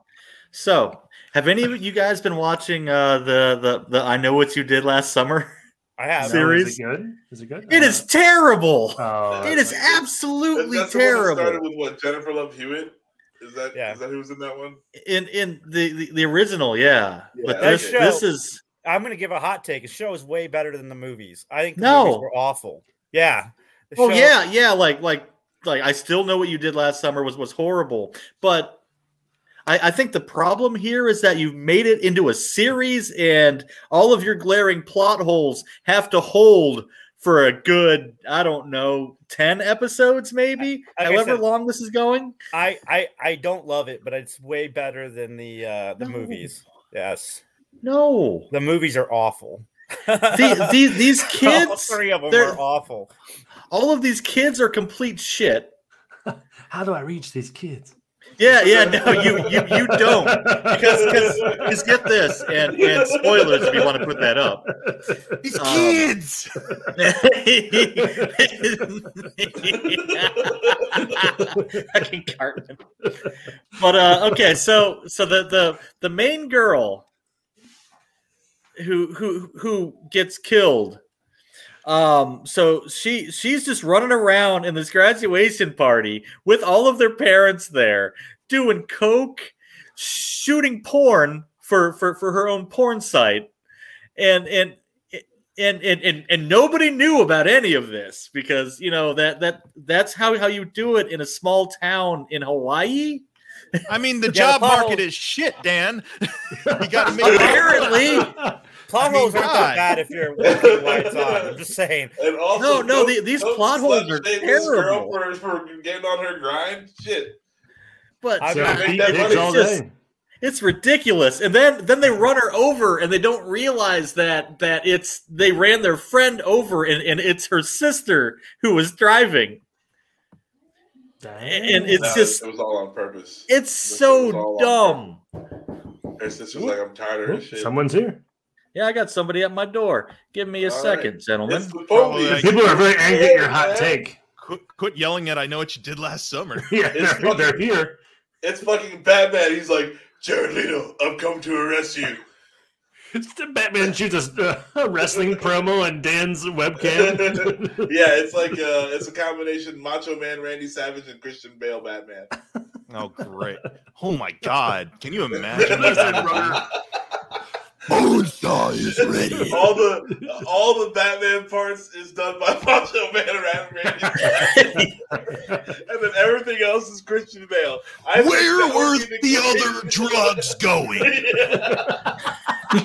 [SPEAKER 2] So have any of you guys been watching uh the the, the I know what you did last summer?
[SPEAKER 4] I
[SPEAKER 3] it.
[SPEAKER 4] have.
[SPEAKER 2] Ser- Series?
[SPEAKER 3] Is it good? Is it good?
[SPEAKER 2] It is terrible.
[SPEAKER 3] Oh,
[SPEAKER 2] It is
[SPEAKER 1] That's-
[SPEAKER 2] absolutely
[SPEAKER 1] That's the one that
[SPEAKER 2] terrible.
[SPEAKER 1] started with what Jennifer Love Hewitt. Is that
[SPEAKER 4] Yeah.
[SPEAKER 1] is that who's in that one?
[SPEAKER 2] In in the, the, the original, yeah. But
[SPEAKER 1] Yeah.
[SPEAKER 2] this
[SPEAKER 4] That show-
[SPEAKER 2] this is
[SPEAKER 4] I'm gonna give a hot take. The show is way better than the movies. I think the
[SPEAKER 2] No.
[SPEAKER 4] movies were awful. Yeah. The
[SPEAKER 2] Oh
[SPEAKER 4] show-
[SPEAKER 2] yeah, yeah. Like like like I still know what you did last summer was was horrible, but I, I think the problem here is that you've made it into a series, and all of your glaring plot holes have to hold for a good I don't know ten episodes maybe,
[SPEAKER 4] I
[SPEAKER 2] however
[SPEAKER 4] said-
[SPEAKER 2] long this is going.
[SPEAKER 4] I, I I don't love it, but it's way better than the uh the
[SPEAKER 2] No.
[SPEAKER 4] movies. Yes.
[SPEAKER 2] No,
[SPEAKER 4] The movies are awful.
[SPEAKER 2] these these, these
[SPEAKER 4] All
[SPEAKER 2] kids,
[SPEAKER 4] three of them
[SPEAKER 2] they're-
[SPEAKER 4] are awful.
[SPEAKER 2] all of these kids are complete shit.
[SPEAKER 3] How do I reach these kids?
[SPEAKER 2] Yeah, yeah. No, you you you don't. because because get this and, and spoilers if you want to put that up
[SPEAKER 5] These
[SPEAKER 2] Um,
[SPEAKER 5] kids.
[SPEAKER 2] fucking Cartman. But uh, okay, so so the the the main girl who who who gets killed. Um, so she she's just running around in this graduation party with all of their parents there, doing coke, shooting porn for for for her own porn site, and and and and and, and nobody knew about any of this because you know that that that's how how you do it in a small town in Hawaii.
[SPEAKER 5] I mean, the
[SPEAKER 4] You gotta
[SPEAKER 5] job
[SPEAKER 4] follow-
[SPEAKER 5] market is shit, Dan. you got to make
[SPEAKER 2] Apparently,
[SPEAKER 4] Plot
[SPEAKER 5] I mean,
[SPEAKER 4] holes aren't that
[SPEAKER 5] God.
[SPEAKER 4] bad if you're working lights on. I'm just saying.
[SPEAKER 1] And also,
[SPEAKER 2] no, no,
[SPEAKER 1] don't-
[SPEAKER 2] the, these
[SPEAKER 1] don't
[SPEAKER 2] plot holes are
[SPEAKER 1] slut shame this girl
[SPEAKER 2] terrible.
[SPEAKER 1] For, for getting on her grind, shit.
[SPEAKER 2] But
[SPEAKER 4] I'm
[SPEAKER 3] So
[SPEAKER 4] not-
[SPEAKER 3] beat
[SPEAKER 1] that
[SPEAKER 3] dicks
[SPEAKER 1] money.
[SPEAKER 3] all
[SPEAKER 2] It's just-
[SPEAKER 3] day.
[SPEAKER 2] it's ridiculous, and then then they run her over, and they don't realize that that it's they ran their friend over, and, and it's her sister who was driving.
[SPEAKER 3] Damn.
[SPEAKER 2] it's
[SPEAKER 1] No,
[SPEAKER 2] just-
[SPEAKER 1] it was all on purpose.
[SPEAKER 2] It's
[SPEAKER 1] was
[SPEAKER 2] so
[SPEAKER 1] all on
[SPEAKER 2] dumb.
[SPEAKER 1] Her sister's like, I'm tired of her
[SPEAKER 3] Oop,
[SPEAKER 1] shit.
[SPEAKER 3] Someone's here.
[SPEAKER 2] Yeah, I got somebody at my door. Give me a
[SPEAKER 1] All right.
[SPEAKER 2] second, gentlemen.
[SPEAKER 1] it's the
[SPEAKER 5] Probably
[SPEAKER 1] police.
[SPEAKER 5] like-
[SPEAKER 3] People are very angry at your
[SPEAKER 1] Yeah,
[SPEAKER 3] hot
[SPEAKER 1] man.
[SPEAKER 3] take.
[SPEAKER 5] quit, quit yelling at I know what you did last summer.
[SPEAKER 3] Yeah,
[SPEAKER 1] It's
[SPEAKER 3] they're, they're here.
[SPEAKER 1] It's fucking Batman. He's like, Jared Leto, I'm coming to arrest you.
[SPEAKER 3] It's the Batman shoots a, uh, a wrestling promo on Dan's webcam.
[SPEAKER 1] Yeah, it's like uh, it's a combination Macho Man, Randy Savage, and Christian Bale Batman.
[SPEAKER 5] Oh, great. Oh, my God. Can you imagine? what
[SPEAKER 3] Listen,
[SPEAKER 5] that would
[SPEAKER 3] brother.
[SPEAKER 5] Bonesaw is ready.
[SPEAKER 1] all the all the Batman parts is done by Macho Man and Randy Savage. and then everything else is Christian Bale. I think
[SPEAKER 5] Where
[SPEAKER 1] that
[SPEAKER 5] were
[SPEAKER 1] would be
[SPEAKER 5] the other
[SPEAKER 1] greatest-
[SPEAKER 5] drugs going? Yo.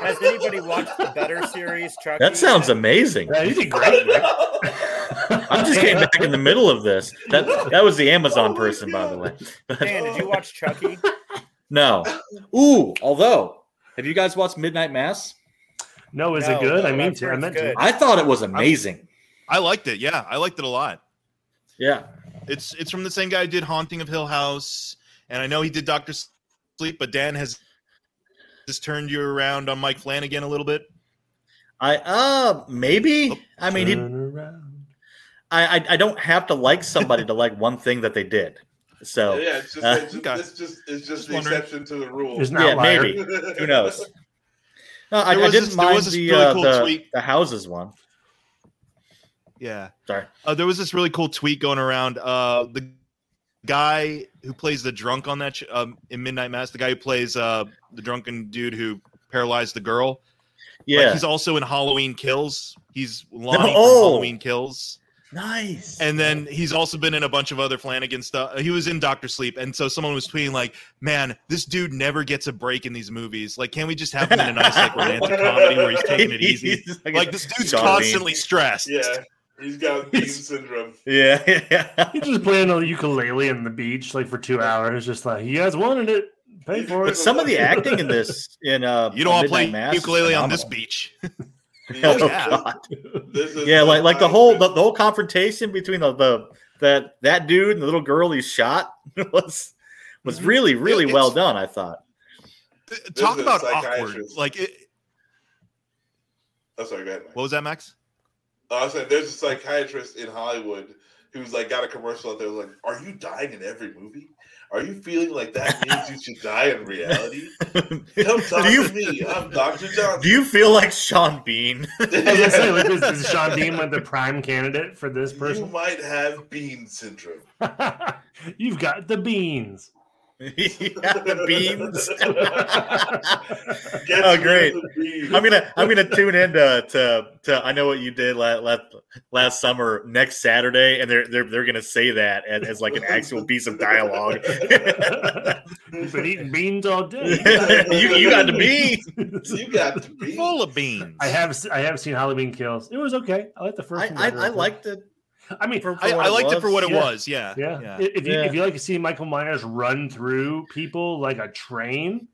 [SPEAKER 4] Has anybody watched the better series? Chucky?
[SPEAKER 2] that sounds amazing.
[SPEAKER 3] Yeah, you did great. Rick.
[SPEAKER 2] I just came back in the middle of this. That that was the Amazon
[SPEAKER 1] Oh my
[SPEAKER 2] person, by the way.
[SPEAKER 1] God.
[SPEAKER 4] Dan, did you watch Chucky?
[SPEAKER 2] No. Ooh, although, have you guys watched Midnight Mass?
[SPEAKER 3] No, is
[SPEAKER 4] No,
[SPEAKER 3] it good?
[SPEAKER 4] no,
[SPEAKER 3] I mean,
[SPEAKER 4] I've
[SPEAKER 3] to.
[SPEAKER 4] heard
[SPEAKER 3] I
[SPEAKER 4] it's
[SPEAKER 3] meant
[SPEAKER 4] good.
[SPEAKER 3] to.
[SPEAKER 2] I thought it was amazing.
[SPEAKER 5] I liked it. Yeah, I liked it a lot.
[SPEAKER 2] Yeah.
[SPEAKER 5] It's it's from the same guy who did Haunting of Hill House, and I know he did Doctor Sleep, but Dan has just turned you around on Mike Flanagan a little bit.
[SPEAKER 1] um,
[SPEAKER 3] Oh,
[SPEAKER 2] I uh maybe. I mean, he
[SPEAKER 3] Turn around.
[SPEAKER 2] I, I I don't have to like somebody to like one thing that they did. So
[SPEAKER 1] yeah, it's just,
[SPEAKER 2] Uh,
[SPEAKER 1] it's just,
[SPEAKER 5] okay.
[SPEAKER 1] it's just, it's just
[SPEAKER 5] Just
[SPEAKER 1] the
[SPEAKER 5] wondering.
[SPEAKER 1] exception to the rule.
[SPEAKER 3] There's an
[SPEAKER 2] yeah,
[SPEAKER 3] outlier.
[SPEAKER 2] maybe who knows. No, I,
[SPEAKER 5] There
[SPEAKER 2] I
[SPEAKER 5] was
[SPEAKER 2] didn't
[SPEAKER 5] this- there
[SPEAKER 2] mind
[SPEAKER 5] was this
[SPEAKER 2] the,
[SPEAKER 5] really
[SPEAKER 2] uh,
[SPEAKER 5] cool
[SPEAKER 2] the,
[SPEAKER 5] tweet.
[SPEAKER 2] the houses one.
[SPEAKER 5] Yeah.
[SPEAKER 2] Sorry.
[SPEAKER 5] Uh, there was this really cool tweet going around. Uh, the guy who plays the drunk on that sh- um, in Midnight Mass, the guy who plays uh, the drunken dude who paralyzed the girl. Like,
[SPEAKER 2] Yeah,
[SPEAKER 5] he's also in Halloween Kills. He's Lonnie
[SPEAKER 2] Oh.
[SPEAKER 5] from Halloween Kills.
[SPEAKER 2] nice.
[SPEAKER 5] And then he's also been in a bunch of other Flanagan stuff. He was in Doctor Sleep, and so someone was tweeting like, "Man, this dude never gets a break in these movies. Like, can we just have him in a nice like romantic comedy where he's taking it easy?
[SPEAKER 2] He's just
[SPEAKER 5] Like, this dude's
[SPEAKER 2] Sean Bean.
[SPEAKER 5] constantly stressed.
[SPEAKER 1] yeah, he's got Bean syndrome.
[SPEAKER 2] Yeah, yeah.
[SPEAKER 3] He's just playing on the ukulele on the beach like for two hours, just like you guys wanted it. Pay for
[SPEAKER 2] But
[SPEAKER 3] it.
[SPEAKER 2] some of the acting in this in uh
[SPEAKER 5] You don't want to
[SPEAKER 2] Midnight
[SPEAKER 5] play
[SPEAKER 2] Mass is
[SPEAKER 5] ukulele on this
[SPEAKER 2] phenomenal.
[SPEAKER 5] beach.
[SPEAKER 1] These-
[SPEAKER 5] Oh, yeah.
[SPEAKER 2] God.
[SPEAKER 1] this is
[SPEAKER 2] yeah, like like the
[SPEAKER 1] nice.
[SPEAKER 2] whole the, the whole confrontation between the, the that that dude and the little girl he shot was was really really
[SPEAKER 5] Mm-hmm. It's-
[SPEAKER 2] well done. I thought.
[SPEAKER 5] Talk
[SPEAKER 1] is
[SPEAKER 5] about awkward.
[SPEAKER 1] psychiatrist.
[SPEAKER 5] Like, it,
[SPEAKER 1] Oh, sorry, go ahead. Mike.
[SPEAKER 5] what was that, Max?
[SPEAKER 1] Uh, I said there's a psychiatrist in Hollywood who's like got a commercial out there like, "Are you dying in every movie? Are you feeling like that means you should die in reality? Come talk
[SPEAKER 2] Do you-
[SPEAKER 1] to me. I'm Doctor
[SPEAKER 2] Do
[SPEAKER 1] Johnson."
[SPEAKER 2] you feel like Sean Bean?
[SPEAKER 3] I was gonna say, like, is, is Sean Bean like the prime candidate for this
[SPEAKER 1] You
[SPEAKER 3] person?
[SPEAKER 1] might have Bean syndrome.
[SPEAKER 3] You've got the beans.
[SPEAKER 2] yeah, the beans.
[SPEAKER 1] Get
[SPEAKER 2] Oh,
[SPEAKER 1] rid of
[SPEAKER 2] great.
[SPEAKER 1] the beans.
[SPEAKER 2] I'm gonna I'm gonna tune in to, to to I know what you did last last, last summer next Saturday, and they're they're they're gonna say that as, as like an actual piece of dialogue.
[SPEAKER 3] You've been eating beans all day.
[SPEAKER 2] you you got the beans.
[SPEAKER 1] you got to be.
[SPEAKER 5] Full of beans.
[SPEAKER 3] I have se- I have seen Halloween Kills. It was okay. I like the first.
[SPEAKER 2] I,
[SPEAKER 3] one
[SPEAKER 2] I,
[SPEAKER 3] better,
[SPEAKER 2] I
[SPEAKER 3] think.
[SPEAKER 2] liked it.
[SPEAKER 3] I mean,
[SPEAKER 2] For, for
[SPEAKER 5] I,
[SPEAKER 2] what
[SPEAKER 5] I liked it for what it
[SPEAKER 3] yeah.
[SPEAKER 5] was. Yeah.
[SPEAKER 3] yeah. If you
[SPEAKER 2] Yeah.
[SPEAKER 3] if you like to see Michael Myers run through people like a train,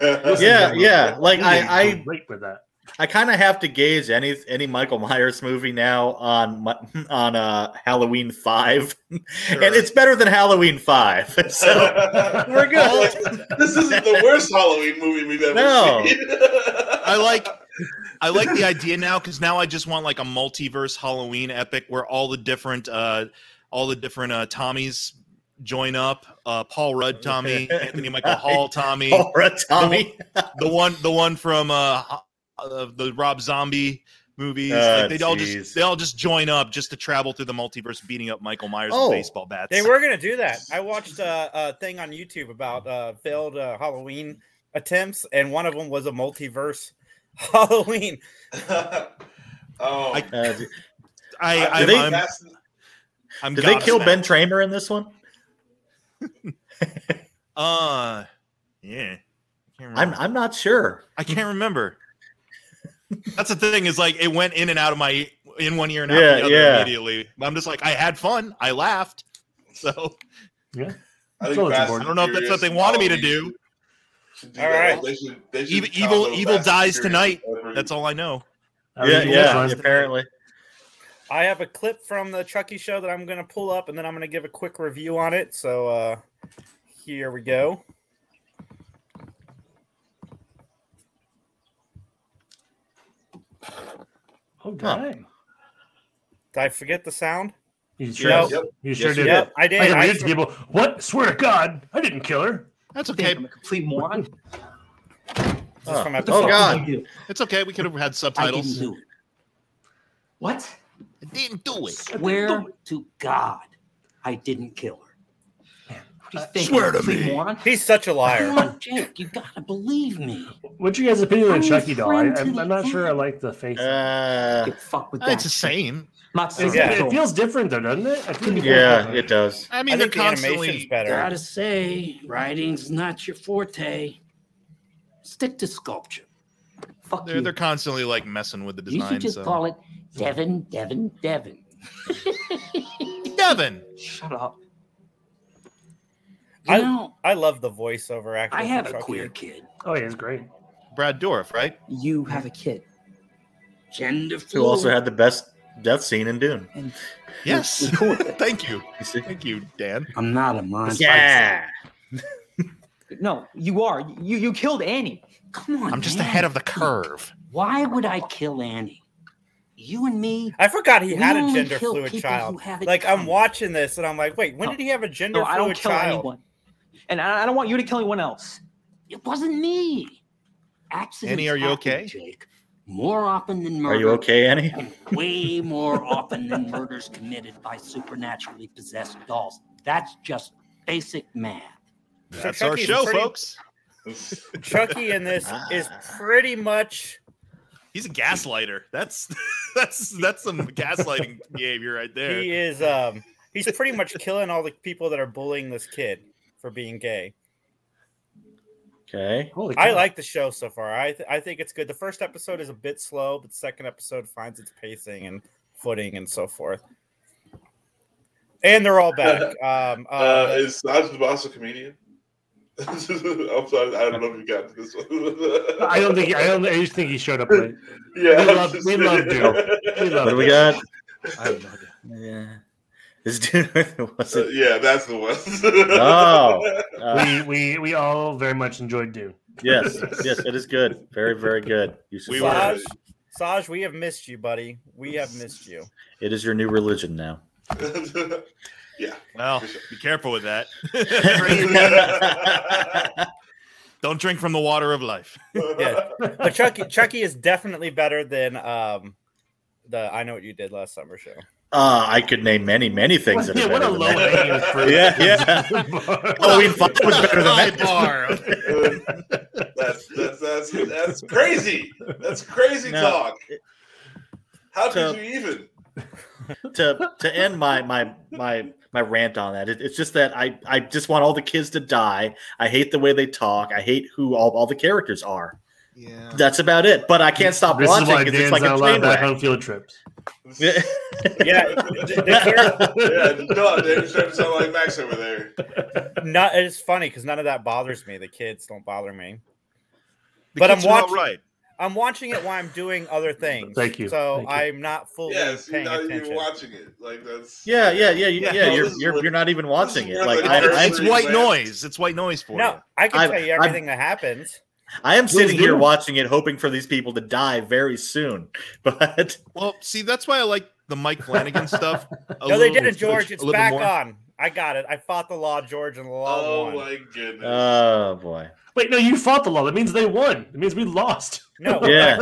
[SPEAKER 2] Yeah,
[SPEAKER 3] Yeah.
[SPEAKER 2] yeah. Like I, I,
[SPEAKER 3] great with that.
[SPEAKER 2] I kind of have to gauge any any Michael Myers movie now on my, on uh, Halloween Five,
[SPEAKER 5] Sure.
[SPEAKER 2] and it's better than Halloween Five. So we're good.
[SPEAKER 1] this isn't the worst Halloween movie we've ever
[SPEAKER 2] No.
[SPEAKER 1] seen.
[SPEAKER 5] I like I like the idea now because now I just want like a multiverse Halloween epic where all the different uh all the different uh Tommies join up. Uh Paul Rudd Tommy, Anthony Michael Hall Tommy,
[SPEAKER 2] Laura, Tommy,
[SPEAKER 5] the one the one from uh ho- uh, the Rob Zombie movies.
[SPEAKER 2] Oh,
[SPEAKER 5] like they all
[SPEAKER 2] geez.
[SPEAKER 5] just they all just join up just to travel through the multiverse beating up Michael Myers
[SPEAKER 2] Oh,
[SPEAKER 5] with baseball bats.
[SPEAKER 4] They were gonna do that. I watched a, a thing on YouTube about uh, failed uh, Halloween attempts, and one of them was a multiverse Halloween.
[SPEAKER 1] oh,
[SPEAKER 5] I-
[SPEAKER 2] uh, did
[SPEAKER 5] I,
[SPEAKER 1] I'm
[SPEAKER 5] I,
[SPEAKER 2] Did they-
[SPEAKER 5] am
[SPEAKER 1] fascinated-
[SPEAKER 5] I'm
[SPEAKER 2] they kill
[SPEAKER 5] gobsmacked.
[SPEAKER 2] Ben Tramer in this one?
[SPEAKER 5] Uh yeah. Can't
[SPEAKER 2] I'm
[SPEAKER 5] remember.
[SPEAKER 2] I'm not sure.
[SPEAKER 5] Mm. I can't remember. That's the thing is like it went in and out of my in one ear and out
[SPEAKER 2] Yeah,
[SPEAKER 5] the other
[SPEAKER 2] yeah.
[SPEAKER 5] immediately. I'm just like I had fun, I laughed. So
[SPEAKER 1] I
[SPEAKER 3] That's all
[SPEAKER 1] think
[SPEAKER 3] that's
[SPEAKER 1] Fast
[SPEAKER 5] I
[SPEAKER 3] important.
[SPEAKER 5] don't know if that's what they wanted me to do.
[SPEAKER 1] Should
[SPEAKER 4] All
[SPEAKER 1] that.
[SPEAKER 4] right.
[SPEAKER 1] They should, they should
[SPEAKER 5] Evil-
[SPEAKER 1] combo
[SPEAKER 5] evil- evil
[SPEAKER 1] Fast
[SPEAKER 5] dies
[SPEAKER 1] and
[SPEAKER 5] tonight.
[SPEAKER 1] Furious every-
[SPEAKER 5] That's all I know.
[SPEAKER 3] I
[SPEAKER 2] yeah,
[SPEAKER 3] mean, it
[SPEAKER 2] yeah.
[SPEAKER 3] was-
[SPEAKER 2] Apparently,
[SPEAKER 4] I have a clip from the Chucky show that I'm gonna pull up, and then I'm gonna give a quick review on it. So uh, here we go.
[SPEAKER 3] Oh dang!
[SPEAKER 4] Did I forget the sound?
[SPEAKER 3] You sure?
[SPEAKER 4] Yep.
[SPEAKER 3] Did. You sure
[SPEAKER 2] Yes,
[SPEAKER 3] did.
[SPEAKER 2] you
[SPEAKER 3] Yep.
[SPEAKER 4] Yep, I did.
[SPEAKER 3] I
[SPEAKER 4] I,
[SPEAKER 3] can read to people. What? Swear to God, I didn't kill her.
[SPEAKER 5] That's
[SPEAKER 6] think
[SPEAKER 5] okay.
[SPEAKER 6] I'm a complete moron.
[SPEAKER 4] this is from
[SPEAKER 2] Oh,
[SPEAKER 4] episode-
[SPEAKER 2] oh,
[SPEAKER 6] What
[SPEAKER 2] God!
[SPEAKER 6] did I do?
[SPEAKER 5] It's okay. We could have
[SPEAKER 6] I
[SPEAKER 5] had
[SPEAKER 6] didn't
[SPEAKER 5] subtitles.
[SPEAKER 6] do it. What?
[SPEAKER 5] Didn't do it.
[SPEAKER 6] Swear to God, I didn't kill her. What do you think?
[SPEAKER 5] Uh,
[SPEAKER 6] I'm
[SPEAKER 5] swear
[SPEAKER 6] a
[SPEAKER 5] to
[SPEAKER 6] complete
[SPEAKER 5] me.
[SPEAKER 6] moron?
[SPEAKER 4] He's such a
[SPEAKER 6] Come
[SPEAKER 4] liar.
[SPEAKER 6] on, Jake, you gotta believe me.
[SPEAKER 3] What's your guys' opinion on
[SPEAKER 6] I'm
[SPEAKER 3] Chucky doll? I,
[SPEAKER 6] friend to
[SPEAKER 3] I'm,
[SPEAKER 6] the
[SPEAKER 3] I'm not sure I
[SPEAKER 6] end.
[SPEAKER 3] like the face.
[SPEAKER 2] Uh,
[SPEAKER 6] Get fucked with that.
[SPEAKER 5] It's the same.
[SPEAKER 6] Not
[SPEAKER 3] It's-
[SPEAKER 6] yeah.
[SPEAKER 3] It feels different though, doesn't it? I think it feels
[SPEAKER 2] yeah,
[SPEAKER 3] different.
[SPEAKER 2] it does.
[SPEAKER 5] I mean,
[SPEAKER 4] I
[SPEAKER 5] they're
[SPEAKER 4] think the animation's
[SPEAKER 5] constantly.
[SPEAKER 4] better.
[SPEAKER 6] Gotta say, writing's not your forte. Stick to sculpture. Fuck
[SPEAKER 5] They're,
[SPEAKER 6] you.
[SPEAKER 5] they're constantly like messing with the
[SPEAKER 6] you should
[SPEAKER 5] design.
[SPEAKER 6] just
[SPEAKER 5] So.
[SPEAKER 6] call it Devin, Devin, Devin.
[SPEAKER 5] Devin,
[SPEAKER 6] Shut up. You
[SPEAKER 4] I-
[SPEAKER 6] know,
[SPEAKER 4] I love the voiceover actor.
[SPEAKER 6] I
[SPEAKER 4] for
[SPEAKER 6] have a
[SPEAKER 4] Chucky.
[SPEAKER 6] queer kid.
[SPEAKER 3] Oh yeah, it's great.
[SPEAKER 5] Brad Dorff, right?
[SPEAKER 6] You have a kid. Gender
[SPEAKER 2] Who also
[SPEAKER 6] fluid.
[SPEAKER 2] had the best death scene in Dune?
[SPEAKER 5] Yes.
[SPEAKER 6] You're cool with it.
[SPEAKER 5] Thank you.
[SPEAKER 2] You see?
[SPEAKER 5] Thank you, Dan.
[SPEAKER 6] I'm not a monster.
[SPEAKER 2] Yeah.
[SPEAKER 7] No, you are. You you killed Annie.
[SPEAKER 6] Come on.
[SPEAKER 5] I'm just
[SPEAKER 6] man.
[SPEAKER 5] ahead of the curve.
[SPEAKER 6] Why would I kill Annie? you and me.
[SPEAKER 4] I forgot
[SPEAKER 6] we
[SPEAKER 4] he had a
[SPEAKER 6] only
[SPEAKER 4] gender
[SPEAKER 6] kill
[SPEAKER 4] fluid
[SPEAKER 6] people who
[SPEAKER 4] child.
[SPEAKER 6] have it
[SPEAKER 4] Like I'm
[SPEAKER 6] coming.
[SPEAKER 4] watching this and I'm like, wait, when
[SPEAKER 7] No.
[SPEAKER 4] did he have a gender
[SPEAKER 7] No, I don't
[SPEAKER 4] fluid
[SPEAKER 7] kill
[SPEAKER 4] child?
[SPEAKER 7] anyone, and I, I don't want you to kill anyone else.
[SPEAKER 6] It wasn't me. Accidents
[SPEAKER 5] Annie, are you
[SPEAKER 6] happen,
[SPEAKER 5] okay?
[SPEAKER 6] Jake, more often than murder.
[SPEAKER 2] Are you okay, Annie?
[SPEAKER 6] and way more often than murders committed by supernaturally possessed dolls. That's just basic math.
[SPEAKER 5] That's
[SPEAKER 4] So
[SPEAKER 5] our
[SPEAKER 4] Chucky's
[SPEAKER 5] show,
[SPEAKER 4] E pretty-
[SPEAKER 5] folks.
[SPEAKER 4] Chucky in this is
[SPEAKER 2] Ah,
[SPEAKER 4] pretty much
[SPEAKER 5] He's a gaslighter. That's that's that's some gaslighting behavior right there.
[SPEAKER 4] he is um he's pretty much killing all the people that are bullying this kid for being gay.
[SPEAKER 2] Okay.
[SPEAKER 3] Holy
[SPEAKER 4] I
[SPEAKER 3] cow.
[SPEAKER 4] like the show so far. I th- I think it's good. The first episode is a bit slow, but the second episode finds its pacing and footing and so forth. And they're all back. Um, uh,
[SPEAKER 1] Uh, is Sanj the boss a comedian? I'm sorry, I don't know if you got to this one.
[SPEAKER 3] I don't think. I don't. I just think he showed up late.
[SPEAKER 1] Yeah,
[SPEAKER 3] We
[SPEAKER 1] I'm
[SPEAKER 3] love-
[SPEAKER 1] just-
[SPEAKER 3] we love We love
[SPEAKER 2] What do
[SPEAKER 3] him.
[SPEAKER 2] we got?
[SPEAKER 5] I have no idea.
[SPEAKER 2] Yeah. This dude was
[SPEAKER 1] Uh,
[SPEAKER 2] it?
[SPEAKER 1] yeah, that's the one.
[SPEAKER 2] Oh. Uh,
[SPEAKER 3] we we we all very much enjoyed Dune.
[SPEAKER 2] yes, yes, it is good. Very, very good. You should
[SPEAKER 5] We
[SPEAKER 2] watch
[SPEAKER 5] were-
[SPEAKER 4] Saj, Saj, we have missed you, buddy. We have missed you.
[SPEAKER 2] it. It is your new religion now.
[SPEAKER 5] Well, be careful with that. don't drink from the water of life.
[SPEAKER 4] Yes. But Chucky, Chucky is definitely better than um, the I Know What You Did Last Summer show.
[SPEAKER 2] Uh, I could name many, many things that
[SPEAKER 3] yeah,
[SPEAKER 2] are
[SPEAKER 3] what
[SPEAKER 2] better
[SPEAKER 3] a
[SPEAKER 2] than
[SPEAKER 3] low
[SPEAKER 2] that.
[SPEAKER 3] hanging fruit.
[SPEAKER 2] Yeah, yeah. Halloween Five was better than
[SPEAKER 5] High
[SPEAKER 2] that.
[SPEAKER 5] bar.
[SPEAKER 1] that's, that's that's that's crazy. That's crazy
[SPEAKER 2] No.
[SPEAKER 1] talk. How
[SPEAKER 2] So-
[SPEAKER 1] could you even?
[SPEAKER 2] to to end my my my my rant on that it, it's just that i i just want all the kids to die i hate the way they talk i hate who all, all the characters are
[SPEAKER 5] Yeah.
[SPEAKER 2] that's about it but i can't stop
[SPEAKER 3] This is
[SPEAKER 2] watching
[SPEAKER 3] why
[SPEAKER 2] 'cause
[SPEAKER 3] Dan's
[SPEAKER 2] it's like
[SPEAKER 3] not
[SPEAKER 2] a
[SPEAKER 3] allowed
[SPEAKER 2] train
[SPEAKER 3] back
[SPEAKER 2] wreck
[SPEAKER 3] on field trips.
[SPEAKER 2] yeah,
[SPEAKER 4] Yeah,
[SPEAKER 1] Yeah, no, they're starting to sound like Max over there.
[SPEAKER 4] not, it's funny because none of that bothers me. The kids don't bother me.
[SPEAKER 5] The
[SPEAKER 4] But I'm
[SPEAKER 5] kids are all
[SPEAKER 4] watching-
[SPEAKER 5] Right.
[SPEAKER 4] I'm watching it while I'm doing other things.
[SPEAKER 3] Thank you.
[SPEAKER 4] So
[SPEAKER 3] Thank you.
[SPEAKER 4] I'm not fully
[SPEAKER 1] Yes, you're
[SPEAKER 4] paying
[SPEAKER 1] not even
[SPEAKER 4] attention.
[SPEAKER 1] watching it. Like that's
[SPEAKER 2] yeah yeah yeah yeah,
[SPEAKER 5] Yeah,
[SPEAKER 1] no,
[SPEAKER 2] you're,
[SPEAKER 1] this is
[SPEAKER 2] you're
[SPEAKER 1] what-
[SPEAKER 2] you're not even watching
[SPEAKER 1] this
[SPEAKER 2] it
[SPEAKER 1] is
[SPEAKER 2] like
[SPEAKER 1] what
[SPEAKER 2] I,
[SPEAKER 1] the
[SPEAKER 2] I'm,
[SPEAKER 5] It's white
[SPEAKER 1] Lance.
[SPEAKER 5] noise. It's white noise for
[SPEAKER 4] No, I can
[SPEAKER 2] I've-
[SPEAKER 4] tell you
[SPEAKER 2] I've-
[SPEAKER 4] everything that happens.
[SPEAKER 2] I am sitting
[SPEAKER 3] do.
[SPEAKER 2] here watching it hoping for these people to die very soon but
[SPEAKER 5] you. Well, see, that's why I like the Mike Flanagan stuff. a
[SPEAKER 4] no, they
[SPEAKER 5] little-
[SPEAKER 4] didn't, George.
[SPEAKER 5] a
[SPEAKER 4] It's
[SPEAKER 5] little
[SPEAKER 4] back
[SPEAKER 5] more.
[SPEAKER 4] on. I got it. I fought the law, George, and the law
[SPEAKER 1] oh
[SPEAKER 4] won.
[SPEAKER 1] my goodness.
[SPEAKER 2] oh boy
[SPEAKER 3] Wait, no, you fought the law. That means they won. It means we lost.
[SPEAKER 4] No,
[SPEAKER 2] yeah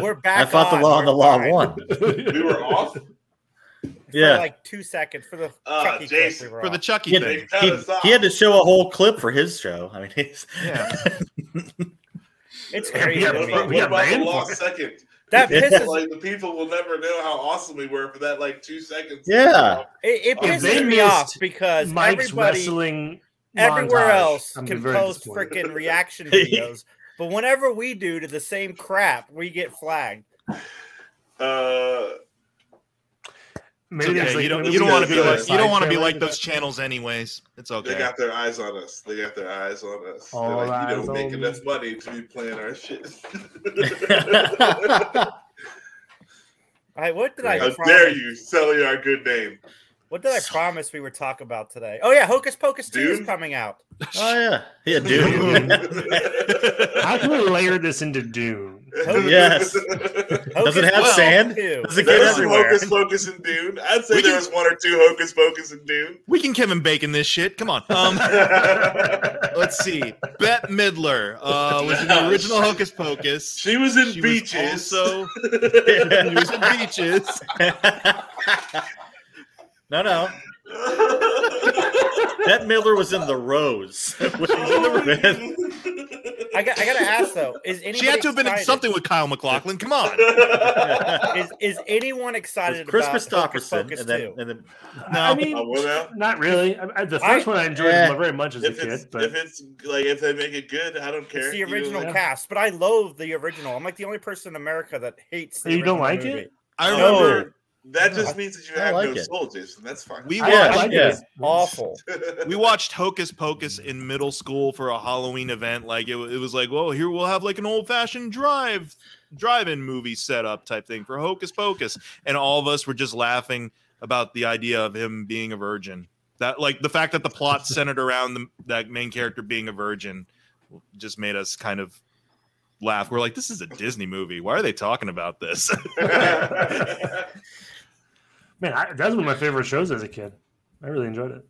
[SPEAKER 4] we're
[SPEAKER 2] i
[SPEAKER 4] back.
[SPEAKER 2] fought the
[SPEAKER 4] on.
[SPEAKER 2] law and the law
[SPEAKER 4] We're fine.
[SPEAKER 2] won
[SPEAKER 1] we were off.
[SPEAKER 4] For
[SPEAKER 2] yeah
[SPEAKER 4] like two seconds for the E.
[SPEAKER 1] Ah,
[SPEAKER 4] Chucky clip
[SPEAKER 1] Jason,
[SPEAKER 4] we were
[SPEAKER 5] for the
[SPEAKER 4] on.
[SPEAKER 5] Chucky
[SPEAKER 2] he
[SPEAKER 5] thing.
[SPEAKER 2] had, he, he had to show a whole clip for his show i mean he's
[SPEAKER 5] Yeah.
[SPEAKER 4] It's crazy.
[SPEAKER 3] Yeah,
[SPEAKER 4] to
[SPEAKER 1] What
[SPEAKER 4] me.
[SPEAKER 1] about,
[SPEAKER 3] we
[SPEAKER 1] what
[SPEAKER 3] got
[SPEAKER 1] about the
[SPEAKER 3] banned
[SPEAKER 1] lost
[SPEAKER 3] for it.
[SPEAKER 1] second?
[SPEAKER 4] That
[SPEAKER 2] Yeah.
[SPEAKER 4] pisses.
[SPEAKER 1] Like the people will never know how awesome we were for that like two seconds.
[SPEAKER 2] Yeah.
[SPEAKER 4] It, it
[SPEAKER 1] If they
[SPEAKER 4] pisses me off
[SPEAKER 3] missed
[SPEAKER 4] because
[SPEAKER 3] Mike's
[SPEAKER 4] everybody
[SPEAKER 3] wrestling.
[SPEAKER 4] everywhere
[SPEAKER 3] montage,
[SPEAKER 4] else
[SPEAKER 3] I'm
[SPEAKER 4] can
[SPEAKER 3] very
[SPEAKER 4] post
[SPEAKER 3] disappointed.
[SPEAKER 4] freaking reaction videos, but whenever we do to the same crap, we get flagged.
[SPEAKER 1] Uh,
[SPEAKER 5] It's
[SPEAKER 3] Maybe
[SPEAKER 5] okay.
[SPEAKER 3] there's, like,
[SPEAKER 5] you don't,
[SPEAKER 3] maybe
[SPEAKER 5] you don't
[SPEAKER 3] there's,
[SPEAKER 5] want to be
[SPEAKER 1] a
[SPEAKER 5] like you don't want to be
[SPEAKER 3] side
[SPEAKER 5] like
[SPEAKER 3] trailer.
[SPEAKER 5] those channels anyways. It's
[SPEAKER 1] they
[SPEAKER 5] okay.
[SPEAKER 1] got their eyes on us. They got their eyes on us. They're
[SPEAKER 3] All
[SPEAKER 1] like, you
[SPEAKER 3] eyes
[SPEAKER 1] don't make
[SPEAKER 3] on
[SPEAKER 1] enough money to be playing our shit.
[SPEAKER 4] I what did I
[SPEAKER 1] how
[SPEAKER 4] promise?
[SPEAKER 1] dare you selling our good name?
[SPEAKER 4] What did I promise we would talk about today? Oh yeah, Hocus Pocus 2 is
[SPEAKER 1] Dune?
[SPEAKER 4] coming out.
[SPEAKER 2] Oh yeah, yeah, dude.
[SPEAKER 3] How can we layer this into Dune?
[SPEAKER 2] Yes. Does it have
[SPEAKER 5] Well,
[SPEAKER 2] sand?
[SPEAKER 4] 2.
[SPEAKER 2] Does it get
[SPEAKER 1] There's some
[SPEAKER 2] everywhere?
[SPEAKER 1] Hocus Pocus and Dune. I'd say
[SPEAKER 5] We
[SPEAKER 1] there
[SPEAKER 5] can-
[SPEAKER 1] was one or two Hocus Pocus and Dune.
[SPEAKER 5] We can Kevin Bacon this shit. Come on. Um, let's see. Bette Midler uh, was in the original Hocus Pocus.
[SPEAKER 1] She was in
[SPEAKER 5] She was
[SPEAKER 1] Beaches.
[SPEAKER 5] also- she was in Beaches.
[SPEAKER 2] no, no. That Miller was in the Rose.
[SPEAKER 4] I got I gotta ask though, is anybody
[SPEAKER 5] She had to have been in
[SPEAKER 4] excited-
[SPEAKER 5] something with Kyle McLaughlin. Come on.
[SPEAKER 4] Is is anyone excited
[SPEAKER 2] Chris
[SPEAKER 4] about
[SPEAKER 2] Christopherson,
[SPEAKER 4] Hocus Pocus
[SPEAKER 2] and then,
[SPEAKER 4] 2?
[SPEAKER 2] and then
[SPEAKER 3] I mean,
[SPEAKER 1] I will now.
[SPEAKER 3] not really. I, I- the
[SPEAKER 4] I-
[SPEAKER 3] first one I enjoyed
[SPEAKER 2] Eh.
[SPEAKER 3] very much as a
[SPEAKER 1] If it's,
[SPEAKER 3] kid, but
[SPEAKER 1] if it's like if they make it good, I don't care.
[SPEAKER 4] It's the
[SPEAKER 1] You know,
[SPEAKER 4] original
[SPEAKER 1] like-
[SPEAKER 4] cast, but I loathe the original. I'm like the only person in America that hates. The
[SPEAKER 3] You don't
[SPEAKER 4] original
[SPEAKER 3] like it?
[SPEAKER 4] movie.
[SPEAKER 5] I
[SPEAKER 1] No,
[SPEAKER 5] remember
[SPEAKER 1] that just means that you
[SPEAKER 2] I
[SPEAKER 1] have
[SPEAKER 2] like
[SPEAKER 1] no
[SPEAKER 2] it.
[SPEAKER 1] soul, Jason. That's fine.
[SPEAKER 5] we
[SPEAKER 3] I,
[SPEAKER 2] Yeah,
[SPEAKER 3] I
[SPEAKER 5] watched
[SPEAKER 3] like
[SPEAKER 2] yeah.
[SPEAKER 3] it.
[SPEAKER 4] Awful.
[SPEAKER 5] we watched Hocus Pocus in middle school for a Halloween event. Like it, wa- it was like, well, here we'll have like an old fashioned drive drive-in movie setup type thing for Hocus Pocus, and all of us were just laughing about the idea of him being a virgin. That like the fact that the plot centered around the, that main character being a virgin just made us kind of laugh. We're like, this is a Disney movie. Why are they talking about this?
[SPEAKER 3] Man, I, that was one of my favorite shows as a kid. I really enjoyed it.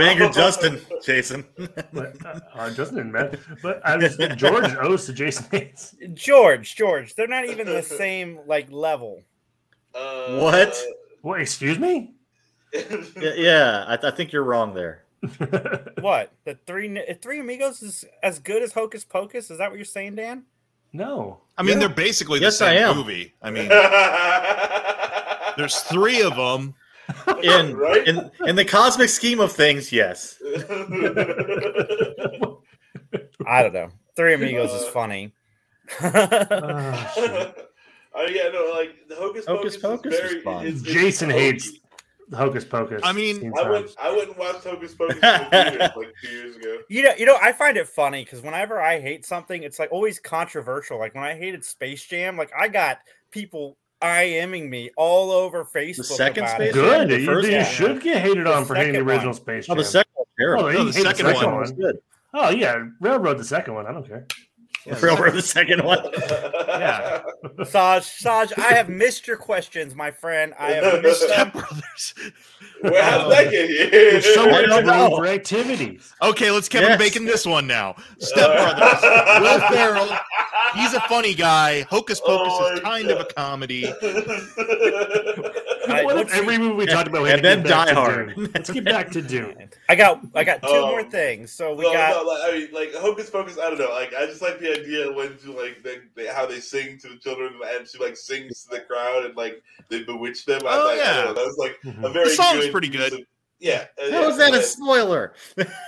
[SPEAKER 2] angered Justin, Jason.
[SPEAKER 3] But, uh, uh, Justin and Matt. But I was, George owes to Jason Hayes.
[SPEAKER 4] George, George, they're not even the same like level.
[SPEAKER 1] Uh,
[SPEAKER 2] What?
[SPEAKER 3] What? Excuse me?
[SPEAKER 2] Yeah, yeah I, I think you're wrong there.
[SPEAKER 4] What the three Ni- three amigos is as good as Hocus Pocus? Is that what you're saying, Dan?
[SPEAKER 3] no.
[SPEAKER 5] I mean,
[SPEAKER 2] Yeah.
[SPEAKER 5] they're basically the
[SPEAKER 2] Oh. Yes, I
[SPEAKER 5] same
[SPEAKER 2] am.
[SPEAKER 5] movie. I mean, there's three of them.
[SPEAKER 2] In
[SPEAKER 1] Right?
[SPEAKER 2] in in the cosmic scheme of things, yes.
[SPEAKER 4] I don't know. Three amigos is funny.
[SPEAKER 3] Ah, shit.
[SPEAKER 1] Oh yeah, no, like the Hocus Pocus,
[SPEAKER 2] Hocus Pocus
[SPEAKER 1] is
[SPEAKER 2] is
[SPEAKER 1] very.
[SPEAKER 2] fun.
[SPEAKER 1] it's- it's
[SPEAKER 3] Jason
[SPEAKER 1] hokey.
[SPEAKER 3] hates Hocus Pocus.
[SPEAKER 5] I mean-
[SPEAKER 3] Teen
[SPEAKER 1] I went.
[SPEAKER 3] Times.
[SPEAKER 1] I went and watched Hocus Pocus in the theaters, like two years ago.
[SPEAKER 4] You know, you know, I find it funny because whenever I hate something, it's like always controversial. Like when I hated Space Jam, like I got people IMing me all over Facebook.
[SPEAKER 2] second
[SPEAKER 4] about
[SPEAKER 2] Space
[SPEAKER 4] it.
[SPEAKER 3] Good.
[SPEAKER 2] Jam? The
[SPEAKER 3] You,
[SPEAKER 2] first
[SPEAKER 3] you
[SPEAKER 4] one.
[SPEAKER 3] should get hated on for hating the
[SPEAKER 4] second
[SPEAKER 3] original
[SPEAKER 4] one.
[SPEAKER 3] Space
[SPEAKER 2] Oh,
[SPEAKER 3] Jam.
[SPEAKER 2] the second one's terrible.
[SPEAKER 3] Oh,
[SPEAKER 5] No,
[SPEAKER 3] you
[SPEAKER 5] the
[SPEAKER 3] hate
[SPEAKER 5] second
[SPEAKER 2] the
[SPEAKER 5] one
[SPEAKER 2] second one was good.
[SPEAKER 3] Oh yeah, railroad the second one. I don't care.
[SPEAKER 2] Remember the second one?
[SPEAKER 5] Yeah.
[SPEAKER 4] Saj, Saj, I have missed your questions, my friend. I have missed them.
[SPEAKER 5] Step Brothers.
[SPEAKER 1] Well, how
[SPEAKER 2] Um,
[SPEAKER 1] did that get here?
[SPEAKER 3] There's so
[SPEAKER 2] I
[SPEAKER 3] much room
[SPEAKER 2] don't know.
[SPEAKER 3] for activities.
[SPEAKER 5] Okay, let's Kevin
[SPEAKER 2] Yes.
[SPEAKER 5] Bacon this one now. Step Brothers. Will Ferrell. He's a funny guy. Hocus Pocus
[SPEAKER 1] Oh,
[SPEAKER 5] is
[SPEAKER 1] my
[SPEAKER 5] kind of a comedy.
[SPEAKER 4] right,
[SPEAKER 3] what if
[SPEAKER 4] let's see.
[SPEAKER 3] every movie we
[SPEAKER 2] And-
[SPEAKER 3] talked about? we
[SPEAKER 2] and
[SPEAKER 3] had to
[SPEAKER 2] then
[SPEAKER 3] get back
[SPEAKER 2] Die
[SPEAKER 3] to
[SPEAKER 2] Hard.
[SPEAKER 3] Dune? Let's get back to Dune.
[SPEAKER 4] I got, I got two
[SPEAKER 1] Oh.
[SPEAKER 4] more things. So we
[SPEAKER 1] no,
[SPEAKER 4] got
[SPEAKER 1] no, like, I mean, like Hocus Pocus. I don't know. Like, I just like the idea when to like they, they, how they sing to the children, and she like sings to the crowd, and like they bewitch them. I,
[SPEAKER 5] Oh,
[SPEAKER 1] like, I
[SPEAKER 5] yeah.
[SPEAKER 1] don't know, that was like a
[SPEAKER 3] Mhm.
[SPEAKER 1] very.
[SPEAKER 5] The song's
[SPEAKER 1] good
[SPEAKER 5] pretty good.
[SPEAKER 1] use of- yeah. uh,
[SPEAKER 2] How
[SPEAKER 1] yeah,
[SPEAKER 2] is that
[SPEAKER 1] yeah.
[SPEAKER 2] a spoiler?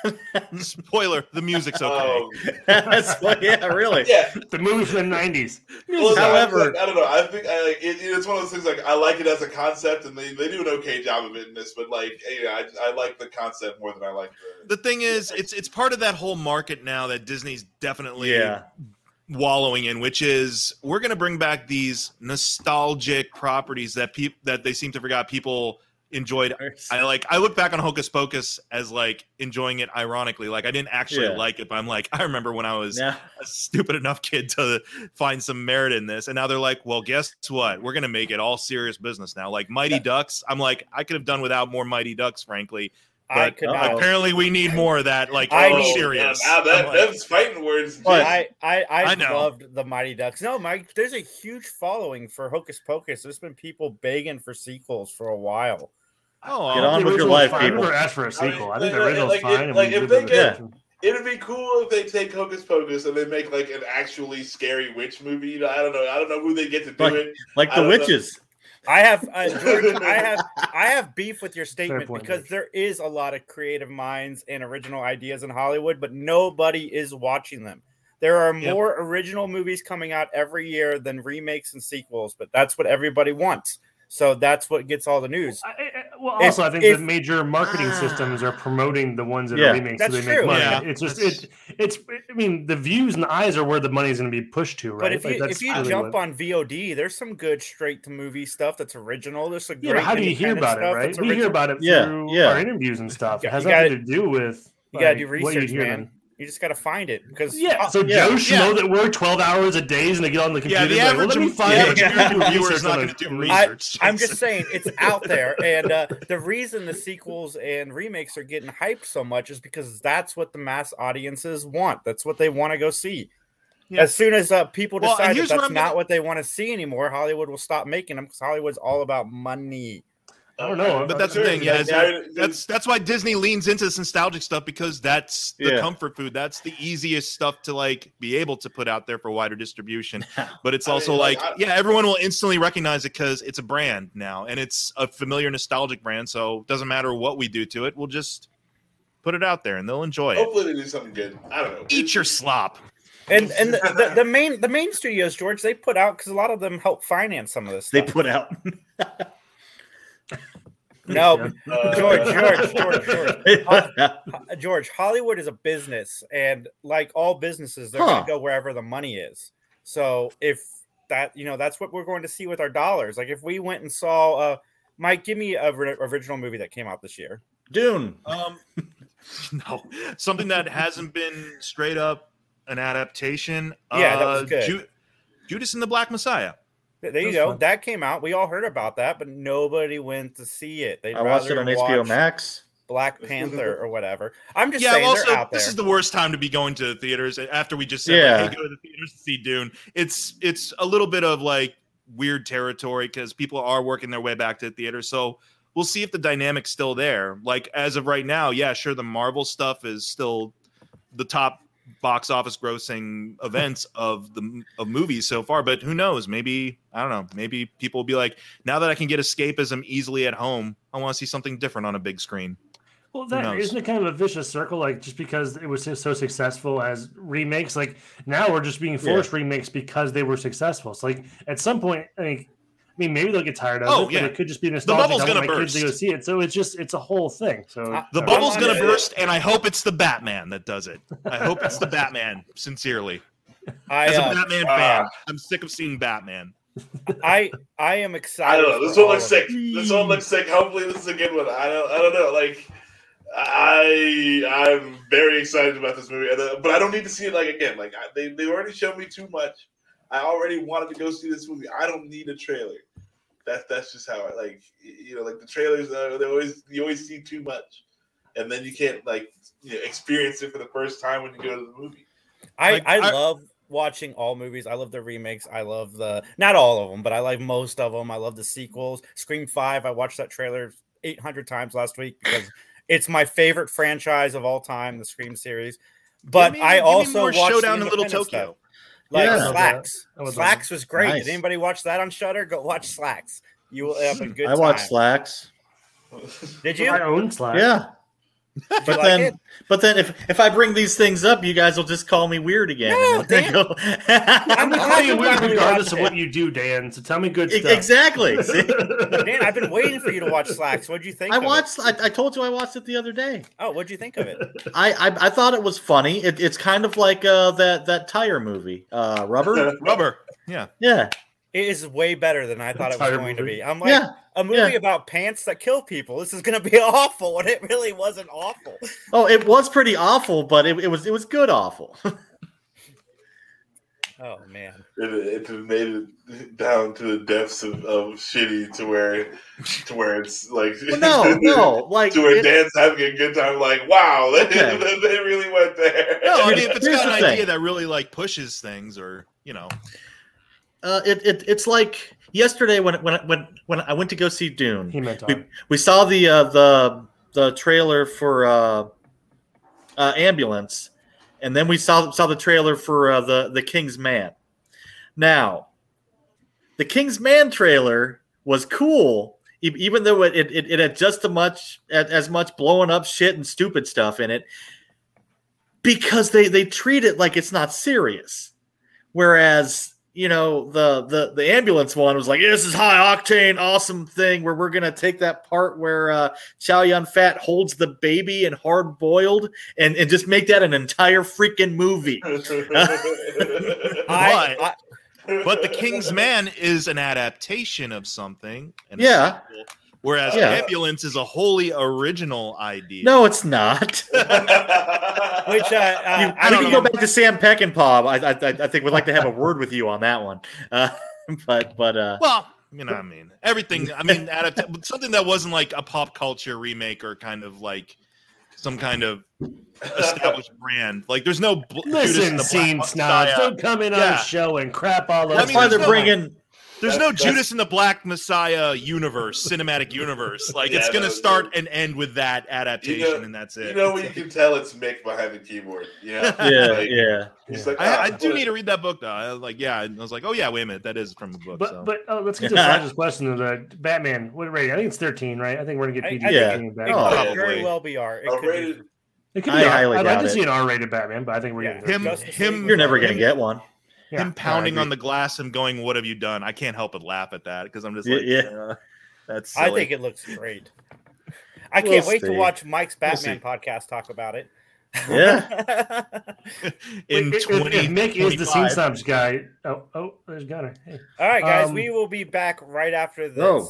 [SPEAKER 5] Spoiler: the music's okay.
[SPEAKER 1] Um,
[SPEAKER 2] That's what- yeah, really.
[SPEAKER 1] yeah.
[SPEAKER 3] The movie from the nineties.
[SPEAKER 1] Well, no, I was
[SPEAKER 2] However-
[SPEAKER 1] like, I don't know. I think I like it, it's one of those things. Like I like it as a concept, and they, they do an okay job of it in this. But like, you know, I, I like the concept more than I like the.
[SPEAKER 5] the thing is, it's it's part of that whole market now that Disney's definitely
[SPEAKER 2] Yeah.
[SPEAKER 5] wallowing in, which is we're going to bring back these nostalgic properties that people that they seem to forgot people enjoyed. I like I look back on Hocus Pocus as like enjoying it ironically. Like I didn't actually
[SPEAKER 2] Yeah.
[SPEAKER 5] like it, but I'm like I remember when I was
[SPEAKER 2] Now,
[SPEAKER 5] a stupid enough kid to find some merit in this. And now they're like, well, guess what? We're going to make it all serious business now. Like Mighty Ducks, I'm like I could have done without more Mighty Ducks, frankly.
[SPEAKER 4] I
[SPEAKER 5] but
[SPEAKER 4] could
[SPEAKER 2] uh-oh.
[SPEAKER 4] not.
[SPEAKER 5] Apparently, we need more of that. Like,
[SPEAKER 4] I
[SPEAKER 5] oh,
[SPEAKER 4] need-
[SPEAKER 5] serious.
[SPEAKER 1] Yeah, now that,
[SPEAKER 5] I'm like,
[SPEAKER 1] that's fighting words.
[SPEAKER 2] But-
[SPEAKER 1] Jim.
[SPEAKER 4] I, I, I,
[SPEAKER 5] I know.
[SPEAKER 4] loved the Mighty Ducks. No, Mike, there's a huge following for Hocus Pocus. There's been people begging for sequels for a while.
[SPEAKER 5] oh,
[SPEAKER 2] Get on
[SPEAKER 3] The
[SPEAKER 2] with your
[SPEAKER 3] original's
[SPEAKER 2] life,
[SPEAKER 3] fine. I
[SPEAKER 2] people.
[SPEAKER 3] never asked for a
[SPEAKER 1] I mean,
[SPEAKER 3] sequel. I think
[SPEAKER 1] like,
[SPEAKER 3] the original's
[SPEAKER 1] like,
[SPEAKER 3] fine.
[SPEAKER 1] if-
[SPEAKER 3] and
[SPEAKER 1] like,
[SPEAKER 3] we
[SPEAKER 1] if
[SPEAKER 3] did
[SPEAKER 1] they
[SPEAKER 3] the-
[SPEAKER 1] get- It'd be cool if they take Hocus Pocus and they make like an actually scary witch movie. You know, I don't know. I don't know who they get to do
[SPEAKER 2] Like-
[SPEAKER 1] it.
[SPEAKER 2] like
[SPEAKER 1] I
[SPEAKER 2] the
[SPEAKER 1] don't know.
[SPEAKER 2] witches.
[SPEAKER 4] I have, uh, George, I have, I have beef with your statement
[SPEAKER 3] point,
[SPEAKER 4] because
[SPEAKER 3] George.
[SPEAKER 4] there is a lot of creative minds and original ideas in Hollywood, but nobody is watching them. There are
[SPEAKER 5] Yep.
[SPEAKER 4] more original movies coming out every year than remakes and sequels, but that's what everybody wants. So that's what gets all the news.
[SPEAKER 3] I, I, well,
[SPEAKER 4] If-
[SPEAKER 3] also, I think
[SPEAKER 4] if- Ah.
[SPEAKER 3] the major marketing systems are promoting the ones that
[SPEAKER 2] Yeah.
[SPEAKER 3] are remakes, so
[SPEAKER 4] That's
[SPEAKER 3] they make
[SPEAKER 4] true.
[SPEAKER 3] money.
[SPEAKER 5] Yeah.
[SPEAKER 3] It's just it, it's. I mean, the views and the eyes are where the money's going to be pushed to, right?
[SPEAKER 4] But if you if you
[SPEAKER 3] really
[SPEAKER 4] jump
[SPEAKER 3] what-
[SPEAKER 4] on VOD, there's some good straight to movie stuff that's original. There's some
[SPEAKER 3] yeah,
[SPEAKER 4] great.
[SPEAKER 3] but how do you hear
[SPEAKER 4] independent
[SPEAKER 3] about it?
[SPEAKER 4] stuff
[SPEAKER 3] Right,
[SPEAKER 4] that's
[SPEAKER 3] we hear
[SPEAKER 4] original.
[SPEAKER 3] about it
[SPEAKER 2] Yeah,
[SPEAKER 3] through
[SPEAKER 2] yeah.
[SPEAKER 3] our interviews and stuff.
[SPEAKER 4] Yeah,
[SPEAKER 3] It has
[SPEAKER 4] you
[SPEAKER 3] nothing to do with.
[SPEAKER 4] You gotta
[SPEAKER 3] like,
[SPEAKER 4] do
[SPEAKER 3] what you
[SPEAKER 4] research,
[SPEAKER 3] hear
[SPEAKER 4] man. Oh,
[SPEAKER 3] then.
[SPEAKER 4] You just gotta find it because
[SPEAKER 3] Yeah, so
[SPEAKER 2] yeah,
[SPEAKER 3] Joe should
[SPEAKER 5] yeah.
[SPEAKER 3] know that we're twelve hours a day and to get on the computer.
[SPEAKER 5] Yeah, the
[SPEAKER 3] like, well,
[SPEAKER 5] average,
[SPEAKER 3] let me
[SPEAKER 5] the
[SPEAKER 3] find
[SPEAKER 5] average
[SPEAKER 3] out what you
[SPEAKER 5] American
[SPEAKER 3] do
[SPEAKER 5] viewer is
[SPEAKER 3] research
[SPEAKER 5] not
[SPEAKER 3] on
[SPEAKER 5] going
[SPEAKER 3] it.
[SPEAKER 5] to do
[SPEAKER 3] I-
[SPEAKER 5] research.
[SPEAKER 4] I'm just saying it's out there, and uh, the reason the sequels and remakes are getting hyped so much is because that's what the mass audiences want. That's what they want to go see.
[SPEAKER 5] Yeah.
[SPEAKER 4] As soon as uh, people
[SPEAKER 5] Well, and
[SPEAKER 4] decide
[SPEAKER 5] here's
[SPEAKER 4] that
[SPEAKER 5] what
[SPEAKER 4] that's
[SPEAKER 5] I'm
[SPEAKER 4] not
[SPEAKER 5] gonna-
[SPEAKER 4] what they want to see anymore, Hollywood will stop making them because Hollywood's all about money.
[SPEAKER 3] I don't know,
[SPEAKER 5] But that's the thing, yeah. is that- that's that's why Disney leans into this nostalgic stuff because that's the
[SPEAKER 2] Yeah.
[SPEAKER 5] comfort food. That's the easiest stuff to like be able to put out there for wider distribution. But it's
[SPEAKER 1] I mean,
[SPEAKER 5] also
[SPEAKER 1] like,
[SPEAKER 5] like,
[SPEAKER 1] I-
[SPEAKER 5] yeah, everyone will instantly recognize it because it's a brand now, and it's a familiar nostalgic brand. So it doesn't matter what we do to it, we'll just put it out there, and they'll enjoy it.
[SPEAKER 1] hopefully they do something good. I don't know.
[SPEAKER 5] Eat your slop.
[SPEAKER 4] And and the, the, the main the main studios, George, they put out because a lot of them help finance some of this.
[SPEAKER 2] They
[SPEAKER 4] Stuff.
[SPEAKER 2] put out.
[SPEAKER 4] no,
[SPEAKER 1] Uh,
[SPEAKER 4] George, George, George, George.
[SPEAKER 2] They put out-
[SPEAKER 4] Uh, George, Hollywood is a business, and like all businesses, they're
[SPEAKER 2] Huh.
[SPEAKER 4] going to go wherever the money is. So if that, you know, that's what we're going to see with our dollars. Like if we went and saw, uh, Mike, give me a ri- original movie that came out this year.
[SPEAKER 2] Dune.
[SPEAKER 5] Um, no, something that hasn't been straight up an adaptation.
[SPEAKER 4] Yeah, that was
[SPEAKER 5] uh,
[SPEAKER 4] good.
[SPEAKER 5] Ju- Judas and the Black Messiah.
[SPEAKER 4] Th- There you
[SPEAKER 3] That's
[SPEAKER 4] go.
[SPEAKER 3] fun.
[SPEAKER 4] That came out. We all heard about that, but nobody went to see it. They
[SPEAKER 2] I watched it on HBO
[SPEAKER 4] watch
[SPEAKER 2] Max.
[SPEAKER 4] Black Panther or whatever. I'm just
[SPEAKER 5] yeah,
[SPEAKER 4] saying
[SPEAKER 5] also
[SPEAKER 4] they're out there.
[SPEAKER 5] this is the worst time to be going to the theaters eh, after we just said like,
[SPEAKER 2] Yeah.
[SPEAKER 5] hey, go to the theaters to see Dune. It's it's a little bit of like weird territory because people are working their way back to the theater. So we'll see if the dynamic's still there. Like as of right now, yeah, sure, the Marvel stuff is still the top box office grossing events of the of movies so far but who knows maybe i don't know maybe people will be like now that i can get escapism easily at home i want to see something different on a big screen
[SPEAKER 3] Well,
[SPEAKER 5] Who
[SPEAKER 3] that
[SPEAKER 5] knows?
[SPEAKER 3] isn't it kind of a vicious circle? Like just because it was so successful as remakes, like now we're just being forced remakes because they were successful. So like at some point, I mean, I mean maybe they'll get tired of
[SPEAKER 5] Oh,
[SPEAKER 3] it. but
[SPEAKER 5] yeah.
[SPEAKER 3] it could just be
[SPEAKER 5] The
[SPEAKER 3] nostalgic.
[SPEAKER 5] bubble's
[SPEAKER 3] I want
[SPEAKER 5] gonna
[SPEAKER 3] my kids to go
[SPEAKER 5] burst.
[SPEAKER 3] see it. So it's just it's a whole thing. So
[SPEAKER 4] Uh,
[SPEAKER 5] The
[SPEAKER 3] so-
[SPEAKER 5] bubble's
[SPEAKER 4] I'm
[SPEAKER 5] gonna
[SPEAKER 4] on it.
[SPEAKER 5] burst, and I hope it's the Batman that does it. I hope it's the Batman. Sincerely,
[SPEAKER 4] I,
[SPEAKER 5] as a
[SPEAKER 4] uh,
[SPEAKER 5] Batman
[SPEAKER 1] ah.
[SPEAKER 5] fan, I'm sick of seeing Batman.
[SPEAKER 4] I I am
[SPEAKER 1] I
[SPEAKER 4] excited.
[SPEAKER 1] don't know. This
[SPEAKER 4] for
[SPEAKER 1] one
[SPEAKER 4] all
[SPEAKER 1] looks
[SPEAKER 4] of it.
[SPEAKER 1] sick. This one looks sick. Hopefully, this is a good one. I don't. I don't know. Like, I I'm very excited about this movie, and, uh, but I don't need to see it like again. Like I, they they already showed me too much. I already wanted to go see this movie. I don't need a trailer. That's that's just how I like. y- You know, like the trailers. Uh, they always you always see too much, and then you can't like you know, experience it for the first time when you go to the movie.
[SPEAKER 4] I,
[SPEAKER 5] Like,
[SPEAKER 4] I
[SPEAKER 5] I-
[SPEAKER 4] love watching all movies. I love the remakes. I love the not all of them, but I like most of them. I love the sequels. Scream Five. I watched that trailer eight hundred times last week because it's my favorite franchise of all time, the Scream series. But
[SPEAKER 5] Give me-
[SPEAKER 4] I
[SPEAKER 5] give me
[SPEAKER 4] also
[SPEAKER 5] more
[SPEAKER 4] watched
[SPEAKER 5] Showdown
[SPEAKER 4] the
[SPEAKER 5] in Little
[SPEAKER 4] independent
[SPEAKER 5] Tokyo.
[SPEAKER 4] stuff, like
[SPEAKER 2] Yeah. I
[SPEAKER 3] love that.
[SPEAKER 4] Slacks.
[SPEAKER 3] I love that
[SPEAKER 4] Slacks was great.
[SPEAKER 2] Nice.
[SPEAKER 4] Did anybody watch that on Shutter? Go watch Slacks. You will have a good.
[SPEAKER 2] I watched
[SPEAKER 4] time.
[SPEAKER 2] Slacks.
[SPEAKER 4] Did you?
[SPEAKER 3] I own Slack.
[SPEAKER 2] Yeah. But
[SPEAKER 4] like
[SPEAKER 2] then,
[SPEAKER 4] it?
[SPEAKER 2] but then, if if I bring these things up, you guys will just call me weird again.
[SPEAKER 4] No,
[SPEAKER 2] And then go-
[SPEAKER 3] I'm gonna
[SPEAKER 4] I'm
[SPEAKER 3] call you
[SPEAKER 4] glad
[SPEAKER 3] weird
[SPEAKER 4] we
[SPEAKER 3] regardless
[SPEAKER 4] watched
[SPEAKER 3] of what you do, Dan. So tell me good
[SPEAKER 2] E-
[SPEAKER 3] stuff.
[SPEAKER 2] exactly. See?
[SPEAKER 4] Dan, I've been waiting for you to watch Slacks. What'd you think?
[SPEAKER 2] I
[SPEAKER 4] of it?
[SPEAKER 2] watched. I, I told you I watched it the other day.
[SPEAKER 4] Oh, what'd you think of it?
[SPEAKER 2] I I, I thought it was funny. It, it's kind of like uh, that that tire movie, uh, Rubber.
[SPEAKER 5] Rubber, yeah,
[SPEAKER 2] Yeah,
[SPEAKER 4] It is way better than I thought it was
[SPEAKER 3] Entire
[SPEAKER 4] going to
[SPEAKER 3] movie.
[SPEAKER 4] be. I'm like
[SPEAKER 2] yeah.
[SPEAKER 4] a movie about pants that kill people. This is going to be awful, and it really wasn't awful.
[SPEAKER 2] Oh, it was pretty awful, but it, it was it was good awful.
[SPEAKER 4] Oh man,
[SPEAKER 1] it, it made it down to the depths of, of shitty to where to where it's like
[SPEAKER 2] But no, no, like
[SPEAKER 1] to where
[SPEAKER 2] it-
[SPEAKER 1] Dan's having a good time like wow they,
[SPEAKER 2] Okay.
[SPEAKER 1] they really went there
[SPEAKER 5] no. I mean, if it's
[SPEAKER 2] Here's
[SPEAKER 5] got
[SPEAKER 2] the
[SPEAKER 5] an
[SPEAKER 2] thing.
[SPEAKER 5] idea that really like pushes things, or you know,
[SPEAKER 2] uh, it, it it's like yesterday when when when when I went to go see Dune.
[SPEAKER 3] He meant
[SPEAKER 2] we, we saw the uh, the the trailer for uh, uh, ambulance, and then we saw saw the trailer for uh, the the King's Man. Now, the King's Man trailer was cool, e- even though it it, it, it had just as much as, as much blowing up shit and stupid stuff in it, because they they treat it like it's not serious, whereas. You know the the the ambulance one was like this is high octane awesome thing where we're gonna take that part where uh, Chow Yun Fat holds the baby and hard boiled and and just make that an entire freaking movie.
[SPEAKER 4] I,
[SPEAKER 5] But-
[SPEAKER 4] I
[SPEAKER 5] but the King's Man is an adaptation of something. and a
[SPEAKER 2] Yeah.
[SPEAKER 5] sequel, whereas
[SPEAKER 2] Yeah.
[SPEAKER 5] Ambulance is a wholly original idea.
[SPEAKER 2] No, it's not.
[SPEAKER 4] which uh,
[SPEAKER 2] You-
[SPEAKER 4] uh, I
[SPEAKER 2] we
[SPEAKER 4] don't
[SPEAKER 2] can
[SPEAKER 4] know.
[SPEAKER 2] go back to Sam Peckinpah. I, I, I- I think we'd like to have a word with you on that one. Uh, but but uh,
[SPEAKER 5] Well, you know, what I mean, everything. I mean, adapt- but something that wasn't like a pop culture remake or kind of like some kind of established brand. Like, there's no bl- Judas
[SPEAKER 3] Listen,
[SPEAKER 5] and the Black
[SPEAKER 3] scene snobs,
[SPEAKER 5] Messiah.
[SPEAKER 3] don't come in on
[SPEAKER 5] Yeah.
[SPEAKER 3] a show and crap all over.
[SPEAKER 2] that's
[SPEAKER 5] mean,
[SPEAKER 2] why
[SPEAKER 5] there's no-
[SPEAKER 2] they're bringing.
[SPEAKER 5] There's no
[SPEAKER 1] That's-
[SPEAKER 5] Judas and the Black Messiah universe, cinematic universe. Like, it's
[SPEAKER 1] Yeah,
[SPEAKER 5] gonna
[SPEAKER 1] no,
[SPEAKER 5] start
[SPEAKER 1] no.
[SPEAKER 5] and end with that adaptation,
[SPEAKER 1] You know-
[SPEAKER 5] and that's it.
[SPEAKER 1] you know when you can tell it's Mick behind the keyboard you know
[SPEAKER 2] Yeah,
[SPEAKER 1] Like,
[SPEAKER 2] yeah.
[SPEAKER 1] he's like,
[SPEAKER 5] I, I
[SPEAKER 1] "Ah,
[SPEAKER 5] do
[SPEAKER 1] what-
[SPEAKER 5] need to read that book though. I was like, yeah, I was like, oh yeah, wait a minute, that is from a book.
[SPEAKER 3] But
[SPEAKER 5] so.
[SPEAKER 3] but oh, let's get to
[SPEAKER 2] Yeah.
[SPEAKER 3] Sasha's question of the Batman. What rating? I think it's thirteen, right? I think we're gonna
[SPEAKER 4] I-
[SPEAKER 3] get PG
[SPEAKER 4] I
[SPEAKER 2] think
[SPEAKER 3] thirteen in
[SPEAKER 4] It
[SPEAKER 3] Batman.
[SPEAKER 5] Oh,
[SPEAKER 4] could very
[SPEAKER 5] probably.
[SPEAKER 4] well be R. It
[SPEAKER 1] I
[SPEAKER 4] could be-
[SPEAKER 1] rated-
[SPEAKER 3] It could
[SPEAKER 2] I
[SPEAKER 3] be R.
[SPEAKER 2] highly
[SPEAKER 3] I'd like
[SPEAKER 2] doubt
[SPEAKER 3] to see
[SPEAKER 2] it.
[SPEAKER 3] an R-rated Batman, but I think we're
[SPEAKER 4] Yeah.
[SPEAKER 3] getting
[SPEAKER 5] him,
[SPEAKER 3] thirteen.
[SPEAKER 4] Justice League
[SPEAKER 5] him,
[SPEAKER 2] You're never gonna get one.
[SPEAKER 3] Yeah, no, I
[SPEAKER 5] him pounding
[SPEAKER 3] agree.
[SPEAKER 5] on the glass and going, "What have you done?" I can't help but laugh at that because I'm just
[SPEAKER 2] Yeah,
[SPEAKER 5] like,
[SPEAKER 2] yeah.
[SPEAKER 5] "Uh, that's.
[SPEAKER 4] I
[SPEAKER 5] Silly.
[SPEAKER 4] think it looks great. I
[SPEAKER 2] We'll
[SPEAKER 4] can't wait to
[SPEAKER 2] see.
[SPEAKER 4] watch Mike's Batman
[SPEAKER 5] see.
[SPEAKER 4] podcast talk about it.
[SPEAKER 2] Yeah.
[SPEAKER 5] in
[SPEAKER 3] Wait, if- if-
[SPEAKER 5] 20,
[SPEAKER 3] if Mick is the scene
[SPEAKER 5] 25.
[SPEAKER 3] snobs guy. Oh, oh, there's Gunner. Hey.
[SPEAKER 4] All right, guys,
[SPEAKER 3] Um,
[SPEAKER 4] we will be back right after this
[SPEAKER 2] No.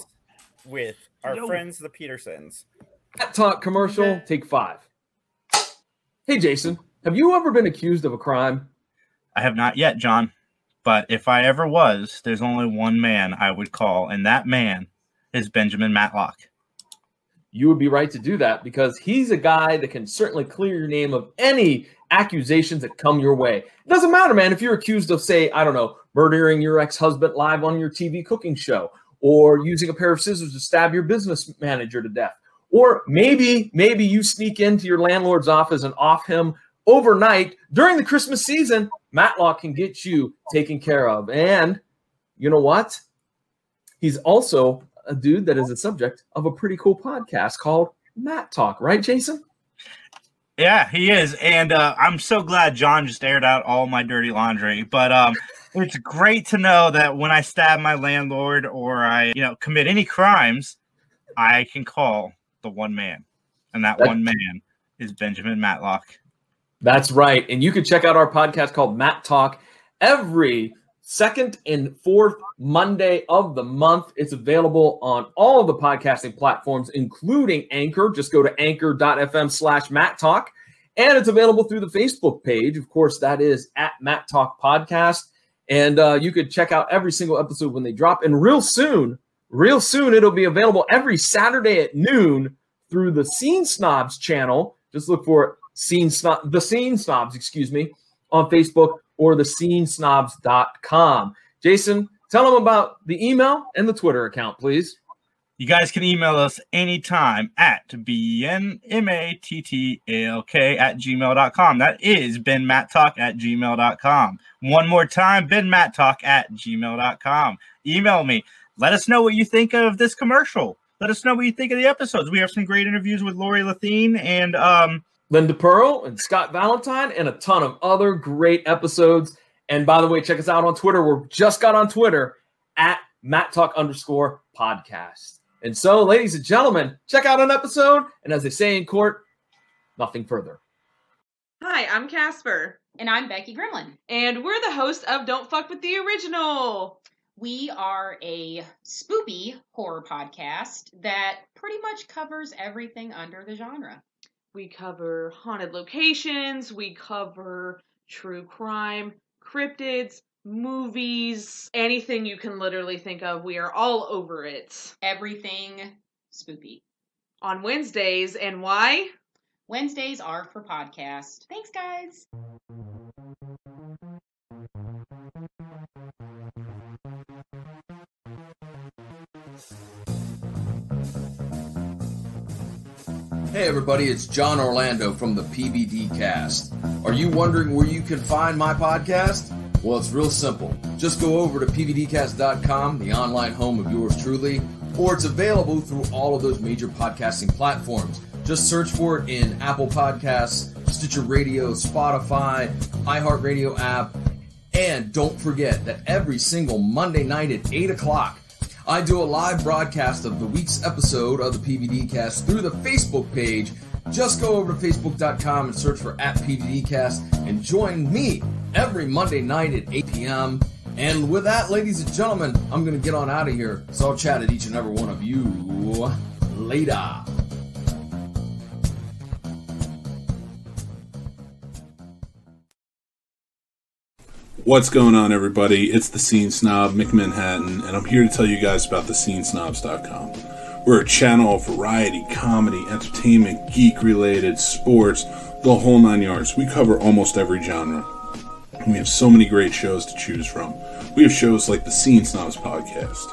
[SPEAKER 4] with our
[SPEAKER 3] No.
[SPEAKER 4] friends, the Petersons.
[SPEAKER 8] Pep Talk commercial, take five. Hey, Jason, have you ever been accused of a crime?
[SPEAKER 4] I have not yet, John. But if I ever was, there's only one man I would call, and that man is Benjamin Matlock.
[SPEAKER 8] You would be right to do that because he's a guy that can certainly clear your name of any accusations that come your way. It doesn't matter, man, if you're accused of, say, I don't know, murdering your ex husband live on your TV cooking show, or using a pair of scissors to stab your business manager to death. Or maybe, maybe you sneak into your landlord's office and off him overnight during the Christmas season. Matlock can get you taken care of. And you know what? He's also a dude that is the subject of a pretty cool podcast called Matt Talk, right, Jason?
[SPEAKER 4] Yeah, he is, and uh, I'm so glad John just aired out all my dirty laundry. But um, it's great to know that when I stab my landlord or I, you know, commit any crimes, I can call the one man, and that
[SPEAKER 8] That-
[SPEAKER 4] one man is Benjamin Matlock.
[SPEAKER 8] That's right. And you can check out our podcast called Matt Talk every second and fourth Monday of the month. It's available on all of the podcasting platforms, including Anchor. Just go to anchor.fm slash Matt Talk. And it's available through the Facebook page. Of course, that is at Matt Talk Podcast. And uh, you could check out every single episode when they drop. And real soon, real soon, it'll be available every Saturday at noon through the Scene Snobs channel. Just look for Scene Snob, the Scene Snobs, excuse me, on Facebook or the scenesnobs.com. Jason, tell them about the email and the Twitter account, please.
[SPEAKER 4] You guys can email us anytime at bnmattalk at gmail.com. That is benmattalk at gmail.com. One more time, benmattalk at gmail.com. Email me. Let us know what you think of this commercial. Let us know what you think of the episodes. We have some great interviews with Lori Lathine and um,
[SPEAKER 8] Linda Pearl and Scott Valentine and a ton of other great episodes. And by the way, check us out on Twitter. We're just got on Twitter at Matt Talk underscore podcast. And so, ladies and gentlemen, check out an episode. And as they say in court, nothing further.
[SPEAKER 9] Hi, I'm Casper.
[SPEAKER 10] And I'm Becky Gremlin.
[SPEAKER 9] And we're the host of Don't Fuck with the Original.
[SPEAKER 10] We are a spoopy horror podcast that pretty much covers everything under the genre.
[SPEAKER 9] We cover haunted locations, we cover true crime, cryptids, movies, anything you can literally think of. We are all over it.
[SPEAKER 10] Everything spoopy.
[SPEAKER 9] On Wednesdays, and why?
[SPEAKER 10] Wednesdays are for podcast. Thanks, guys.
[SPEAKER 11] Hey everybody, it's John Orlando from the PBD Cast. Are you wondering where you can find my podcast? Well, it's real simple. Just go over to pbdcast.com, the online home of yours truly, or it's available through all of those major podcasting platforms. Just search for it in Apple Podcasts, Stitcher Radio, Spotify, iHeartRadio app, and don't forget that every single Monday night at 8 o'clock, I do a live broadcast of the week's episode of the PVD Cast through the Facebook page. Just go over to facebook.com and search for at PVDcast and join me every Monday night at 8 p.m. And with that, ladies and gentlemen, I'm going to get on out of here. So I'll chat at each and every one of you later.
[SPEAKER 12] What's going on, everybody? It's the Scene Snob, McManhattan, and I'm here to tell you guys about the scenesnobs.com. We're a channel of variety, comedy, entertainment, geek related, sports, the whole nine yards. We cover almost every genre. And we have so many great shows to choose from. We have shows like the Scene Snobs podcast,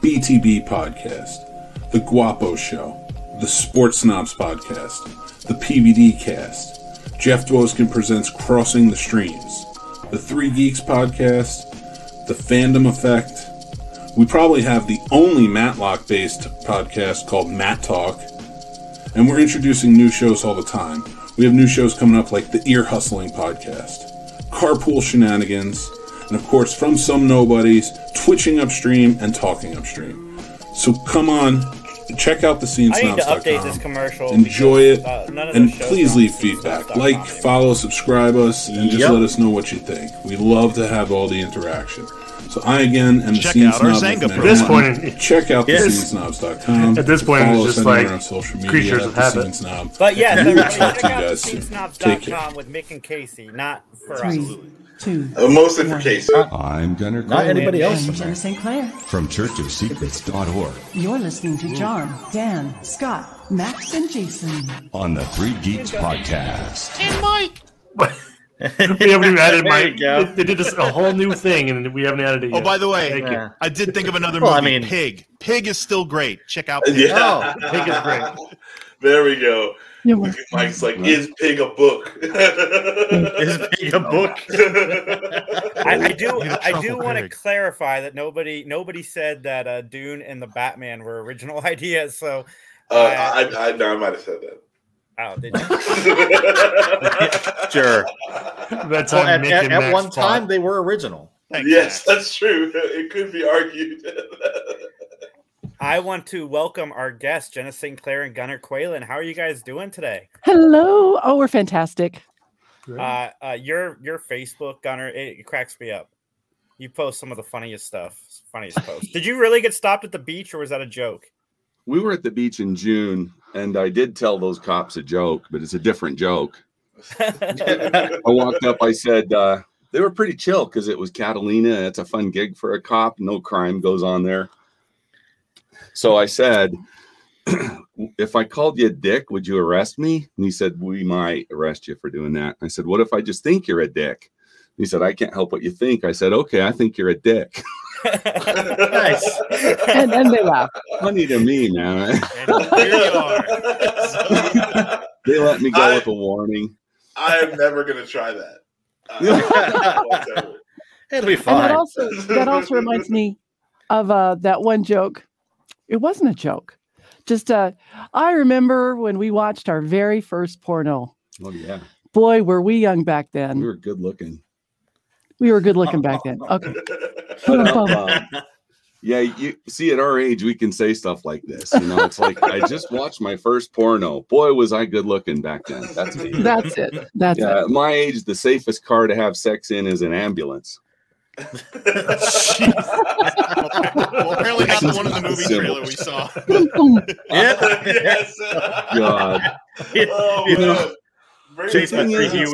[SPEAKER 12] BTB podcast, the Guapo show, the Sports Snobs podcast, the PVD cast, Jeff Dwoskin presents Crossing the Streams, the Three Geeks podcast, the Fandom Effect. We probably have the only Matlock based podcast called Matt Talk, and we're introducing new shows all the time. We have new shows coming up like the Ear Hustling podcast, Carpool Shenanigans, and of course, From Some Nobodies, Twitching Upstream, and Talking Upstream. So come on, check out the scenes.
[SPEAKER 4] I need to update this commercial
[SPEAKER 12] Enjoy it,
[SPEAKER 4] because, uh, none of
[SPEAKER 12] and
[SPEAKER 4] the shows
[SPEAKER 12] please
[SPEAKER 4] on
[SPEAKER 12] leave feedback. Like, follow, subscribe us, and just
[SPEAKER 4] Yep.
[SPEAKER 12] let us know what you think. We love to have all the interaction. So I again am the
[SPEAKER 5] Check
[SPEAKER 12] Scene
[SPEAKER 5] out our
[SPEAKER 12] Snob
[SPEAKER 5] Zanga
[SPEAKER 12] Nick
[SPEAKER 5] program. At this
[SPEAKER 12] Manhattan.
[SPEAKER 3] point, it-
[SPEAKER 12] check out
[SPEAKER 3] Yes.
[SPEAKER 12] the scenesnobs.com.
[SPEAKER 3] At this point, it's
[SPEAKER 12] Follow us
[SPEAKER 3] just
[SPEAKER 12] anywhere
[SPEAKER 3] like
[SPEAKER 12] on social media,
[SPEAKER 3] creatures
[SPEAKER 12] at
[SPEAKER 3] of
[SPEAKER 12] the
[SPEAKER 3] habit.
[SPEAKER 12] Scene Snob.
[SPEAKER 4] But yeah,
[SPEAKER 12] we will
[SPEAKER 4] everybody
[SPEAKER 12] talk
[SPEAKER 4] check
[SPEAKER 12] to you
[SPEAKER 4] out
[SPEAKER 12] guys soon. Take care.
[SPEAKER 4] scenesnobs.com with Mick and Casey, not for us.
[SPEAKER 13] Two.
[SPEAKER 1] Uh, mostly for Casey.
[SPEAKER 14] I'm Gunnar
[SPEAKER 4] Not
[SPEAKER 14] Clay.
[SPEAKER 4] anybody else.
[SPEAKER 13] I'm Jenna St. Clair.
[SPEAKER 14] from churchofsecrets.org
[SPEAKER 13] You're listening to John, Dan, Scott, Max, and Jason.
[SPEAKER 14] on the Three Geeks Podcast.
[SPEAKER 6] And Mike.
[SPEAKER 3] we haven't even added
[SPEAKER 6] There
[SPEAKER 3] my.
[SPEAKER 6] you go.
[SPEAKER 3] They, they did this a whole new thing, and we haven't added it
[SPEAKER 5] Oh,
[SPEAKER 3] yet.
[SPEAKER 5] by the way,
[SPEAKER 3] Thank you.
[SPEAKER 5] I did think of another
[SPEAKER 3] Well, I
[SPEAKER 5] movie.
[SPEAKER 3] mean-
[SPEAKER 5] Pig. Pig is still great. Check out Pig.
[SPEAKER 4] Oh,
[SPEAKER 1] Yeah.
[SPEAKER 2] Oh,
[SPEAKER 1] There we go. Mike's like, is pig a book? is
[SPEAKER 2] pig a book?
[SPEAKER 4] I, I do.
[SPEAKER 1] You're the
[SPEAKER 4] I do
[SPEAKER 1] truffle
[SPEAKER 4] want to
[SPEAKER 1] pig.
[SPEAKER 4] clarify that nobody nobody said that uh, Dune and the Batman were original ideas. So,
[SPEAKER 1] Uh, I, I, no, I might have said that.
[SPEAKER 4] oh, did you?
[SPEAKER 2] sure.
[SPEAKER 3] That's
[SPEAKER 2] Well,
[SPEAKER 3] how
[SPEAKER 2] at,
[SPEAKER 3] Mick
[SPEAKER 2] at-
[SPEAKER 3] and
[SPEAKER 2] at
[SPEAKER 3] Max
[SPEAKER 2] one
[SPEAKER 3] fought.
[SPEAKER 2] time they were original.
[SPEAKER 1] yes, that's true. It could be argued.
[SPEAKER 4] I want to welcome our guests, Jenna St. Clair and Gunnar Quaylen. How are you guys doing today?
[SPEAKER 13] Hello. Oh, we're fantastic.
[SPEAKER 4] Uh, uh, your your Facebook, Gunnar, it cracks me up. You post some of the funniest stuff, funniest posts. Did you really get stopped at the beach, or was that a joke?
[SPEAKER 15] We were at the beach in June, and I did tell those cops a joke, but it's a different joke. I walked up, I said, uh, they were pretty chill because it was Catalina. It's a fun gig for a cop. No crime goes on there. So I said, if I called you a dick, would you arrest me? And he said, we might arrest you for doing that. I said, what if I just think you're a dick? He said, I can't help what you think. I said, okay, I think you're a dick.
[SPEAKER 2] nice.
[SPEAKER 13] And then they laugh.
[SPEAKER 15] Funny to me, man. they let me go with a warning.
[SPEAKER 1] I am never going to try that. Uh,
[SPEAKER 2] It'll be
[SPEAKER 13] And that also that also reminds me of uh, that one joke. It wasn't a joke. Just uh, I remember when we watched our very first porno.
[SPEAKER 15] Oh yeah,
[SPEAKER 13] Boy, were we young back then.
[SPEAKER 15] we were good looking.
[SPEAKER 13] We were good looking back then. Okay.
[SPEAKER 15] But,
[SPEAKER 13] Boom, boom.
[SPEAKER 15] um, yeah, you see, at our age, we can say stuff like this. You know, it's like I just watched my first porno. Boy, was I good looking back then. That's me.
[SPEAKER 13] That's it. That's
[SPEAKER 15] yeah,
[SPEAKER 13] it.
[SPEAKER 15] at my age, the safest car to have sex in is an ambulance.
[SPEAKER 5] well, apparently not the one in the movie
[SPEAKER 15] Civil.
[SPEAKER 5] trailer we saw.
[SPEAKER 1] yes.
[SPEAKER 15] God.
[SPEAKER 1] Oh,
[SPEAKER 15] You know,
[SPEAKER 1] man. Bring
[SPEAKER 15] The
[SPEAKER 1] it back.
[SPEAKER 15] thing is, it's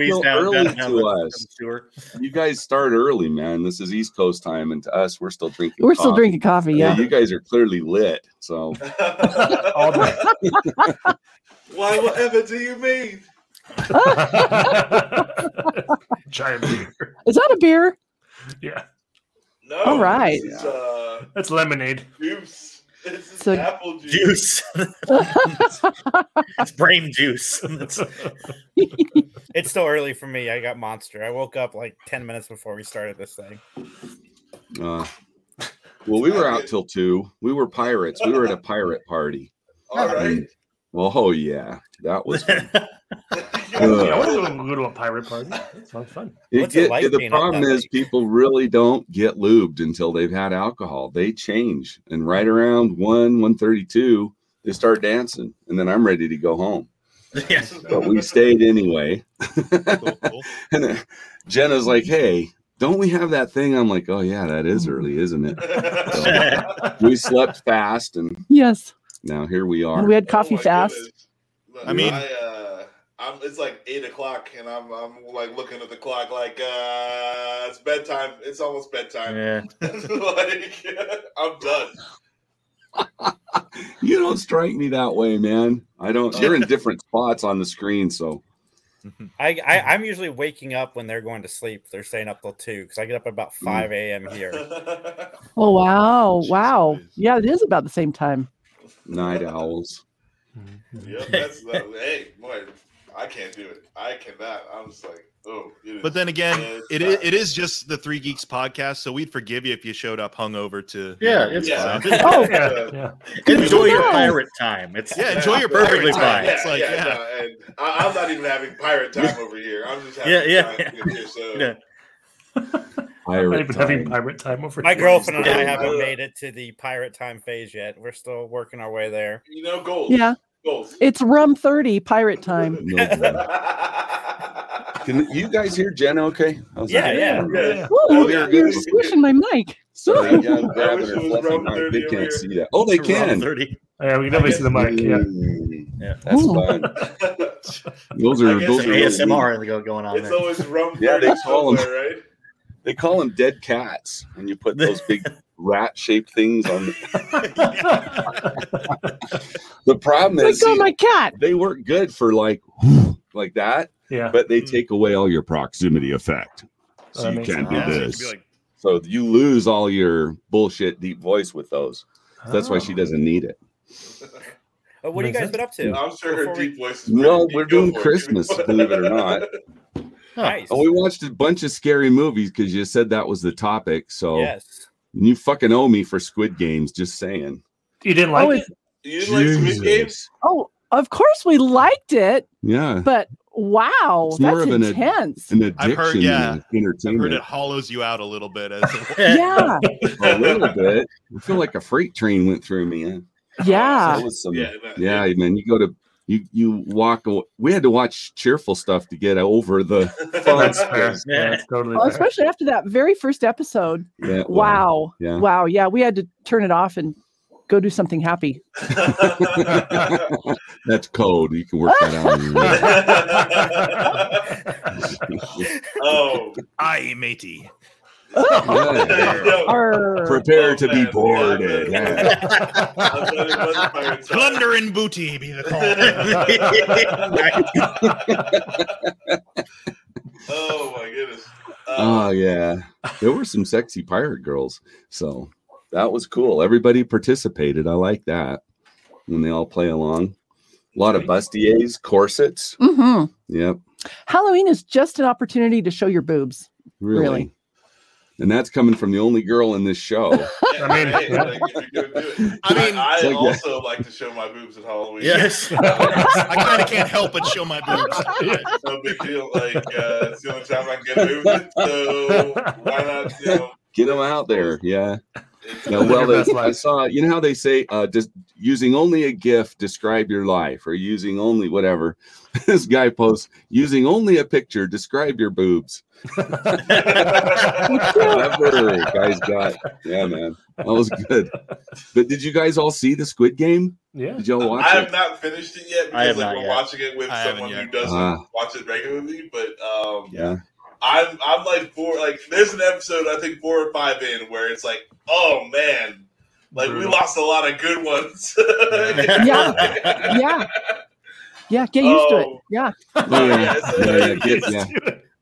[SPEAKER 15] still early to us. You guys start early, man. This is East Coast time, and to us, we're still drinking.
[SPEAKER 13] We're still drinking coffee, yeah.
[SPEAKER 15] you guys are clearly lit. So
[SPEAKER 1] Why, whatever do you mean?
[SPEAKER 3] Giant beer.
[SPEAKER 13] Is that a beer?
[SPEAKER 3] Yeah.
[SPEAKER 1] No.
[SPEAKER 13] All right.
[SPEAKER 1] This is, uh,
[SPEAKER 3] That's lemonade.
[SPEAKER 1] juice. This is
[SPEAKER 13] So-
[SPEAKER 1] apple juice.
[SPEAKER 2] Juice. it's brain juice.
[SPEAKER 4] It's still early for me. I got monster. I woke up like ten minutes before we started this thing.
[SPEAKER 15] Uh, well, we were out till two. We were pirates. We were at a pirate party.
[SPEAKER 1] All right.
[SPEAKER 15] Oh yeah, that was. fun. Uh,
[SPEAKER 3] Yeah, I
[SPEAKER 15] Ugh.
[SPEAKER 3] want to go to a pirate party. That sounds fun.
[SPEAKER 15] It get- the problem is people really don't get lubed until they've had alcohol. They change, and right around one one thirty two, they start dancing, and then I'm ready to go home.
[SPEAKER 2] Yes.
[SPEAKER 15] But we stayed anyway. and then Jenna's like, "Hey, don't we have that thing?" I'm like, "Oh yeah, that is early, isn't it?" So, we slept fast, and
[SPEAKER 13] Yes.
[SPEAKER 15] now here we are.
[SPEAKER 13] And we had coffee fast.
[SPEAKER 1] I mean, I, uh, I'm, it's like eight o'clock, and I'm I'm like looking at the clock, like uh, it's bedtime. It's almost bedtime.
[SPEAKER 2] Yeah.
[SPEAKER 1] like I'm done.
[SPEAKER 15] You don't strike me that way, man. I don't. You're in different spots on the screen, so
[SPEAKER 4] I, I I'm usually waking up when they're going to sleep. They're staying up till two because I get up at
[SPEAKER 15] Mm.
[SPEAKER 4] about five a.m. here.
[SPEAKER 13] Oh wow. Wow. Yeah, it is about the same time.
[SPEAKER 15] night owls.
[SPEAKER 1] Yep, that's that, hey, boy, I can't do it. I cannot. I'm just like, oh. it is-
[SPEAKER 5] But then
[SPEAKER 1] yeah,
[SPEAKER 5] again,
[SPEAKER 1] it's
[SPEAKER 5] it is,
[SPEAKER 1] fine.
[SPEAKER 5] it is just the Three Geeks podcast, so we'd forgive you if you showed up hungover to.
[SPEAKER 2] Yeah, it's
[SPEAKER 5] Yeah.
[SPEAKER 2] fine.
[SPEAKER 5] Oh.
[SPEAKER 2] Yeah,
[SPEAKER 3] yeah.
[SPEAKER 2] Enjoy your
[SPEAKER 5] Yeah.
[SPEAKER 2] pirate time. It's
[SPEAKER 5] Yeah, enjoy your
[SPEAKER 2] perfectly
[SPEAKER 5] pirate time.
[SPEAKER 2] fine.
[SPEAKER 5] It's like, yeah.
[SPEAKER 1] no, and I, I'm not even having pirate time over here. I'm just having
[SPEAKER 2] Yeah, yeah,
[SPEAKER 1] time here. So
[SPEAKER 2] yeah.
[SPEAKER 3] I'm
[SPEAKER 15] Pirate
[SPEAKER 3] not even having pirate time over
[SPEAKER 4] My
[SPEAKER 3] here.
[SPEAKER 4] girlfriend and I haven't made it to the pirate time phase yet. We're still working our way there.
[SPEAKER 1] You know, gold.
[SPEAKER 13] Yeah. It's rum 30 pirate time.
[SPEAKER 15] No, Can you guys hear Jen? Okay. I was
[SPEAKER 13] Yeah,
[SPEAKER 15] like,
[SPEAKER 13] yeah, yeah.
[SPEAKER 15] Oh, there it
[SPEAKER 13] You're
[SPEAKER 15] is.
[SPEAKER 13] squishing my mic.
[SPEAKER 15] So
[SPEAKER 13] So
[SPEAKER 15] they got grabbing her fluffy arm. They can't see that. Oh, they
[SPEAKER 3] It's around
[SPEAKER 15] can.
[SPEAKER 3] 30. Yeah, we can definitely see the mic.
[SPEAKER 15] Yeah.
[SPEAKER 2] Yeah.
[SPEAKER 15] That's
[SPEAKER 2] Ooh.
[SPEAKER 15] fun. Those are
[SPEAKER 2] I guess
[SPEAKER 15] those
[SPEAKER 2] some
[SPEAKER 15] are really
[SPEAKER 2] ASMR
[SPEAKER 15] neat.
[SPEAKER 2] go- going on
[SPEAKER 1] It's
[SPEAKER 2] there.
[SPEAKER 1] always rum.
[SPEAKER 15] Yeah, they
[SPEAKER 1] 30
[SPEAKER 15] call 'em-
[SPEAKER 1] somewhere, right?
[SPEAKER 15] They call them dead cats when you put those big rat shaped things on. the problem is,
[SPEAKER 13] Let go
[SPEAKER 15] see,
[SPEAKER 13] my cat.
[SPEAKER 15] they work good for like like that.
[SPEAKER 3] Yeah.
[SPEAKER 15] But
[SPEAKER 13] Hmm.
[SPEAKER 15] they take away all your proximity effect,
[SPEAKER 3] Oh, that
[SPEAKER 15] so you
[SPEAKER 3] makes
[SPEAKER 15] can't
[SPEAKER 3] sense.
[SPEAKER 15] do
[SPEAKER 3] Yeah.
[SPEAKER 15] this. so you lose all your bullshit deep voice with those. That's why
[SPEAKER 5] Oh.
[SPEAKER 15] she doesn't need it.
[SPEAKER 4] Uh, what have you guys been up to?
[SPEAKER 1] I'm sure her deep voice. is
[SPEAKER 15] No,
[SPEAKER 1] pretty
[SPEAKER 15] we're
[SPEAKER 1] deep. Go
[SPEAKER 15] doing
[SPEAKER 1] for it.
[SPEAKER 15] Christmas, believe it or not.
[SPEAKER 4] Nice.
[SPEAKER 15] And we watched a bunch of scary movies because you said that was the topic. So
[SPEAKER 4] Yes.
[SPEAKER 15] you fucking owe me for Squid Games. Just saying.
[SPEAKER 3] You didn't
[SPEAKER 13] like Oh,
[SPEAKER 3] it?
[SPEAKER 1] You didn't like Squid
[SPEAKER 15] Jesus.
[SPEAKER 1] Games?
[SPEAKER 13] Oh, of course we liked it,
[SPEAKER 15] Yeah.
[SPEAKER 13] but wow,
[SPEAKER 15] It's more
[SPEAKER 13] that's
[SPEAKER 15] of an ad-
[SPEAKER 13] intense.
[SPEAKER 15] An
[SPEAKER 5] I've
[SPEAKER 15] addiction.
[SPEAKER 5] heard, yeah.
[SPEAKER 15] to entertainment.
[SPEAKER 5] Heard it hollows you out a little bit. As
[SPEAKER 13] Yeah.
[SPEAKER 15] a little bit. I feel like a freight train went through me. Huh?
[SPEAKER 13] Yeah.
[SPEAKER 15] That was some,
[SPEAKER 1] yeah,
[SPEAKER 15] yeah, man. You go to you you walk. aw- We had to watch cheerful stuff to get over the fun
[SPEAKER 3] Oh, That's fair.
[SPEAKER 15] stuff.
[SPEAKER 3] Yeah, that's totally
[SPEAKER 13] Well, Oh,
[SPEAKER 3] fair.
[SPEAKER 13] especially after that very first episode.
[SPEAKER 15] Yeah,
[SPEAKER 13] wow.
[SPEAKER 15] wow. Yeah.
[SPEAKER 13] Wow. Yeah. We had to turn it off and go do something happy.
[SPEAKER 15] That's code. You can work that out. on your own.
[SPEAKER 1] Oh,
[SPEAKER 5] I matey.
[SPEAKER 15] Yeah. Prepare to be boarded. Yeah.
[SPEAKER 5] Plunder and booty be the
[SPEAKER 1] oh my goodness.
[SPEAKER 15] Oh yeah, there were some sexy pirate girls, so that was cool. Everybody participated. I like that when they all play along. A lot of bustiers, corsets.
[SPEAKER 13] hmm
[SPEAKER 15] Yep,
[SPEAKER 13] Halloween is just an opportunity to show your boobs.
[SPEAKER 15] really.
[SPEAKER 13] Really?
[SPEAKER 15] And that's coming from the only girl in this show.
[SPEAKER 1] I mean, I, I
[SPEAKER 15] It's like, yeah.
[SPEAKER 1] also like to show my boobs at Halloween.
[SPEAKER 5] Yes. I kind of can't help but show my boobs.
[SPEAKER 1] no big deal. Like uh, it's the only time I can get away with it, so why not? You know,
[SPEAKER 15] Get them out there. Yeah. Yeah,
[SPEAKER 3] Live
[SPEAKER 15] well,
[SPEAKER 3] your
[SPEAKER 15] they,
[SPEAKER 3] best
[SPEAKER 15] I
[SPEAKER 3] life.
[SPEAKER 15] saw. You know how they say, uh, just using only a GIF describe your life, or using only whatever. this guy posts using only a picture describe your boobs. Clever guys got. Yeah, man, that was good. But did you guys all see the Squid Game?
[SPEAKER 3] Yeah.
[SPEAKER 15] Did y'all watch
[SPEAKER 1] I
[SPEAKER 15] it?
[SPEAKER 1] have not finished it yet
[SPEAKER 15] I have
[SPEAKER 1] because like
[SPEAKER 15] not
[SPEAKER 1] we're
[SPEAKER 15] yet.
[SPEAKER 1] watching it with
[SPEAKER 5] I haven't
[SPEAKER 1] someone who
[SPEAKER 5] yet.
[SPEAKER 1] doesn't
[SPEAKER 15] Ah.
[SPEAKER 1] watch it regularly. But um,
[SPEAKER 15] Yeah.
[SPEAKER 1] I'm I'm like four. Like there's an episode I think four or five in where it's like, oh man, like we lost a lot of good ones.
[SPEAKER 13] Yeah. yeah. Yeah. Get used to it. Yeah.
[SPEAKER 15] Oh, yeah. Yeah, yeah, get- yeah.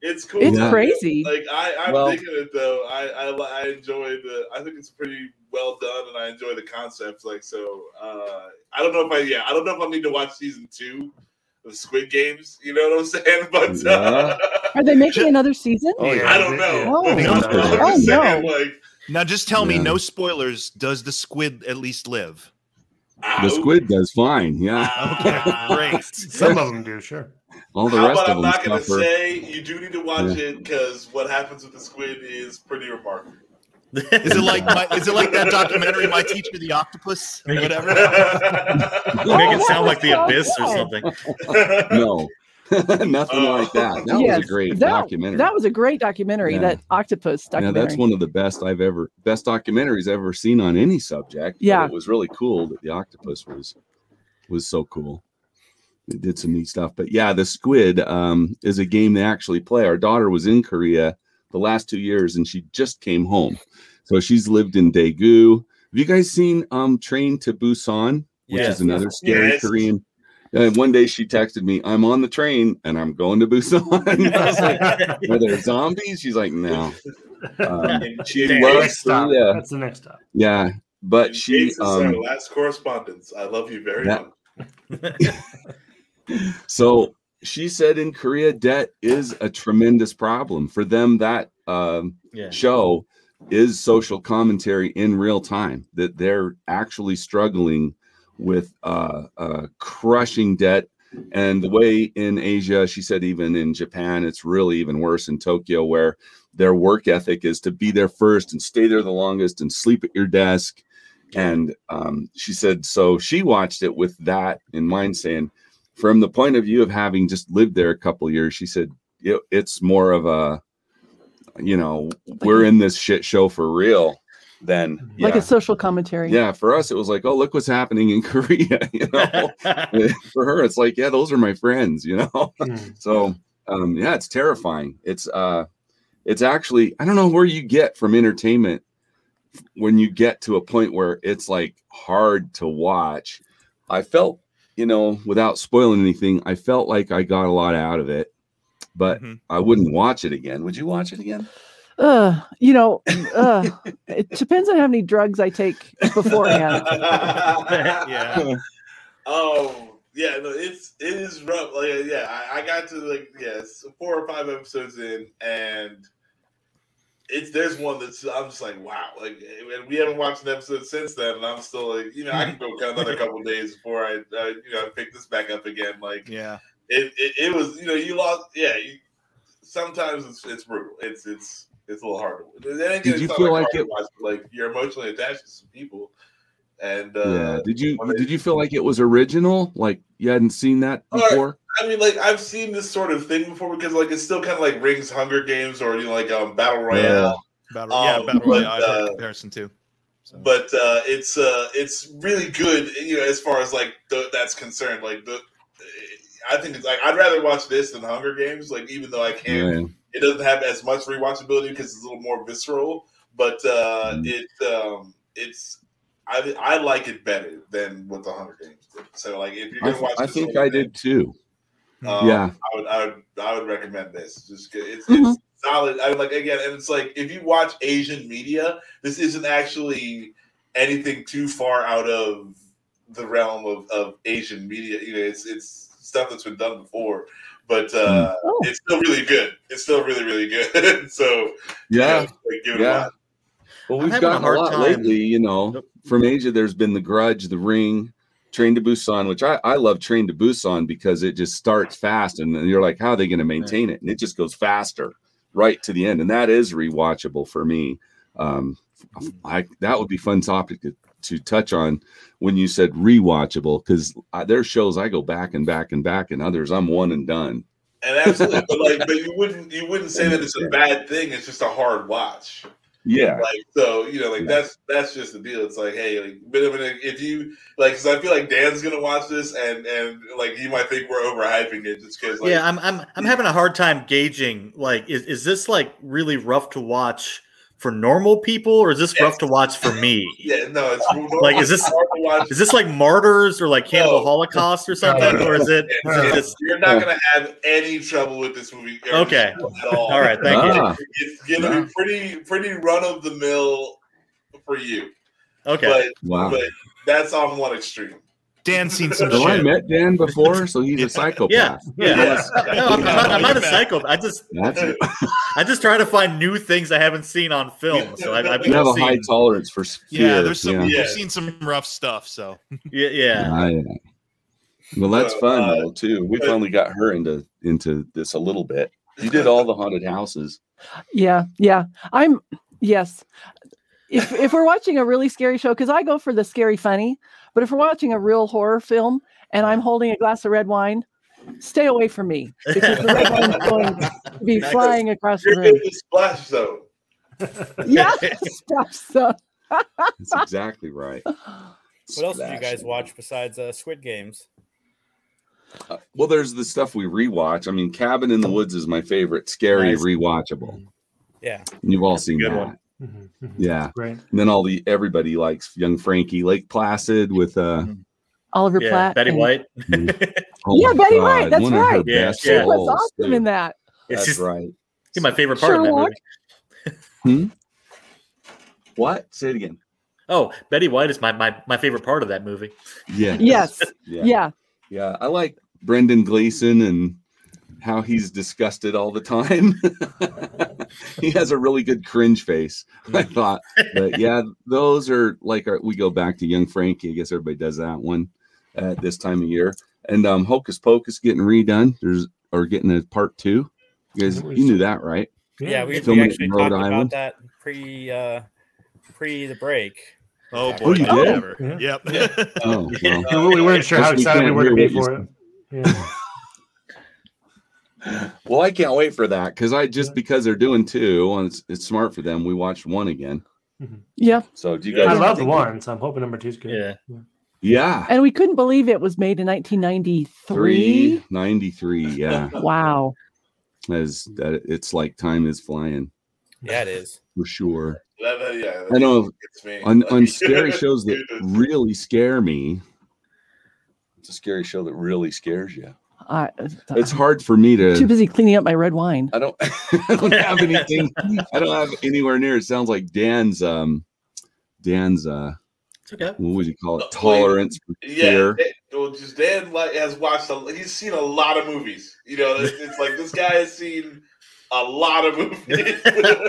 [SPEAKER 1] It's cool.
[SPEAKER 13] It's
[SPEAKER 1] Yeah.
[SPEAKER 13] crazy.
[SPEAKER 1] Like I, I'm
[SPEAKER 15] Well-
[SPEAKER 1] digging it though. I, I, li- I enjoy the. I think it's pretty well done, and I enjoy the concepts. Like so, uh, I don't know if I, yeah, I don't know if I need to watch season two of Squid Games. You know what I'm saying? But uh,
[SPEAKER 13] Are they making another season?
[SPEAKER 1] I don't know.
[SPEAKER 13] Oh,
[SPEAKER 1] I'm
[SPEAKER 13] Oh,
[SPEAKER 1] just
[SPEAKER 13] no.
[SPEAKER 1] saying, like,
[SPEAKER 5] Now just tell me,
[SPEAKER 15] Yeah.
[SPEAKER 5] no spoilers. Does the squid at least live?
[SPEAKER 15] The squid does fine. Yeah.
[SPEAKER 5] Okay, great.
[SPEAKER 3] Some of them do, sure.
[SPEAKER 15] All the
[SPEAKER 1] how
[SPEAKER 15] rest
[SPEAKER 1] about
[SPEAKER 15] of
[SPEAKER 1] I'm
[SPEAKER 15] them
[SPEAKER 1] not going to
[SPEAKER 15] suffer.
[SPEAKER 1] say you do need to watch
[SPEAKER 15] Yeah.
[SPEAKER 1] it because what happens with the squid is pretty remarkable.
[SPEAKER 5] Is it like my, is it like that documentary, My Teacher the Octopus, or whatever?
[SPEAKER 1] Oh,
[SPEAKER 2] Make it sound like the abyss or something.
[SPEAKER 15] no, nothing like that. That was
[SPEAKER 13] Yes.
[SPEAKER 15] a great
[SPEAKER 13] That-
[SPEAKER 15] documentary.
[SPEAKER 13] That was a great documentary.
[SPEAKER 15] Yeah.
[SPEAKER 13] That octopus
[SPEAKER 15] yeah,
[SPEAKER 13] documentary.
[SPEAKER 15] that's one of the best I've ever best documentaries I've ever seen on any subject. but
[SPEAKER 13] Yeah.
[SPEAKER 15] it was really cool that the octopus was was so cool. It did some neat stuff, but yeah, the squid um, is a game they actually play. Our daughter was in Korea the last two years, and she just came home, so she's lived in Daegu. Have you guys seen um, Train to Busan, which
[SPEAKER 1] Yes.
[SPEAKER 15] is another scary
[SPEAKER 1] Yes.
[SPEAKER 15] Korean? And one day she texted me, "I'm on the train and I'm going to Busan." I was like, Are there zombies? She's like, "No."
[SPEAKER 3] Uh,
[SPEAKER 15] Um, she
[SPEAKER 1] Damn.
[SPEAKER 15] loves
[SPEAKER 1] Next stop.
[SPEAKER 15] Korea.
[SPEAKER 1] That's the
[SPEAKER 3] next stop.
[SPEAKER 15] Yeah, but she
[SPEAKER 1] Gates is our
[SPEAKER 15] um,
[SPEAKER 1] last correspondence. I love you very
[SPEAKER 15] that-
[SPEAKER 1] much.
[SPEAKER 15] so she said in Korea debt is a tremendous problem for them. That um,
[SPEAKER 2] Yeah.
[SPEAKER 15] show is social commentary in real time that they're actually struggling with uh, uh, crushing debt. And the way in Asia, she said, even in Japan, it's really even worse in Tokyo, where their work ethic is to be there first and stay there the longest and sleep at your desk. And um, she said, so she watched it with that in mind, saying, from the point of view of having just lived there a couple years, she said, it, it's more of a, you know, we're in this shit show for real. Then
[SPEAKER 13] like a social commentary.
[SPEAKER 15] yeah, for us, it was like, oh, look what's happening in Korea. You know, for her, it's like, yeah, those are my friends. You know, so um, yeah, it's terrifying. It's uh, it's actually I don't know where you get from entertainment when you get to a point where it's like hard to watch. I felt, you know, without spoiling anything, I felt like I got a lot out of it, but I wouldn't watch it again. Would you watch it again?
[SPEAKER 13] Uh, you know, uh, it depends on how many drugs I take beforehand.
[SPEAKER 1] yeah. Oh, yeah. No, it's it is rough. Like, yeah, I, I got to like yes, four or five episodes in, and it's there's one that's I'm just like wow, like and we haven't watched an episode since then, and I'm still like you know I can go another couple days before I uh, you know pick this back up again. Like
[SPEAKER 5] yeah,
[SPEAKER 1] it, it, it was you know you lost yeah. You, sometimes it's it's brutal. It's it's it's a little hard. to- Then again,
[SPEAKER 15] Did
[SPEAKER 1] it's
[SPEAKER 15] you
[SPEAKER 1] not,
[SPEAKER 15] feel like
[SPEAKER 1] hard to
[SPEAKER 15] it-
[SPEAKER 1] watch, but, like you're emotionally attached to some people, and uh,
[SPEAKER 15] yeah. Did you did you feel like it was original? Like you hadn't seen that
[SPEAKER 1] Or,
[SPEAKER 15] before?
[SPEAKER 1] I mean, like I've seen this sort of thing before because like it's still kind of like rings Hunger Games or you know like um, Battle Royale.
[SPEAKER 5] Battle, yeah,
[SPEAKER 1] Um,
[SPEAKER 5] battle
[SPEAKER 1] but,
[SPEAKER 5] royale. I've heard
[SPEAKER 1] uh,
[SPEAKER 5] the comparison too.
[SPEAKER 1] But uh, it's uh, it's really good, you know, as far as like the, that's concerned. Like the, I think it's like I'd rather watch this than Hunger Games. Like even though I can't,
[SPEAKER 15] Yeah.
[SPEAKER 1] it doesn't have as much rewatchability because it's a little more visceral. But uh,
[SPEAKER 15] Mm-hmm.
[SPEAKER 1] it um, it's I I like it better than what the Hunger Games did. So like if you're
[SPEAKER 15] I,
[SPEAKER 1] gonna watch,
[SPEAKER 15] I
[SPEAKER 1] this
[SPEAKER 15] think
[SPEAKER 1] whole
[SPEAKER 15] I
[SPEAKER 1] thing,
[SPEAKER 15] did too.
[SPEAKER 1] um,
[SPEAKER 15] yeah.
[SPEAKER 1] I would, I would, I would recommend this. Just 'cause it's,
[SPEAKER 15] Mhm.
[SPEAKER 1] it's solid. I like again, and it's like if you watch Asian media, this isn't actually anything too far out of the realm of, of Asian media. You know, it's it's stuff that's been done before, but
[SPEAKER 15] Mm.
[SPEAKER 1] uh, it's still really good. It's still really really good. so
[SPEAKER 15] Yeah.
[SPEAKER 1] like, give it a
[SPEAKER 15] yeah.
[SPEAKER 1] watch.
[SPEAKER 15] Well,
[SPEAKER 1] I'm
[SPEAKER 15] we've
[SPEAKER 1] having a
[SPEAKER 15] gotten a,
[SPEAKER 1] hard
[SPEAKER 15] lot
[SPEAKER 1] time.
[SPEAKER 15] lately, you know. From Asia, there's been The Grudge, The Ring, Train to Busan, which I, I love Train to Busan because it just starts fast and then you're like, how are they going to maintain it? And it just goes faster right to the end. And that is rewatchable for me. Um, I, that would be fun topic to, to touch on when you said rewatchable because there's shows I go back and back and back, and others I'm one and done.
[SPEAKER 1] And absolutely, but like, but you wouldn't you wouldn't say that it's a bad thing. It's just a hard watch.
[SPEAKER 15] Yeah.
[SPEAKER 1] Like so, you know, like that's that's just the deal. It's like, hey, like, but I mean, if you like, because I feel like Dan's gonna watch this, and and like you might think we're overhyping it just because, like,
[SPEAKER 2] yeah, I'm I'm I'm having a hard time gauging like is, is this like really rough to watch for normal people or is this rough to watch for me?
[SPEAKER 1] yeah, no, it's
[SPEAKER 2] Like is this
[SPEAKER 1] hard to watch.
[SPEAKER 2] is this like martyrs or like cannibal holocaust or something or is it, is it just
[SPEAKER 1] You're not gonna have any trouble with this movie. or
[SPEAKER 2] Okay.
[SPEAKER 1] at all.
[SPEAKER 2] All right, thank you. Ah.
[SPEAKER 1] It's gonna be pretty pretty run of the mill for you.
[SPEAKER 2] Okay.
[SPEAKER 1] But
[SPEAKER 15] Wow.
[SPEAKER 1] but that's on one extreme.
[SPEAKER 5] Dan's seen some
[SPEAKER 15] So I
[SPEAKER 5] shit.
[SPEAKER 15] met Dan before, so he's a psychopath.
[SPEAKER 2] Yeah, yeah.
[SPEAKER 1] Yeah.
[SPEAKER 2] No, I'm not, I'm not a psycho. I just
[SPEAKER 15] That's it.
[SPEAKER 2] I just try to find new things I haven't seen on film. So I, I've
[SPEAKER 15] you have a
[SPEAKER 2] seen,
[SPEAKER 15] high tolerance for s- fear.
[SPEAKER 5] Yeah, there's some.
[SPEAKER 15] yeah.
[SPEAKER 5] We've seen some rough stuff. So
[SPEAKER 2] yeah, yeah.
[SPEAKER 15] Ah, yeah. Well, that's
[SPEAKER 1] So,
[SPEAKER 15] fun
[SPEAKER 1] uh,
[SPEAKER 15] though too. We
[SPEAKER 1] but-
[SPEAKER 15] finally got her into into this a little bit. You did all the haunted houses.
[SPEAKER 13] Yeah, yeah. I'm yes. If if we're watching a really scary show, because I go for the scary funny, but if we're watching a real horror film and I'm holding a glass of red wine, stay away from me because the red wine's going to be
[SPEAKER 1] Nice.
[SPEAKER 13] flying across the
[SPEAKER 1] You're in
[SPEAKER 13] room.
[SPEAKER 1] the splash zone.
[SPEAKER 13] Yeah, stop, stop.
[SPEAKER 15] That's exactly right.
[SPEAKER 4] What else did you guys
[SPEAKER 15] Splashing.
[SPEAKER 4] watch besides uh, Squid Games?
[SPEAKER 15] Uh, well, there's the stuff we rewatch. I mean, Cabin in the Woods is my favorite. Scary,
[SPEAKER 4] Nice.
[SPEAKER 15] rewatchable.
[SPEAKER 4] Yeah.
[SPEAKER 15] You've all seen
[SPEAKER 4] good
[SPEAKER 15] that.
[SPEAKER 4] one.
[SPEAKER 15] Yeah.
[SPEAKER 4] Great.
[SPEAKER 15] And then all the everybody likes Young Frankie, Lake Placid with uh
[SPEAKER 13] Oliver
[SPEAKER 2] Yeah,
[SPEAKER 13] Platt.
[SPEAKER 2] Betty
[SPEAKER 13] and-
[SPEAKER 2] White.
[SPEAKER 15] oh
[SPEAKER 13] yeah,
[SPEAKER 15] my
[SPEAKER 13] Betty
[SPEAKER 15] God,
[SPEAKER 13] White. That's
[SPEAKER 15] one of her
[SPEAKER 13] right.
[SPEAKER 15] best
[SPEAKER 13] She was
[SPEAKER 15] roles,
[SPEAKER 13] awesome
[SPEAKER 15] dude.
[SPEAKER 13] in that.
[SPEAKER 15] That's right.
[SPEAKER 2] She's my favorite part of that
[SPEAKER 13] Sherlock.
[SPEAKER 2] movie.
[SPEAKER 15] Hmm? What? Say it again.
[SPEAKER 2] Oh, Betty White is my, my, my favorite part of that movie.
[SPEAKER 15] Yeah.
[SPEAKER 13] Yes.
[SPEAKER 15] Yeah.
[SPEAKER 13] yeah.
[SPEAKER 15] Yeah, I like Brendan Gleeson and how he's disgusted all the time. he has a really good cringe face, I
[SPEAKER 4] Mm.
[SPEAKER 15] thought. But yeah, those are like our, we go back to Young Frankie. I guess everybody does that one at this time of year. And um, Hocus Pocus getting redone. There's or getting a part two. You guys, you knew that, right?
[SPEAKER 4] Yeah, we, we
[SPEAKER 15] Filming it
[SPEAKER 4] actually
[SPEAKER 15] in
[SPEAKER 4] talked about that pre uh, pre the break.
[SPEAKER 5] Oh
[SPEAKER 15] boy, you did?
[SPEAKER 5] Yeah. Yep.
[SPEAKER 15] Oh, well.
[SPEAKER 3] we weren't sure how
[SPEAKER 15] Guess we
[SPEAKER 3] excited we
[SPEAKER 15] can't
[SPEAKER 3] were to
[SPEAKER 15] hear
[SPEAKER 3] be
[SPEAKER 15] what you
[SPEAKER 3] for it. Yeah.
[SPEAKER 15] Well, I can't wait for that because I just because they're doing two and it's, it's smart for them. We watched one again.
[SPEAKER 13] Yeah.
[SPEAKER 15] So do you
[SPEAKER 3] I
[SPEAKER 15] guys?
[SPEAKER 3] love the one, so I'm hoping number two's good.
[SPEAKER 2] Yeah.
[SPEAKER 15] Yeah,
[SPEAKER 13] And we couldn't believe it was made in 1993.
[SPEAKER 15] three ninety three. Yeah,
[SPEAKER 13] Wow.
[SPEAKER 15] as that it's like time is flying
[SPEAKER 4] Yeah, it is.
[SPEAKER 15] for sure.
[SPEAKER 1] That- that- yeah,
[SPEAKER 15] I know
[SPEAKER 1] it's me.
[SPEAKER 15] on,
[SPEAKER 1] Like-
[SPEAKER 15] on scary shows that really scare me. It's a scary show that really scares you.
[SPEAKER 13] I,
[SPEAKER 15] It's hard for me
[SPEAKER 13] Uh, too
[SPEAKER 15] to.
[SPEAKER 13] busy cleaning up my red wine.
[SPEAKER 15] I don't. I don't have anything. I don't have anywhere near. It sounds like Dan's. Um, Dan's. Uh,
[SPEAKER 2] It's okay.
[SPEAKER 15] what would you call it? Tolerance for
[SPEAKER 1] Yeah,
[SPEAKER 15] fear.
[SPEAKER 1] Dan- well, just Dan like has watched. A, he's seen a lot of movies. You know, it's, it's like this guy has seen a lot of movies.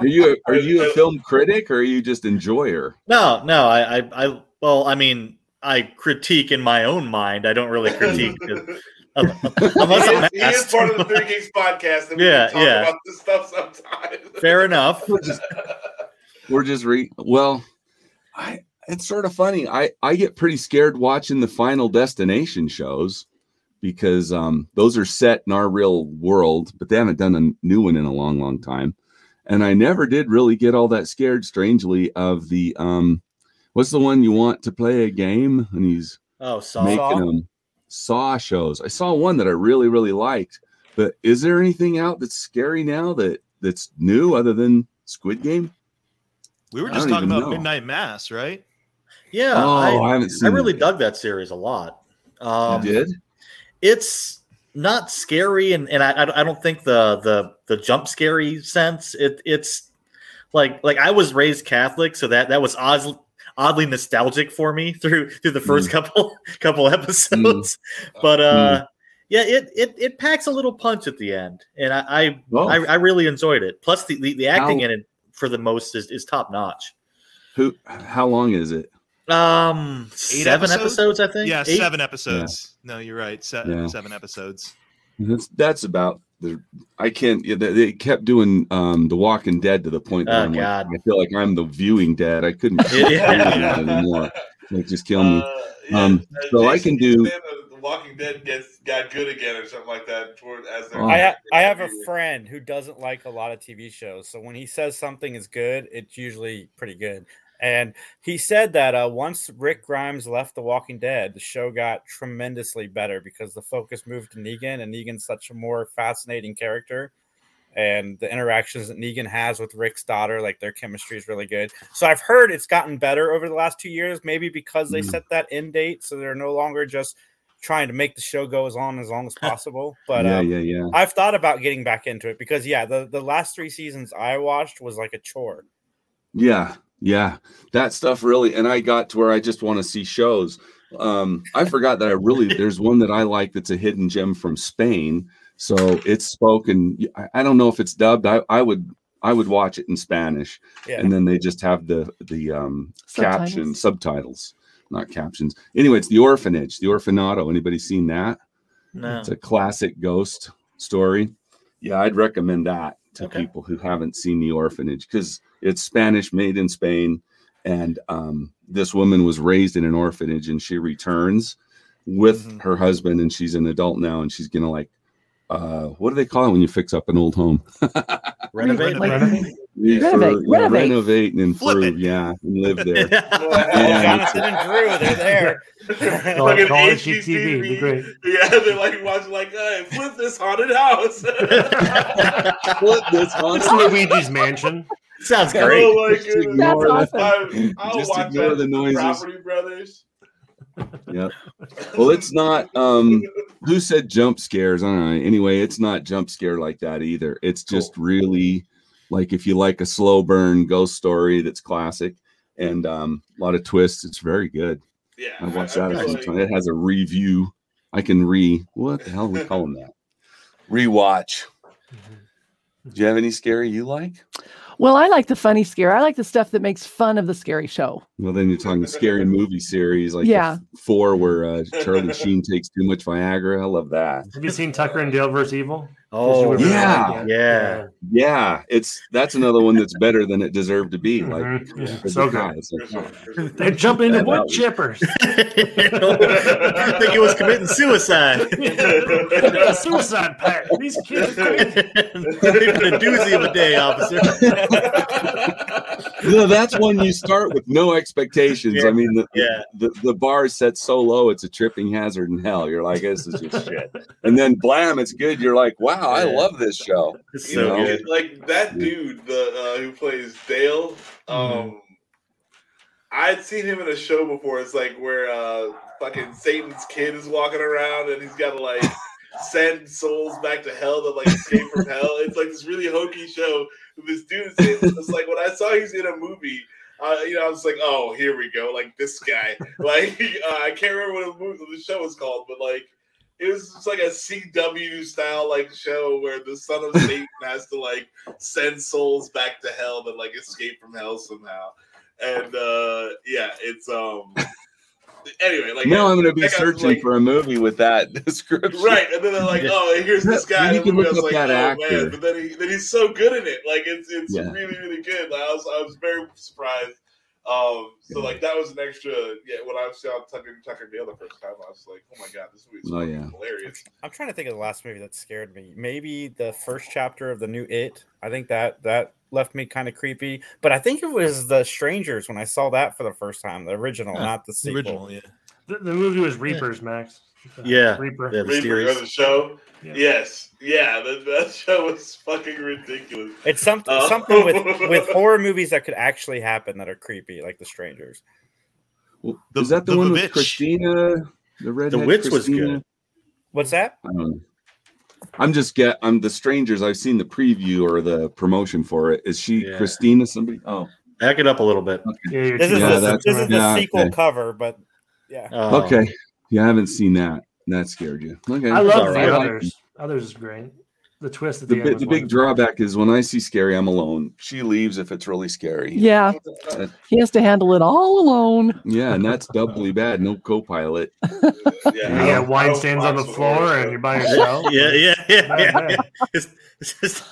[SPEAKER 15] Are you a, are you a film critic or are you just enjoyer?
[SPEAKER 2] No, no, I, I, I well, I mean, I critique in my own mind. I don't really critique it, un- un- unless
[SPEAKER 1] he,
[SPEAKER 2] I'm
[SPEAKER 1] is, he is
[SPEAKER 2] asked.
[SPEAKER 1] part of the Three Geeks podcast, and
[SPEAKER 2] Yeah,
[SPEAKER 1] we can talk
[SPEAKER 2] yeah.
[SPEAKER 1] about this stuff sometimes.
[SPEAKER 2] Fair enough.
[SPEAKER 15] We're just re well. I it's sort of funny. I I get pretty scared watching the Final Destination shows because um those are set in our real world, but they haven't done a new one in a long, long time. And I never did really get all that scared, strangely, of the um what's the one you want to play a game? And he's
[SPEAKER 2] Oh, Saw.
[SPEAKER 15] making them Saw shows. I saw one that I really really liked, but is there anything out that's scary now that that's new other than Squid Game?
[SPEAKER 5] We were
[SPEAKER 15] I
[SPEAKER 5] just
[SPEAKER 15] don't
[SPEAKER 5] talking
[SPEAKER 15] even
[SPEAKER 5] about
[SPEAKER 15] know.
[SPEAKER 5] Midnight Mass, right?
[SPEAKER 2] Yeah,
[SPEAKER 15] Oh, I
[SPEAKER 2] I,
[SPEAKER 15] haven't seen
[SPEAKER 2] really
[SPEAKER 15] it.
[SPEAKER 2] dug that series a lot. Um,
[SPEAKER 15] did?
[SPEAKER 2] It's not scary, and, and I, I- I don't think the the the jump scary sense. It it's like like I was raised Catholic, so that that was oddly, oddly nostalgic for me through through the first
[SPEAKER 15] Hmm.
[SPEAKER 2] couple couple episodes. But uh, yeah, it, it it packs a little punch at the end, and I I,
[SPEAKER 15] Oh.
[SPEAKER 2] I, I really enjoyed it. Plus the the, the acting
[SPEAKER 15] How-
[SPEAKER 2] in it for the most is, is top notch.
[SPEAKER 15] Who? How long is it?
[SPEAKER 2] Um, seven episodes? I think.
[SPEAKER 5] Yeah,
[SPEAKER 2] Eight?
[SPEAKER 5] seven episodes. No, you're right. Se-
[SPEAKER 15] Yeah.
[SPEAKER 5] Seven episodes.
[SPEAKER 15] That's that's about the. I can't. yeah, They, they kept doing um, the Walking Dead to the point that
[SPEAKER 2] Oh,
[SPEAKER 15] I'm like,
[SPEAKER 2] God.
[SPEAKER 15] I feel like I'm the viewing dead. I couldn't
[SPEAKER 2] Yeah.
[SPEAKER 15] keep doing that anymore. Like just kill me. um,
[SPEAKER 1] Uh,
[SPEAKER 15] so I
[SPEAKER 1] Jason
[SPEAKER 15] can
[SPEAKER 1] keeps
[SPEAKER 15] do.
[SPEAKER 1] saying that The Walking Dead gets got good again, or something like that. Toward as they're,
[SPEAKER 4] I, ha- I have a friend who doesn't like a lot of TV shows, so when he says something is good, it's usually pretty good. And he said that uh, once Rick Grimes left The Walking Dead, the show got tremendously better because the focus moved to Negan, and Negan's such a more fascinating character. And the interactions that Negan has with Rick's daughter, like their chemistry is really good. So I've heard it's gotten better over the last two years, maybe because they
[SPEAKER 15] Mm.
[SPEAKER 4] set that end date, so they're no longer just trying to make the show go as on as long as possible. But
[SPEAKER 15] yeah,
[SPEAKER 4] um,
[SPEAKER 15] yeah, yeah.
[SPEAKER 4] I've thought about getting back into it because yeah, the, the last three seasons I watched was like a chore.
[SPEAKER 15] Yeah, yeah. That stuff really and I got to where I just want to see shows. Um I forgot that I really there's one that I like that's a hidden gem from Spain. So it's spoken I- I don't know if it's dubbed. I, I would I would watch it in Spanish.
[SPEAKER 4] Yeah.
[SPEAKER 15] And then they just have the the um
[SPEAKER 13] Subtitles?
[SPEAKER 15] caption subtitles, not captions. Anyway, it's The Orphanage, The Orphanato. Anybody seen that?
[SPEAKER 2] No.
[SPEAKER 15] It's a classic ghost story. Yeah, I'd recommend that to
[SPEAKER 2] Okay.
[SPEAKER 15] people who haven't seen The Orphanage because it's Spanish made in Spain. And um, this woman was raised in an orphanage and she returns with her husband and she's an adult now and she's going to like, uh, what do they call it when you fix up an old home?
[SPEAKER 2] Renovate.
[SPEAKER 13] Like-
[SPEAKER 15] You
[SPEAKER 13] Renovate,
[SPEAKER 15] fur- you
[SPEAKER 13] renovate.
[SPEAKER 15] renovate and improve. Yeah, and live there. Yeah, it's-
[SPEAKER 4] Jonathan and Drew, they're there.
[SPEAKER 1] like an
[SPEAKER 3] Call it HGTV, be
[SPEAKER 1] HGTV.
[SPEAKER 3] great.
[SPEAKER 1] Yeah, they're like watching like, hey, flip this haunted house.
[SPEAKER 15] Flip this
[SPEAKER 3] It's Luigi's Mansion.
[SPEAKER 2] Sounds
[SPEAKER 1] Oh my
[SPEAKER 15] Just
[SPEAKER 1] goodness!
[SPEAKER 15] ignore
[SPEAKER 1] That's
[SPEAKER 15] the-
[SPEAKER 1] awesome. I, will
[SPEAKER 15] just
[SPEAKER 1] watch
[SPEAKER 15] ignore
[SPEAKER 1] that
[SPEAKER 15] the
[SPEAKER 1] with
[SPEAKER 15] noises.
[SPEAKER 1] Property Brothers.
[SPEAKER 15] Yep. Well, it's not. Um, who said jump scares? I don't know. Anyway, it's not jump scare like that either. It's just really like if you like a slow burn ghost story that's classic and um, a lot of twists. It's very good.
[SPEAKER 1] Yeah,
[SPEAKER 15] I watched
[SPEAKER 1] I- I
[SPEAKER 15] that a
[SPEAKER 1] feel
[SPEAKER 15] few
[SPEAKER 1] like-
[SPEAKER 15] times. It has a review. I can re. What the hell are we calling that? Rewatch. Do you have any scary you like?
[SPEAKER 13] Well, I like the funny scare. I like the stuff that makes fun of the scary show.
[SPEAKER 15] Well, then you're talking scary movie series like the
[SPEAKER 13] Yeah.
[SPEAKER 15] f- four where uh, Charlie Sheen takes too much Viagra. I love that.
[SPEAKER 3] Have you seen Tucker and Dale vs. Evil?
[SPEAKER 2] Oh,
[SPEAKER 15] yeah.
[SPEAKER 2] yeah.
[SPEAKER 15] Yeah, it's that's another one that's better than it deserved to
[SPEAKER 1] Mm-hmm.
[SPEAKER 15] be. Like
[SPEAKER 3] Mhm. Yeah.
[SPEAKER 15] for the
[SPEAKER 3] So
[SPEAKER 15] guy,
[SPEAKER 3] good.
[SPEAKER 15] it's like,
[SPEAKER 3] They're jumping into
[SPEAKER 15] That
[SPEAKER 3] wood
[SPEAKER 15] was-
[SPEAKER 3] chippers.
[SPEAKER 2] I think he was committing suicide.
[SPEAKER 3] a suicide pact. These kids. are crazy.
[SPEAKER 2] Even a doozy of a day, officer.
[SPEAKER 15] no, that's when you start with no expectations. I mean, the, the the bar is set so low, it's a tripping hazard in hell. You're like, this is just shit. And then blam, it's good. You're like, wow, I love this show.
[SPEAKER 1] You know, Like that dude, the uh, who plays Dale. Um, I'd seen him in a show before. It's like where uh, fucking Satan's kid is walking around and he's got to like send souls back to hell to like escape from hell. It's like this really hokey show. with This dude is in. It's like when I saw he's in a movie. Uh, you know, I was like, "Oh, here we go!" Like this guy. Like uh, I can't remember what the, movie, the show was called, but like it was just like a CW style like show where the son of Satan has to like send souls back to hell that like escape from hell somehow. And uh yeah, it's um anyway, like
[SPEAKER 15] now I'm going to
[SPEAKER 1] I
[SPEAKER 15] be
[SPEAKER 1] got,
[SPEAKER 15] searching
[SPEAKER 1] like-
[SPEAKER 15] for a movie with that description.
[SPEAKER 1] Right, and then they're like, "Oh, and here's this guy."
[SPEAKER 15] Then you
[SPEAKER 1] and
[SPEAKER 15] can
[SPEAKER 1] I
[SPEAKER 15] look
[SPEAKER 1] was
[SPEAKER 15] up
[SPEAKER 1] like,
[SPEAKER 15] that
[SPEAKER 1] "Oh
[SPEAKER 15] actor.
[SPEAKER 1] man!" But then, he, then he's so good in it. Like it's it's
[SPEAKER 15] Yeah.
[SPEAKER 1] really really good. Like, I was I was very surprised. Um, so like that was an extra. Yeah, when I saw Tucker and Tucker Dale the first time, I was like, "Oh my god, this movie is
[SPEAKER 15] Oh, yeah.
[SPEAKER 1] hilarious."
[SPEAKER 4] I'm trying to think of the last movie that scared me. Maybe the first chapter of the new It. I think that that left me kind of creepy. But I think it was The Strangers when I saw that for the first time, the original,
[SPEAKER 3] Yeah,
[SPEAKER 4] not the
[SPEAKER 3] the
[SPEAKER 4] sequel.
[SPEAKER 3] original, yeah. The, the movie was Reapers, Max.
[SPEAKER 2] Yeah.
[SPEAKER 3] Reaper.
[SPEAKER 2] Yeah, the Reaper, series.
[SPEAKER 1] Another show.
[SPEAKER 3] Yeah.
[SPEAKER 1] Yes, yeah, that, that show was fucking ridiculous.
[SPEAKER 4] It's something
[SPEAKER 1] Uh,
[SPEAKER 4] something with with horror movies that could actually happen that are creepy, like The Strangers.
[SPEAKER 15] Is that the,
[SPEAKER 4] the
[SPEAKER 15] one with
[SPEAKER 4] witch.
[SPEAKER 15] Christina? The red.
[SPEAKER 4] What's that?
[SPEAKER 15] I don't know. Um, I'm just get. I'm the strangers. I've seen the preview or the promotion for it. Is she
[SPEAKER 2] Yeah.
[SPEAKER 15] Christina? Somebody? Oh,
[SPEAKER 2] back it up a little bit.
[SPEAKER 4] This is
[SPEAKER 15] Yeah,
[SPEAKER 4] the,
[SPEAKER 15] that's
[SPEAKER 4] this is
[SPEAKER 15] right.
[SPEAKER 4] the
[SPEAKER 15] Yeah,
[SPEAKER 4] sequel um,
[SPEAKER 15] okay.
[SPEAKER 4] cover, but yeah.
[SPEAKER 15] okay. Yeah, I haven't seen that. That scared you. Okay.
[SPEAKER 3] I love the
[SPEAKER 15] I like
[SPEAKER 3] others. Others is great. The twist at
[SPEAKER 15] The,
[SPEAKER 3] the,
[SPEAKER 15] bi-
[SPEAKER 3] end.
[SPEAKER 15] the
[SPEAKER 3] was
[SPEAKER 15] big drawback is when I see scary, I'm alone. She leaves if it's really scary.
[SPEAKER 13] Yeah.
[SPEAKER 15] Uh,
[SPEAKER 13] He has to handle it all alone.
[SPEAKER 15] yeah, and that's doubly bad. No co-pilot.
[SPEAKER 3] wonderful. yeah, wine stands on the floor and you're by yourself.
[SPEAKER 2] Yeah, yeah, yeah. yeah. It's- it's just-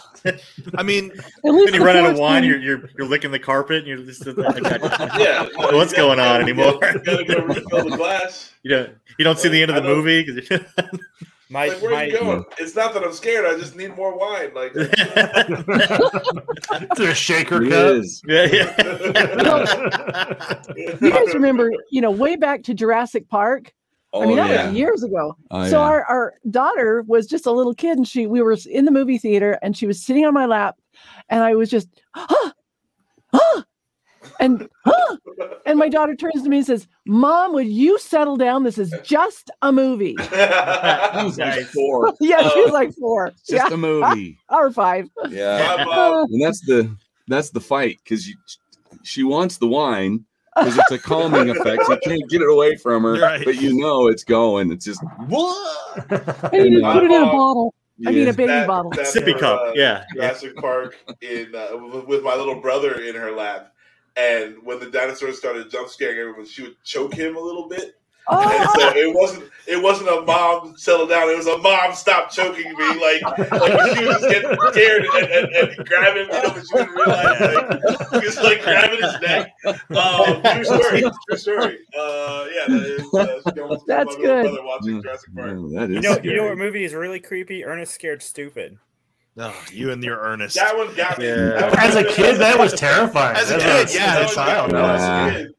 [SPEAKER 5] I mean,
[SPEAKER 2] when you run out of wine, you're, you're you're licking the carpet, and you're just I got-
[SPEAKER 1] Yeah,
[SPEAKER 2] I don't know what's going on anymore?
[SPEAKER 1] Gotta go refill the glass.
[SPEAKER 2] you don't you don't see the end of the movie. 'cause you're-
[SPEAKER 4] My,
[SPEAKER 1] like, where are you going? It's not that I'm scared. I just need more wine. Like,
[SPEAKER 3] Is there a shaker
[SPEAKER 15] It
[SPEAKER 3] cup?
[SPEAKER 15] is.
[SPEAKER 2] Yeah, yeah.
[SPEAKER 13] You guys remember, you know, way back to Jurassic Park. I
[SPEAKER 15] Oh,
[SPEAKER 13] mean, that
[SPEAKER 15] yeah.
[SPEAKER 13] was years ago.
[SPEAKER 15] Oh,
[SPEAKER 13] so
[SPEAKER 15] yeah.
[SPEAKER 13] our, our daughter was just a little kid and she we were in the movie theater and she was sitting on my lap and I was just "Huh, huh," and "Huh," and my daughter turns to me and says, Mom, would you settle down? This is just a movie.
[SPEAKER 1] that
[SPEAKER 15] was like four. Oh.
[SPEAKER 13] yeah, she was like four.
[SPEAKER 15] It's just
[SPEAKER 13] yeah.
[SPEAKER 15] a movie.
[SPEAKER 13] or five.
[SPEAKER 15] Yeah,
[SPEAKER 13] Bob.
[SPEAKER 15] and that's the that's the fight because she wants the wine because it's a calming effect. You can't get it away from her,
[SPEAKER 13] Right.
[SPEAKER 15] but you know it's going. It's just
[SPEAKER 13] I need to
[SPEAKER 15] My
[SPEAKER 13] put it in a
[SPEAKER 1] uh,
[SPEAKER 15] mom-
[SPEAKER 13] bottle. I mean,
[SPEAKER 15] Yeah.
[SPEAKER 13] a baby
[SPEAKER 1] That-
[SPEAKER 13] bottle.
[SPEAKER 1] that for, uh, Jurassic Park in uh, w- with my little brother in her lap, and when the dinosaurs started jump scaring everyone, she would choke him a little bit. And so it wasn't it wasn't a mom settle down. It was a mom stop choking me. Like, like she was just getting scared and, and, and grabbing him, you know, but she didn't realize like she was like grabbing his neck.
[SPEAKER 6] Oh.
[SPEAKER 1] Um, true story. True story. Uh, yeah, that is, uh, she almost killed my
[SPEAKER 13] That's
[SPEAKER 1] little
[SPEAKER 13] good.
[SPEAKER 1] brother watching Jurassic Park.
[SPEAKER 15] Mm-hmm. that
[SPEAKER 4] You
[SPEAKER 15] is
[SPEAKER 4] know,
[SPEAKER 15] scary.
[SPEAKER 4] you know what movie is really creepy? Ernest Scared Stupid.
[SPEAKER 5] Oh, you and your earnest.
[SPEAKER 1] That one got me.
[SPEAKER 3] As a kid, that was terrifying.
[SPEAKER 1] As a
[SPEAKER 3] As a-
[SPEAKER 1] kid, yeah,
[SPEAKER 3] as a child,
[SPEAKER 15] yeah.
[SPEAKER 1] I was scared.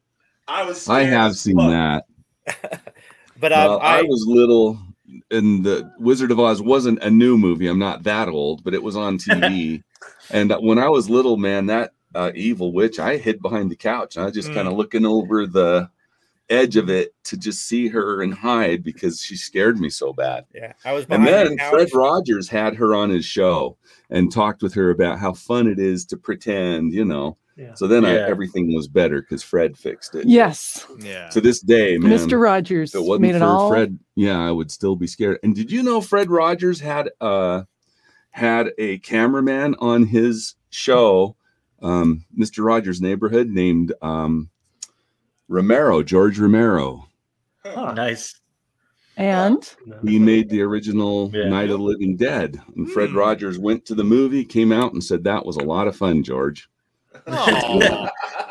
[SPEAKER 1] I was
[SPEAKER 15] I
[SPEAKER 1] scared.
[SPEAKER 15] have seen that.
[SPEAKER 4] But
[SPEAKER 15] Well,
[SPEAKER 4] um,
[SPEAKER 15] I,
[SPEAKER 4] I,
[SPEAKER 15] was little, and the Wizard of Oz wasn't a new movie. I'm not that old, but it was on TV. and when I was little, man, that uh, evil witch, I hid behind the couch. And I was just kind of
[SPEAKER 4] Mm.
[SPEAKER 15] looking over the edge of it to just see her and hide because she scared me so bad.
[SPEAKER 4] yeah, I was
[SPEAKER 15] And
[SPEAKER 4] behind
[SPEAKER 15] then
[SPEAKER 4] the couch.
[SPEAKER 15] Fred Rogers had her on his show and talked with her about how fun it is to pretend, you know.
[SPEAKER 3] Yeah.
[SPEAKER 15] So then I,
[SPEAKER 13] Yeah.
[SPEAKER 15] everything was better because Fred fixed it.
[SPEAKER 13] Yes.
[SPEAKER 5] Yeah.
[SPEAKER 15] To this day, man,
[SPEAKER 13] Mr. Rogers
[SPEAKER 15] If it wasn't
[SPEAKER 13] made it
[SPEAKER 15] for
[SPEAKER 13] all-
[SPEAKER 15] Fred, yeah, I would still be scared. And did you know Fred Rogers had uh had a cameraman on his show, um, Mr. Rogers' Neighborhood, named um, Romero, George Romero.
[SPEAKER 2] Nice.
[SPEAKER 13] And
[SPEAKER 15] He made the original Night of the Living Dead. And Fred Rogers went to the movie, came out, and said, That was a lot of fun, George.
[SPEAKER 5] Oh,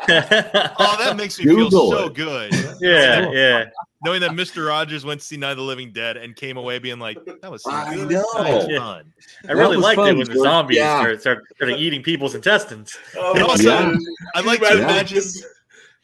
[SPEAKER 5] that makes me feel
[SPEAKER 15] Google
[SPEAKER 5] so
[SPEAKER 15] it.
[SPEAKER 5] good.
[SPEAKER 2] Yeah, yeah.
[SPEAKER 5] Knowing that Mr. Rogers went to see Night of the Living Dead and came away being like, "That was so
[SPEAKER 2] I
[SPEAKER 5] good.
[SPEAKER 2] know.
[SPEAKER 5] That was
[SPEAKER 2] Oh. Yeah.
[SPEAKER 5] fun."
[SPEAKER 2] I really
[SPEAKER 5] was
[SPEAKER 2] liked it
[SPEAKER 5] fun,
[SPEAKER 2] when the
[SPEAKER 5] George.
[SPEAKER 2] zombies
[SPEAKER 5] Yeah.
[SPEAKER 2] started, started, started eating people's intestines.
[SPEAKER 5] And also,
[SPEAKER 2] Oh, Yeah.
[SPEAKER 5] I like
[SPEAKER 2] Yeah.
[SPEAKER 5] to imagine.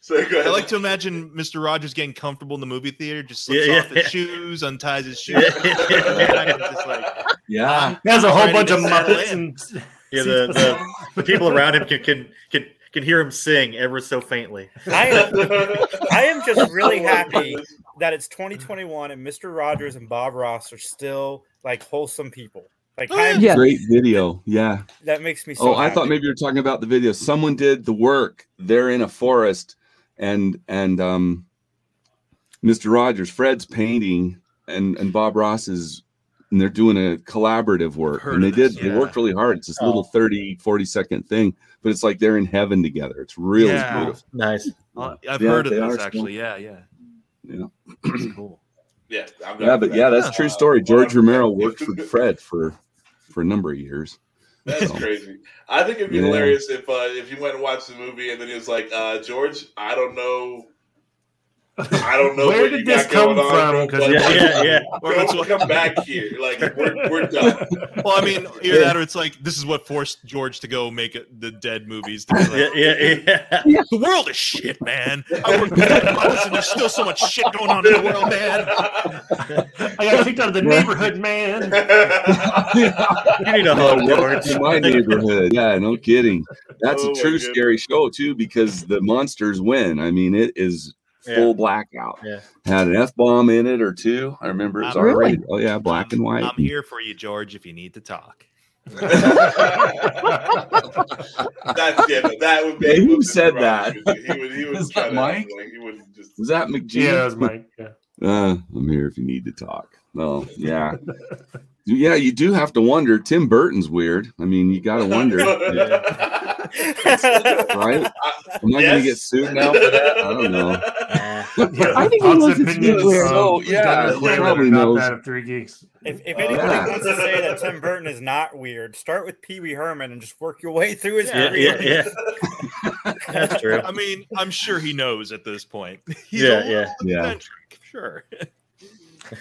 [SPEAKER 1] go ahead.
[SPEAKER 5] I like to imagine Mr. Rogers getting comfortable in the movie theater, just slips
[SPEAKER 2] Yeah, yeah,
[SPEAKER 5] off his
[SPEAKER 2] yeah.
[SPEAKER 5] shoes, unties his shoes. Just like,
[SPEAKER 2] Ah,
[SPEAKER 15] Yeah,
[SPEAKER 3] He has a whole
[SPEAKER 5] Ready
[SPEAKER 3] bunch
[SPEAKER 5] to
[SPEAKER 3] of
[SPEAKER 5] settle
[SPEAKER 3] Muppets
[SPEAKER 5] in.
[SPEAKER 3] and
[SPEAKER 2] Yeah, the, the, the people around him can, can can can hear him sing ever so faintly.
[SPEAKER 4] I am, I am just really happy that it's 2021 and Mr. Rogers and Bob Ross are still like wholesome people. Like I'm,
[SPEAKER 15] Great video. Yeah.
[SPEAKER 4] that makes me so.
[SPEAKER 15] oh, I thought maybe you were talking about the video. Someone did the work. They're in a forest, and and um, Mr. Rogers, Fred's painting, and and Bob Ross is, and they're doing a collaborative work.
[SPEAKER 5] Heard
[SPEAKER 15] And they
[SPEAKER 5] of this,
[SPEAKER 15] did. They worked really hard. It's this little 30, 40 second thing, but it's like they're in heaven together. It's really
[SPEAKER 5] Yeah.
[SPEAKER 15] beautiful.
[SPEAKER 2] Nice.
[SPEAKER 5] Uh, I've
[SPEAKER 15] Yeah,
[SPEAKER 5] heard of
[SPEAKER 15] they
[SPEAKER 5] this
[SPEAKER 15] are
[SPEAKER 5] actually. Yeah, yeah.
[SPEAKER 15] Yeah.
[SPEAKER 5] cool.
[SPEAKER 1] Yeah, I'm
[SPEAKER 15] Yeah, but yeah, that's a true story. George Romero worked for Fred for for a number of years.
[SPEAKER 1] That's crazy. I think it'd be
[SPEAKER 15] Yeah.
[SPEAKER 1] hilarious if uh, if you went and watched the movie and then he was like, uh, George, I don't know. I don't know
[SPEAKER 3] Where
[SPEAKER 1] what
[SPEAKER 3] did
[SPEAKER 1] you
[SPEAKER 3] this
[SPEAKER 1] got going
[SPEAKER 3] come
[SPEAKER 1] on,
[SPEAKER 3] from?
[SPEAKER 1] bro,
[SPEAKER 3] 'Cause-
[SPEAKER 1] but
[SPEAKER 3] Yeah, yeah, yeah.
[SPEAKER 1] Don't come back here. Like we're, we're done.
[SPEAKER 5] Well, I mean, either that or it's like this is what forced George to go make it, the dead movies. To be like,
[SPEAKER 2] yeah, yeah,
[SPEAKER 5] The world is shit, man. I work with Muppets and there's still so much shit going on in the world, man.
[SPEAKER 3] I got kicked out of the neighborhood, man.
[SPEAKER 2] you need
[SPEAKER 15] No,
[SPEAKER 2] a hug,
[SPEAKER 15] welcome
[SPEAKER 2] George.
[SPEAKER 15] to my neighborhood. Yeah, no kidding. That's
[SPEAKER 2] Oh,
[SPEAKER 15] a
[SPEAKER 2] my
[SPEAKER 15] true
[SPEAKER 2] goodness.
[SPEAKER 15] scary show too, because the monsters win. I mean, it is
[SPEAKER 2] Yeah.
[SPEAKER 15] full blackout.
[SPEAKER 2] Yeah.
[SPEAKER 15] Had an F bomb in it or two. I remember it was
[SPEAKER 5] Really?
[SPEAKER 15] already. Oh yeah, black and white.
[SPEAKER 5] I'm here for you, George, if you need to talk.
[SPEAKER 1] That's yeah, but that would be.
[SPEAKER 15] Who said that?
[SPEAKER 1] He would. He would
[SPEAKER 15] Is
[SPEAKER 1] try
[SPEAKER 15] that
[SPEAKER 1] to,
[SPEAKER 15] Mike?
[SPEAKER 1] Like, he would just.
[SPEAKER 15] Was that McGee?
[SPEAKER 3] Yeah, that was Mike. Yeah.
[SPEAKER 15] Uh, I'm here if you need to talk. Well, yeah. Yeah, you do have to wonder. Tim Burton's weird. I mean, you got to wonder, right? Am I going to get sued now for that? I don't know.
[SPEAKER 13] I think he knows it's
[SPEAKER 3] opinions,
[SPEAKER 13] weird.
[SPEAKER 5] Oh,
[SPEAKER 15] So,
[SPEAKER 3] um,
[SPEAKER 15] yeah,
[SPEAKER 3] Gunnar
[SPEAKER 15] he
[SPEAKER 3] Clay,
[SPEAKER 15] probably
[SPEAKER 3] not
[SPEAKER 15] knows.
[SPEAKER 3] Bad at three geeks.
[SPEAKER 4] If, if anybody wants to say that Tim Burton is not weird, start with Pee Wee Herman and just work your way through his
[SPEAKER 5] Yeah,
[SPEAKER 4] career.
[SPEAKER 5] yeah,
[SPEAKER 2] That's true.
[SPEAKER 5] I mean, I'm sure he knows at this point. He's a
[SPEAKER 2] yeah,
[SPEAKER 5] little
[SPEAKER 2] yeah,
[SPEAKER 5] eccentric, Sure.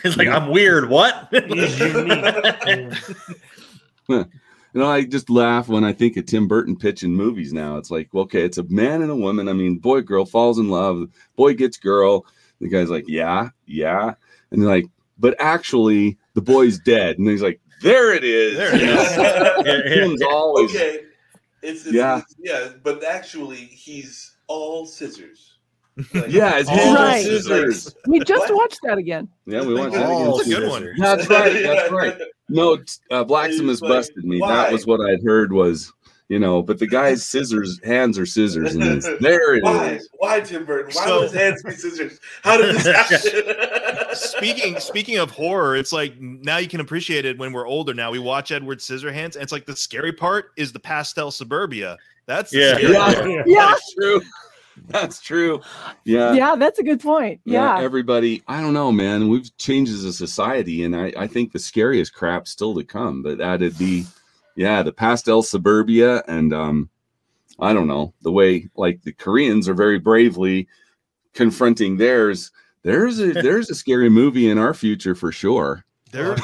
[SPEAKER 2] He's like, I'm weird. What?
[SPEAKER 15] Huh. You know, I just laugh when I think of Tim Burton pitching movies now. It's like, well, okay, it's a man and a woman. I mean, boy, girl falls in love, boy gets girl. The guy's like, yeah, yeah. And they're like, but actually, the boy's dead. And he's like, there it is.
[SPEAKER 1] There it is.
[SPEAKER 15] Tim's always.
[SPEAKER 1] Okay. It's, it's,
[SPEAKER 15] Yeah.
[SPEAKER 1] yeah. yeah, but actually, he's all scissors.
[SPEAKER 15] Yeah, it's
[SPEAKER 1] All
[SPEAKER 13] Right.
[SPEAKER 15] scissors.
[SPEAKER 13] We just watched that again.
[SPEAKER 15] Yeah, we want that
[SPEAKER 13] Oh,
[SPEAKER 15] again.
[SPEAKER 13] good
[SPEAKER 15] too.
[SPEAKER 13] one.
[SPEAKER 15] That's right. That's right. No, t- uh, Blaximus
[SPEAKER 1] Like,
[SPEAKER 15] busted me. That was what I would heard was, you know, but the guy's scissors, hands are scissors. And it's, there it is.
[SPEAKER 1] why? Why, Tim Burton? Why
[SPEAKER 5] So-
[SPEAKER 1] was hands be scissors? How did this happen?
[SPEAKER 5] speaking speaking of horror, it's like now you can appreciate it when we're older. Now we watch Edward Scissorhands, and it's like the scary part is the pastel suburbia. That's the
[SPEAKER 15] Yeah.
[SPEAKER 5] scary
[SPEAKER 15] Yeah.
[SPEAKER 5] part.
[SPEAKER 15] Yeah.
[SPEAKER 13] Yeah.
[SPEAKER 15] That's true. That's true. Yeah.
[SPEAKER 13] Yeah, that's a good point. Yeah.
[SPEAKER 15] Everybody, I don't know, man. We've changed as a society, and I, I think the scariest crap's still to come. But that'd be, yeah, the pastel suburbia, and um, I don't know the way like the Koreans are very bravely confronting theirs. There's a there's a scary movie in our future for sure.
[SPEAKER 5] There,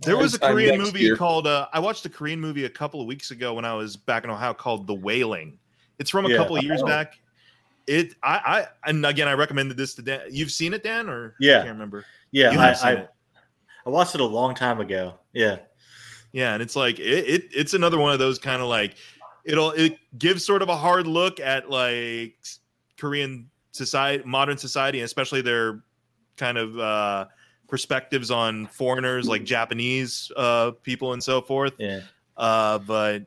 [SPEAKER 5] there was a
[SPEAKER 15] Sometime
[SPEAKER 5] Korean
[SPEAKER 15] next
[SPEAKER 5] movie
[SPEAKER 15] year.
[SPEAKER 5] called. Uh, I watched a Korean movie a couple of weeks ago when I was back in Ohio called The Wailing. It's from a
[SPEAKER 2] Yeah.
[SPEAKER 5] couple of years
[SPEAKER 2] Oh.
[SPEAKER 5] back. It, I, I, and again, I recommended this to Dan. You've seen it, Dan, or I
[SPEAKER 2] Yeah.
[SPEAKER 5] can't remember.
[SPEAKER 2] Yeah,
[SPEAKER 5] You have seen
[SPEAKER 2] I, I,
[SPEAKER 5] it.
[SPEAKER 2] I watched it a long time ago. Yeah,
[SPEAKER 5] Yeah, and it's like it, it it's another one of those kind of like it'll it gives sort of a hard look at like s- Korean society, modern society, and especially their kind of uh perspectives on foreigners like Japanese uh people and so forth.
[SPEAKER 2] Yeah.
[SPEAKER 5] Uh but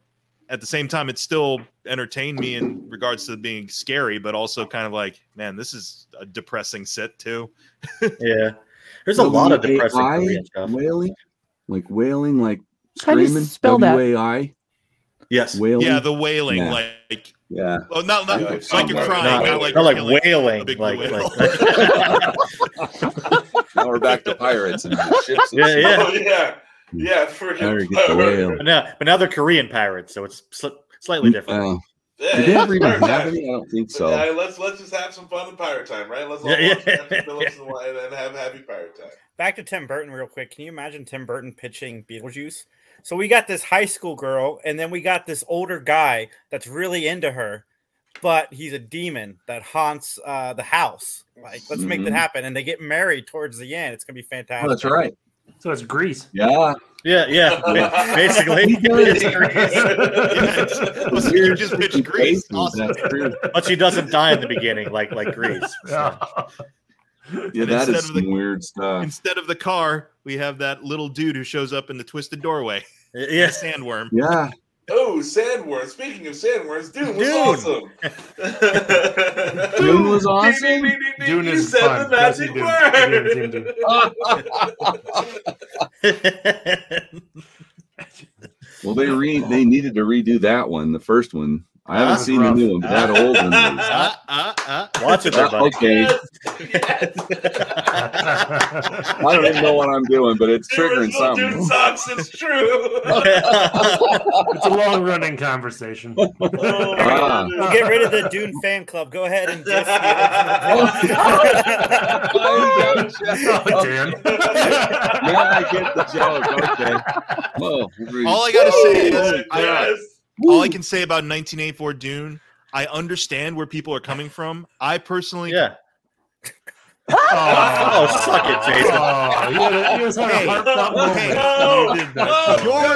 [SPEAKER 5] at the same time it still entertained me in regards to being scary, but also kind of like, man, this is a depressing set too.
[SPEAKER 2] yeah. There's a lot of depressing
[SPEAKER 15] W A I,
[SPEAKER 2] Korean stuff.
[SPEAKER 15] Wailing, like wailing, like
[SPEAKER 13] How do you
[SPEAKER 15] screaming.
[SPEAKER 13] spell that?
[SPEAKER 15] W A I.
[SPEAKER 2] Yes.
[SPEAKER 15] Wailing.
[SPEAKER 5] Yeah, the wailing,
[SPEAKER 15] Yeah.
[SPEAKER 5] like
[SPEAKER 15] yeah.
[SPEAKER 5] well Oh, not, not
[SPEAKER 15] Yeah,
[SPEAKER 5] like
[SPEAKER 15] something
[SPEAKER 5] you're
[SPEAKER 15] like
[SPEAKER 5] crying,
[SPEAKER 15] that.
[SPEAKER 5] not like
[SPEAKER 2] not
[SPEAKER 5] you're killing
[SPEAKER 2] like
[SPEAKER 5] a
[SPEAKER 2] wailing,
[SPEAKER 5] big
[SPEAKER 2] like,
[SPEAKER 5] whale.
[SPEAKER 2] like
[SPEAKER 15] Now we're back to pirates and ships. And
[SPEAKER 2] Yeah, yeah.
[SPEAKER 1] Oh, yeah, yeah. Freaking
[SPEAKER 15] Pirate gets the whale.
[SPEAKER 2] But now, but now they're Korean pirates, so it's sli- slightly
[SPEAKER 15] Uh,
[SPEAKER 2] different.
[SPEAKER 15] did they ever even have any? I don't think
[SPEAKER 1] All
[SPEAKER 15] so.
[SPEAKER 1] right, let's let's just have some fun in pirate time, right? Let's all
[SPEAKER 2] Yeah,
[SPEAKER 1] watch
[SPEAKER 2] yeah.
[SPEAKER 1] Captain Phillips and wa- and, and have happy pirate time.
[SPEAKER 4] back to Tim Burton real quick. Can you imagine Tim Burton pitching Beetlejuice? So we got this high school girl, and then we got this older guy that's really into her, but he's a demon that haunts uh, the house. Like, let's make that
[SPEAKER 15] Mhm.
[SPEAKER 4] happen, and they get married towards the end. It's gonna be
[SPEAKER 3] Oh,
[SPEAKER 4] fantastic.
[SPEAKER 15] that's right.
[SPEAKER 4] So it's Greece.
[SPEAKER 15] Yeah.
[SPEAKER 2] Yeah, yeah. ba- Basically,
[SPEAKER 4] You got it.
[SPEAKER 2] It's Greece.
[SPEAKER 5] You just pitched Greece. Awesome.
[SPEAKER 2] but she doesn't die in the beginning, like like Greece. So.
[SPEAKER 15] Yeah,
[SPEAKER 5] And
[SPEAKER 15] that
[SPEAKER 5] instead
[SPEAKER 15] is
[SPEAKER 5] of
[SPEAKER 15] some
[SPEAKER 5] the-
[SPEAKER 15] weird stuff.
[SPEAKER 5] Instead of the car, we have that little dude who shows up in the twisted doorway.
[SPEAKER 2] Yeah,
[SPEAKER 5] sandworm.
[SPEAKER 15] Yeah.
[SPEAKER 1] Oh, sandworms. Speaking of sandworms, Dune was
[SPEAKER 5] Dune.
[SPEAKER 1] awesome.
[SPEAKER 15] Dune was
[SPEAKER 1] Ding,
[SPEAKER 15] awesome.
[SPEAKER 1] ding, ding, ding.
[SPEAKER 3] Dune
[SPEAKER 1] you
[SPEAKER 3] is
[SPEAKER 1] said
[SPEAKER 3] fun.
[SPEAKER 1] the magic
[SPEAKER 3] Yes, you
[SPEAKER 1] word.
[SPEAKER 3] did. You did,
[SPEAKER 15] Well, they re they needed to redo that one. The first one. I haven't seen the new one, but that old one. was-
[SPEAKER 2] Uh, uh, uh. Watch it, everybody.
[SPEAKER 15] okay. I don't even know what I'm doing, but it's triggering
[SPEAKER 1] Original
[SPEAKER 15] something.
[SPEAKER 1] Dune sucks. It's true.
[SPEAKER 3] it's a long running conversation.
[SPEAKER 5] Oh,
[SPEAKER 15] Ah.
[SPEAKER 4] We'll get rid of the Dune fan club. Go ahead and just
[SPEAKER 3] Oh, Dan.
[SPEAKER 15] Now I get the joke. Okay. Whoa.
[SPEAKER 5] All I gotta say is,
[SPEAKER 15] Holy
[SPEAKER 5] I-
[SPEAKER 15] crap.
[SPEAKER 5] all I can say about 1984 Dune, I understand where people are coming from. I personally,
[SPEAKER 2] yeah.
[SPEAKER 5] oh,
[SPEAKER 2] suck it, Jason.
[SPEAKER 3] Oh, you had a- you just had a heartfelt moment.
[SPEAKER 1] No,
[SPEAKER 3] You did
[SPEAKER 1] no,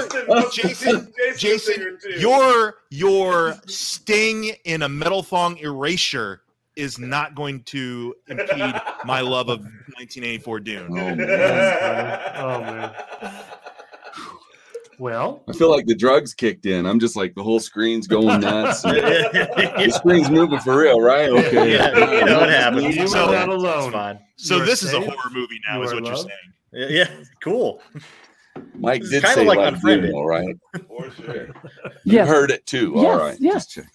[SPEAKER 3] that.
[SPEAKER 1] Justin,
[SPEAKER 5] Jason, Jason, your your sting in a metal thong erasure is not going to impede my love of 1984 Dune.
[SPEAKER 15] Oh, man.
[SPEAKER 3] Oh man. Well,
[SPEAKER 15] I feel like the drugs kicked in. I'm just like the whole screen's going nuts. the screen's moving for real, right? Okay.
[SPEAKER 2] Yeah, you know what happens.
[SPEAKER 3] You
[SPEAKER 5] So-
[SPEAKER 3] are not alone.
[SPEAKER 2] It's fine.
[SPEAKER 5] So
[SPEAKER 3] You are
[SPEAKER 5] this is a
[SPEAKER 3] safe.
[SPEAKER 5] horror movie now,
[SPEAKER 3] You
[SPEAKER 5] is
[SPEAKER 3] are
[SPEAKER 5] what you're
[SPEAKER 3] loved.
[SPEAKER 5] saying.
[SPEAKER 2] Yeah, yeah, cool.
[SPEAKER 15] Mike
[SPEAKER 2] This is
[SPEAKER 15] did
[SPEAKER 2] kinda
[SPEAKER 15] say
[SPEAKER 2] like
[SPEAKER 15] like
[SPEAKER 2] Unfriended.
[SPEAKER 15] Doom, all right.
[SPEAKER 1] For sure.
[SPEAKER 15] You
[SPEAKER 13] Yes.
[SPEAKER 15] heard it too. All
[SPEAKER 13] Yes,
[SPEAKER 15] right.
[SPEAKER 13] yes.
[SPEAKER 15] Just check.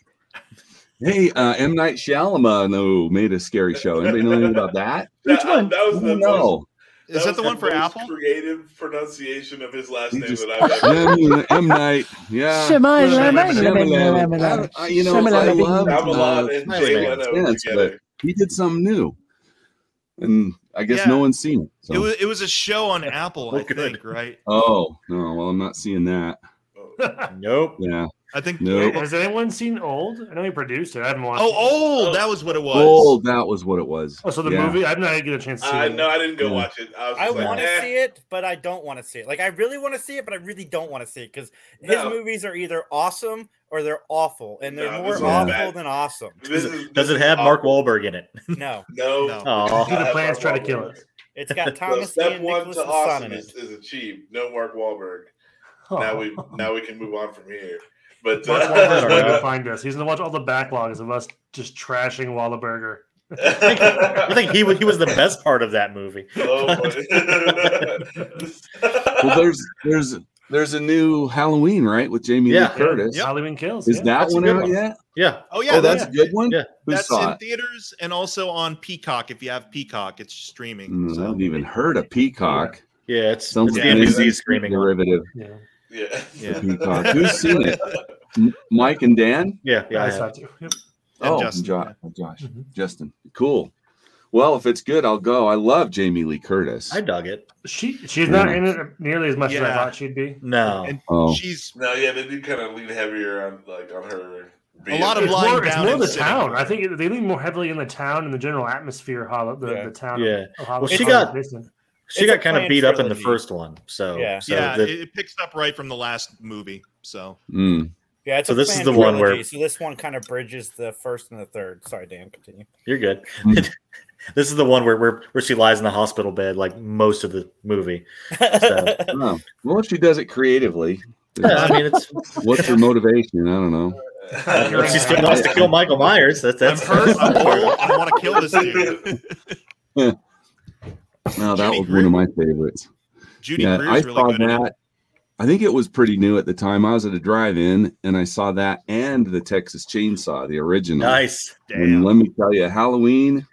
[SPEAKER 15] Hey, uh, M. Night Shyamalan no, made a scary show. Anybody know anything about that?
[SPEAKER 1] Which one? That was the most,
[SPEAKER 15] No.
[SPEAKER 5] Is that
[SPEAKER 1] was
[SPEAKER 5] the one for
[SPEAKER 1] most
[SPEAKER 5] Apple?
[SPEAKER 1] creative pronunciation of his last
[SPEAKER 15] He
[SPEAKER 1] name
[SPEAKER 15] just-
[SPEAKER 1] that I've ever.
[SPEAKER 15] M, M. Night. Yeah. Shyamalan. I- I- You know, I love uh,
[SPEAKER 1] Shyamalan and
[SPEAKER 15] Shyamalan
[SPEAKER 1] Jay Leno
[SPEAKER 15] Sense, but
[SPEAKER 1] together.
[SPEAKER 15] He did something new. And I guess no
[SPEAKER 5] Yeah.
[SPEAKER 15] one's seen it. So.
[SPEAKER 5] It was it was a show on Apple, I think, right?
[SPEAKER 15] oh, no. Well, I'm not seeing that.
[SPEAKER 2] Nope.
[SPEAKER 15] Yeah.
[SPEAKER 5] I think.
[SPEAKER 15] Nope.
[SPEAKER 3] has anyone seen Old? I know he produced it. I haven't watched.
[SPEAKER 5] Oh,
[SPEAKER 3] it.
[SPEAKER 5] old. That was what it was.
[SPEAKER 15] Oh, that was what it was.
[SPEAKER 3] Oh, so the
[SPEAKER 15] Yeah.
[SPEAKER 3] movie. I did not get a chance to see
[SPEAKER 1] I
[SPEAKER 3] it.
[SPEAKER 1] no, I didn't go
[SPEAKER 15] Yeah.
[SPEAKER 1] watch it. I was
[SPEAKER 4] I
[SPEAKER 1] just like,
[SPEAKER 4] want to
[SPEAKER 1] eh.
[SPEAKER 4] see it, but I don't want to see it. Like I really want to see it, but I really don't want to see it because
[SPEAKER 1] No.
[SPEAKER 4] his movies are either awesome or they're awful, and they're
[SPEAKER 1] No,
[SPEAKER 4] more
[SPEAKER 1] this
[SPEAKER 4] awful
[SPEAKER 1] is bad.
[SPEAKER 4] than awesome.
[SPEAKER 1] This is,
[SPEAKER 2] Does it have Mark Wahlberg in it?
[SPEAKER 4] No,
[SPEAKER 1] no.
[SPEAKER 5] No.
[SPEAKER 2] Oh,
[SPEAKER 3] Peter Plans try to kill us.
[SPEAKER 4] it's got
[SPEAKER 1] So
[SPEAKER 4] Thomas
[SPEAKER 1] step
[SPEAKER 4] Ian
[SPEAKER 1] one
[SPEAKER 4] Nicholas
[SPEAKER 1] to
[SPEAKER 4] Sun in
[SPEAKER 1] awesome
[SPEAKER 4] it.
[SPEAKER 1] is, is achieved. No Mark Wahlberg.
[SPEAKER 3] Oh.
[SPEAKER 1] Now we now we can move on from here. But
[SPEAKER 3] Mark Wahlberg's going to
[SPEAKER 1] uh,
[SPEAKER 3] find us. He's going to watch all the backlogs of us just trashing Wallaburger.
[SPEAKER 2] I think he was he was the best part of that movie.
[SPEAKER 1] oh, boy.
[SPEAKER 15] well, there's there's there's a new Halloween right with Jamie
[SPEAKER 2] Yeah.
[SPEAKER 15] Lee Curtis.
[SPEAKER 5] Yep.
[SPEAKER 3] Halloween kills.
[SPEAKER 15] Is
[SPEAKER 3] yeah.
[SPEAKER 15] that
[SPEAKER 2] That's a
[SPEAKER 15] one
[SPEAKER 2] good
[SPEAKER 15] out
[SPEAKER 2] one.
[SPEAKER 15] yet?
[SPEAKER 2] Yeah,
[SPEAKER 5] Oh yeah,
[SPEAKER 15] oh, that's
[SPEAKER 5] yeah.
[SPEAKER 15] a good one.
[SPEAKER 2] Yeah.
[SPEAKER 15] Who
[SPEAKER 5] That's
[SPEAKER 15] saw
[SPEAKER 5] in
[SPEAKER 15] it?
[SPEAKER 5] theaters and also on Peacock. If you have Peacock, it's streaming.
[SPEAKER 15] Mm, I
[SPEAKER 5] so.
[SPEAKER 15] haven't even heard of Peacock.
[SPEAKER 2] yeah. It's,
[SPEAKER 15] Sounds
[SPEAKER 2] it's
[SPEAKER 15] like an
[SPEAKER 2] NBC
[SPEAKER 15] NBC
[SPEAKER 2] screaming. on it.
[SPEAKER 15] derivative.
[SPEAKER 3] Yeah.
[SPEAKER 1] yeah.
[SPEAKER 5] Yeah.
[SPEAKER 15] of Peacock. Who's seen it? M- Mike and Dan.
[SPEAKER 2] Yeah, yeah.
[SPEAKER 3] I
[SPEAKER 2] I
[SPEAKER 3] saw
[SPEAKER 2] have.
[SPEAKER 3] it too. Yep.
[SPEAKER 5] And
[SPEAKER 15] oh,
[SPEAKER 5] Justin,
[SPEAKER 15] Jo-
[SPEAKER 5] yeah.
[SPEAKER 15] oh, Josh,
[SPEAKER 3] Mhm.
[SPEAKER 15] Justin. Cool. Well, if it's good, I'll go. I love Jamie Lee Curtis.
[SPEAKER 2] I dug it.
[SPEAKER 3] She she's not
[SPEAKER 15] Yeah.
[SPEAKER 3] in it nearly as much as I
[SPEAKER 5] Yeah.
[SPEAKER 3] thought she'd be.
[SPEAKER 2] No,
[SPEAKER 5] And
[SPEAKER 15] Oh.
[SPEAKER 5] she's
[SPEAKER 1] No, yeah, they did kind of lean heavier on like on her.
[SPEAKER 5] A lot of
[SPEAKER 3] It's
[SPEAKER 5] lying
[SPEAKER 3] more, it's
[SPEAKER 5] down
[SPEAKER 3] more
[SPEAKER 5] and
[SPEAKER 3] the
[SPEAKER 5] sitting.
[SPEAKER 3] town. I think it- they lean more heavily in the town and the general atmosphere. Hollow, the,
[SPEAKER 4] Yeah.
[SPEAKER 3] the town.
[SPEAKER 2] Yeah.
[SPEAKER 3] Of Hollow,
[SPEAKER 2] Well, she got- she
[SPEAKER 4] It's a
[SPEAKER 2] got kind of
[SPEAKER 4] planned
[SPEAKER 2] beat up in the
[SPEAKER 4] trilogy.
[SPEAKER 2] first one. So
[SPEAKER 4] Yeah.
[SPEAKER 2] so
[SPEAKER 5] yeah,
[SPEAKER 2] the-
[SPEAKER 5] it, it picks up right from the last movie. So
[SPEAKER 15] Mm.
[SPEAKER 4] Yeah, it's
[SPEAKER 2] Hmm. So
[SPEAKER 4] a
[SPEAKER 2] this is
[SPEAKER 4] planned
[SPEAKER 2] the one where-
[SPEAKER 4] trilogy, so this one kind of bridges the first and the third. Sorry, Dan, continue.
[SPEAKER 2] you're good.
[SPEAKER 15] Hmm.
[SPEAKER 2] this is the one where, where where she lies in the hospital bed like most of the movie. So,
[SPEAKER 15] Oh. Well, if she does it creatively,
[SPEAKER 2] yeah, I mean, it's
[SPEAKER 15] what's her motivation? I don't know.
[SPEAKER 2] if she still wants to kill Michael Myers. That's
[SPEAKER 5] I'm
[SPEAKER 2] that's
[SPEAKER 5] hurt. I'm
[SPEAKER 2] Oh.
[SPEAKER 5] old. I want to kill this dude.
[SPEAKER 15] No, that
[SPEAKER 5] Judy
[SPEAKER 15] was one of my favorites.
[SPEAKER 5] Judy
[SPEAKER 15] yeah,
[SPEAKER 5] Greer's
[SPEAKER 15] I
[SPEAKER 5] really
[SPEAKER 15] saw
[SPEAKER 5] good. At it.
[SPEAKER 15] that. I think it was pretty new at the time. I was at a drive-in and I saw that and the Texas Chainsaw, the original.
[SPEAKER 2] nice.
[SPEAKER 5] Damn.
[SPEAKER 15] And let me tell you, Halloween.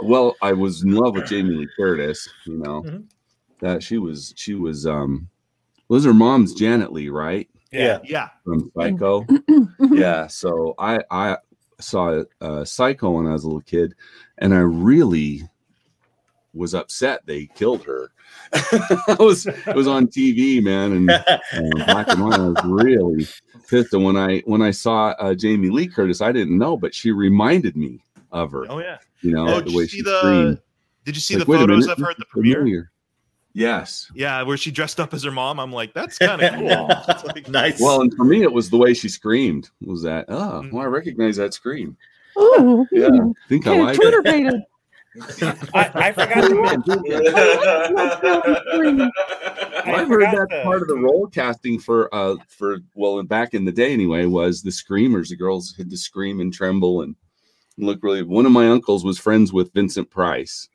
[SPEAKER 15] well, I was in love with Jamie Lee Curtis. You know,
[SPEAKER 2] Mm-hmm.
[SPEAKER 1] Mhm.
[SPEAKER 15] that she was she was um was her mom's Janet Lee, right?
[SPEAKER 1] Yeah. Yeah.
[SPEAKER 15] From Psycho. yeah. So I I saw uh, Psycho when I was a little kid, and I really was upset they killed her. I was it was on TV, man, and um, black and white. I was really pissed. And when I when I saw uh, Jamie Lee Curtis, I didn't know, but she reminded me of her.
[SPEAKER 5] Oh yeah.
[SPEAKER 15] You know,
[SPEAKER 5] Oh,
[SPEAKER 15] the
[SPEAKER 5] did
[SPEAKER 15] way
[SPEAKER 5] you see
[SPEAKER 15] she
[SPEAKER 5] the
[SPEAKER 15] screamed.
[SPEAKER 5] Did you see
[SPEAKER 15] Like,
[SPEAKER 5] the
[SPEAKER 15] wait a
[SPEAKER 5] photos
[SPEAKER 15] minute,
[SPEAKER 5] of her
[SPEAKER 15] this
[SPEAKER 5] at the
[SPEAKER 15] is
[SPEAKER 5] premiere?
[SPEAKER 15] familiar. Yes.
[SPEAKER 5] Yeah, where she dressed up as her mom. I'm like, that's kind of cool. It's like,
[SPEAKER 15] Well, and for me, it was the way she screamed. Was that? Oh, well, I recognize that scream.
[SPEAKER 13] Ooh,
[SPEAKER 15] Yeah, I think I
[SPEAKER 13] Kinda
[SPEAKER 15] like
[SPEAKER 13] Twitter
[SPEAKER 15] it.
[SPEAKER 13] baited.
[SPEAKER 4] I, I forgot to
[SPEAKER 13] mention.
[SPEAKER 15] I've heard
[SPEAKER 4] forgot
[SPEAKER 15] that
[SPEAKER 4] the-
[SPEAKER 15] part of the role casting for uh for well back in the day anyway was the screamers. The girls had to scream and tremble and look really. One of my uncles was friends with Vincent Price.